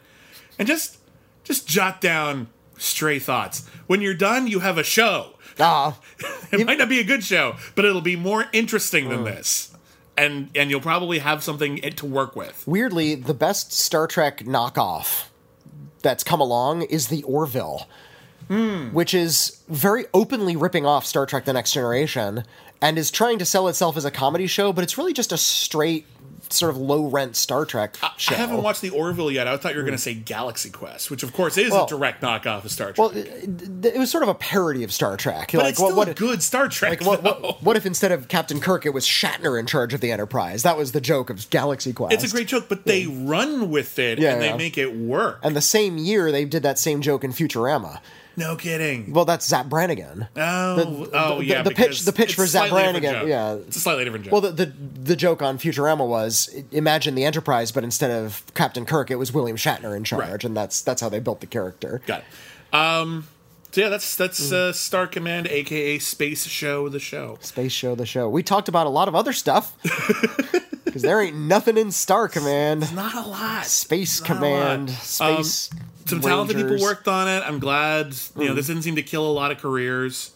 [SPEAKER 1] And just just jot down stray thoughts. When you're done, you have a show. [LAUGHS]
[SPEAKER 2] Ah,
[SPEAKER 1] It might not be a good show, but it'll be more interesting
[SPEAKER 2] Mm.
[SPEAKER 1] than this. And and you'll probably have something it to work with.
[SPEAKER 2] weirdly, the best Star Trek knockoff that's come along is the Orville, which is very openly ripping off Star Trek The Next Generation and is trying to sell itself as a comedy show, but it's really just a straight, sort of low rent Star Trek show. Mm.
[SPEAKER 1] I haven't watched the Orville yet. I thought you were going to say Galaxy Quest, which of course is
[SPEAKER 2] Well-
[SPEAKER 1] a direct knockoff of Star Trek.
[SPEAKER 2] Well, it it was sort of a parody of Star Trek.
[SPEAKER 1] but it's still a good Star Trek.
[SPEAKER 2] Like what,
[SPEAKER 1] though.
[SPEAKER 2] what, what if instead of Captain Kirk, it was Shatner in charge of the Enterprise? That was the joke of Galaxy Quest.
[SPEAKER 1] It's a great joke, but they run with it
[SPEAKER 2] Yeah,
[SPEAKER 1] and they
[SPEAKER 2] yeah.
[SPEAKER 1] make it work.
[SPEAKER 2] And the same year, they did that same joke in Futurama.
[SPEAKER 1] no kidding.
[SPEAKER 2] Well, that's Zap Brannigan.
[SPEAKER 1] oh,
[SPEAKER 2] the-
[SPEAKER 1] oh,
[SPEAKER 2] the-
[SPEAKER 1] yeah.
[SPEAKER 2] the pitch-
[SPEAKER 1] because
[SPEAKER 2] the pitch
[SPEAKER 1] it's
[SPEAKER 2] for Zap
[SPEAKER 1] slightly different
[SPEAKER 2] Brannigan,
[SPEAKER 1] joke.
[SPEAKER 2] yeah.
[SPEAKER 1] it's a slightly different joke.
[SPEAKER 2] Well, the, the the joke on Futurama was i- imagine the Enterprise, but instead of Captain Kirk, it was William Shatner in charge,
[SPEAKER 1] Right.
[SPEAKER 2] and that's that's how they built the character.
[SPEAKER 1] Got it. Um, so yeah, that's
[SPEAKER 2] Mm.
[SPEAKER 1] that's uh, Star Command, aka Space Show, the show.
[SPEAKER 2] Space show, the show. We talked about a lot of other
[SPEAKER 1] [LAUGHS]
[SPEAKER 2] stuff because there ain't nothing in Star Command,
[SPEAKER 1] Not a lot.
[SPEAKER 2] Space
[SPEAKER 1] Not a lot.
[SPEAKER 2] Command,
[SPEAKER 1] Um,
[SPEAKER 2] Space.
[SPEAKER 1] some talented people
[SPEAKER 2] Rangers. Mm.
[SPEAKER 1] worked on it. I'm glad. You know, this didn't seem to kill a lot of careers.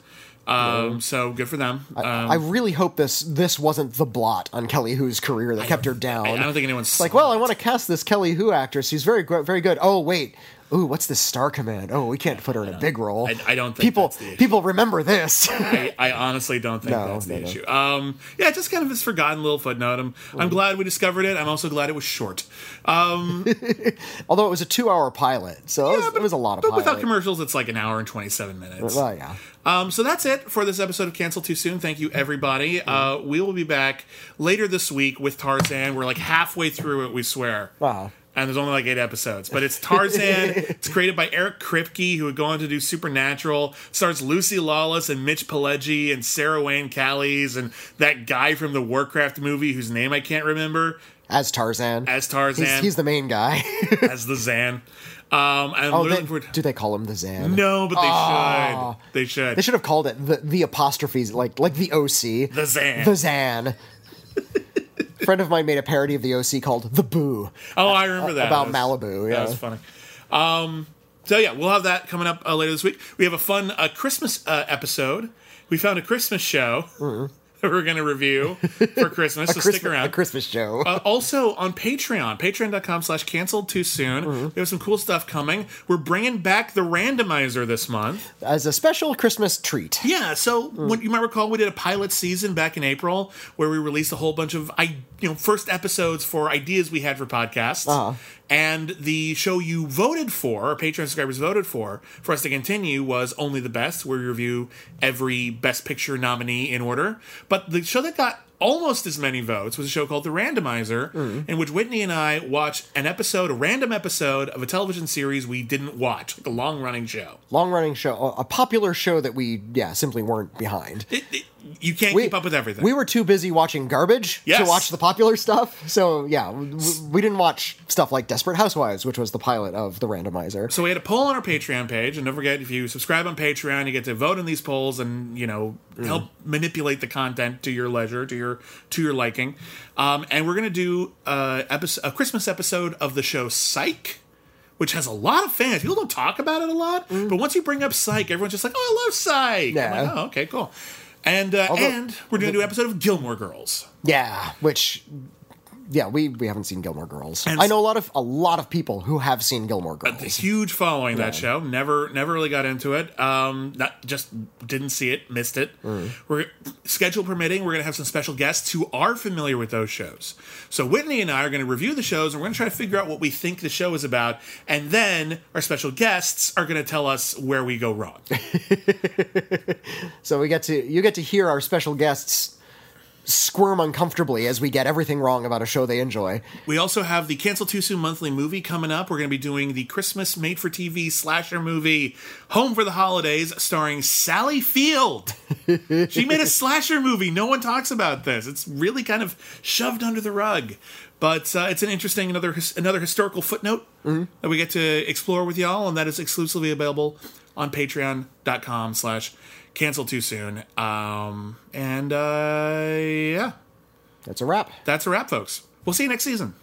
[SPEAKER 1] Um, So good for them. Um,
[SPEAKER 2] I really hope this this wasn't the blot on Kelly Who's career that kept her down.
[SPEAKER 1] I don't think anyone's
[SPEAKER 2] It's like, well, I want to cast this Kelly Who actress. She's very, gr- very good. Oh, wait. Ooh, what's this Star Command? Oh, we can't put her in a big role.
[SPEAKER 1] I- I don't think
[SPEAKER 2] people
[SPEAKER 1] that's the issue.
[SPEAKER 2] people remember this. [LAUGHS]
[SPEAKER 1] I, I honestly don't think
[SPEAKER 2] No,
[SPEAKER 1] that's the
[SPEAKER 2] no, no.
[SPEAKER 1] issue. Um, yeah, just kind of this forgotten little footnote. I'm, I'm glad we discovered it. I'm also glad it was short.
[SPEAKER 2] Although it was a two-hour pilot, so it, was, it was a lot of
[SPEAKER 1] But
[SPEAKER 2] pilot.
[SPEAKER 1] without commercials, it's like an hour and 27 minutes.
[SPEAKER 2] well, yeah.
[SPEAKER 1] Um, so that's it for this episode of Cancel Too Soon. Thank you, everybody. Uh, we will be back later this week with Tarzan. We're like halfway through it, we swear.
[SPEAKER 2] Wow.
[SPEAKER 1] And there's only like eight episodes, but it's
[SPEAKER 2] [LAUGHS]
[SPEAKER 1] Tarzan. it's created by Eric Kripke, who would go on to do Supernatural. Stars Lucy Lawless and Mitch Pileggi and Sarah Wayne Callies and that guy from the Warcraft movie whose name I can't remember
[SPEAKER 2] As Tarzan.
[SPEAKER 1] as Tarzan,
[SPEAKER 2] He's, he's the main guy. [LAUGHS]
[SPEAKER 1] as the Zan. Um, I'm
[SPEAKER 2] oh,
[SPEAKER 1] looking
[SPEAKER 2] they-
[SPEAKER 1] forward.
[SPEAKER 2] do they call him the Zan?
[SPEAKER 1] no, but they should. They should.
[SPEAKER 2] They should have called it the, the apostrophes, like like the OC.
[SPEAKER 1] The Zan.
[SPEAKER 2] The Zan. [LAUGHS] A friend of mine made a parody of the OC called The Boo.
[SPEAKER 1] Oh, I remember that.
[SPEAKER 2] about
[SPEAKER 1] That was-
[SPEAKER 2] Malibu,
[SPEAKER 1] That
[SPEAKER 2] yeah.
[SPEAKER 1] was funny. Um, so yeah, we'll have that coming up uh, later this week. We have a fun uh, Christmas uh, episode. We found a Christmas show [LAUGHS] that we're going to
[SPEAKER 2] [LAUGHS]
[SPEAKER 1] review for Christmas. so
[SPEAKER 2] Christmas,
[SPEAKER 1] stick around.
[SPEAKER 2] A Christmas show.
[SPEAKER 1] Uh, also on Patreon, patreon.com slash canceled too soon.
[SPEAKER 2] Mm-hmm.
[SPEAKER 1] We have some cool stuff coming. We're bringing back the randomizer this month.
[SPEAKER 2] as a special Christmas treat.
[SPEAKER 1] Yeah, so
[SPEAKER 2] Hmm.
[SPEAKER 1] when, you might recall we did a pilot season back in April where we released a whole bunch of I, you know first episodes for ideas we had for podcasts,
[SPEAKER 2] Uh-huh.
[SPEAKER 1] and the show you voted for, our Patreon subscribers voted for, for us to continue was only the best, where we review every Best Picture nominee in order. But the show that got almost as many votes was a show called The Randomizer,
[SPEAKER 2] Hmm.
[SPEAKER 1] in which Whitney and I watched an episode, a random episode of a television series we didn't watch, like a long running show.
[SPEAKER 2] Long running show, a- a popular show that we, yeah, simply weren't behind.
[SPEAKER 1] It- it- you can't
[SPEAKER 2] We,
[SPEAKER 1] keep up with everything.
[SPEAKER 2] We were too busy watching garbage
[SPEAKER 1] Yes.
[SPEAKER 2] to watch the popular stuff. So, yeah, we, we didn't watch stuff like Desperate Housewives, which was the pilot of The Randomizer.
[SPEAKER 1] So we had a poll on our Patreon page, and don't forget if you subscribe on Patreon, you get to vote in these polls and you know help manipulate the content to your leisure, to your to your liking. Um, and we're gonna do uh, episode, a Christmas episode of the show Psych, which has a lot of fans. People don't talk about it a lot, but once you bring up Psych, everyone's just like, "Oh, I love Psych." I'm like,
[SPEAKER 2] Yeah.
[SPEAKER 1] oh, okay, cool. And uh, and we're doing a new episode of Gilmore Girls.
[SPEAKER 2] Yeah, which yeah, we we haven't seen Gilmore Girls.
[SPEAKER 1] And-
[SPEAKER 2] I know a lot of a lot of people who have seen Gilmore
[SPEAKER 1] A
[SPEAKER 2] Girls.
[SPEAKER 1] huge following that show. Never, never really got into it. Um, not just didn't see it, missed it. We're schedule permitting. We're gonna have some special guests who are familiar with those shows. So Whitney and I are gonna review the shows, and we're gonna try to figure out what we think the show is about, and then our special guests are gonna tell us where we go wrong.
[SPEAKER 2] So we get to you get to hear our special guests squirm uncomfortably as we get everything wrong about a show they enjoy.
[SPEAKER 1] We also have the Cancel Too Soon monthly movie coming up. We're going to be doing the Christmas made for TV slasher movie Home for the Holidays starring Sally Field. she made a slasher movie. No one talks about this. It's really kind of shoved under the rug. But uh, it's an interesting another his- another historical footnote that we get to explore with y'all, and that is exclusively available on patreon.com slash cancel too soon. Um, and uh, yeah,
[SPEAKER 2] That's a wrap.
[SPEAKER 1] that's a wrap, folks. We'll see you next season.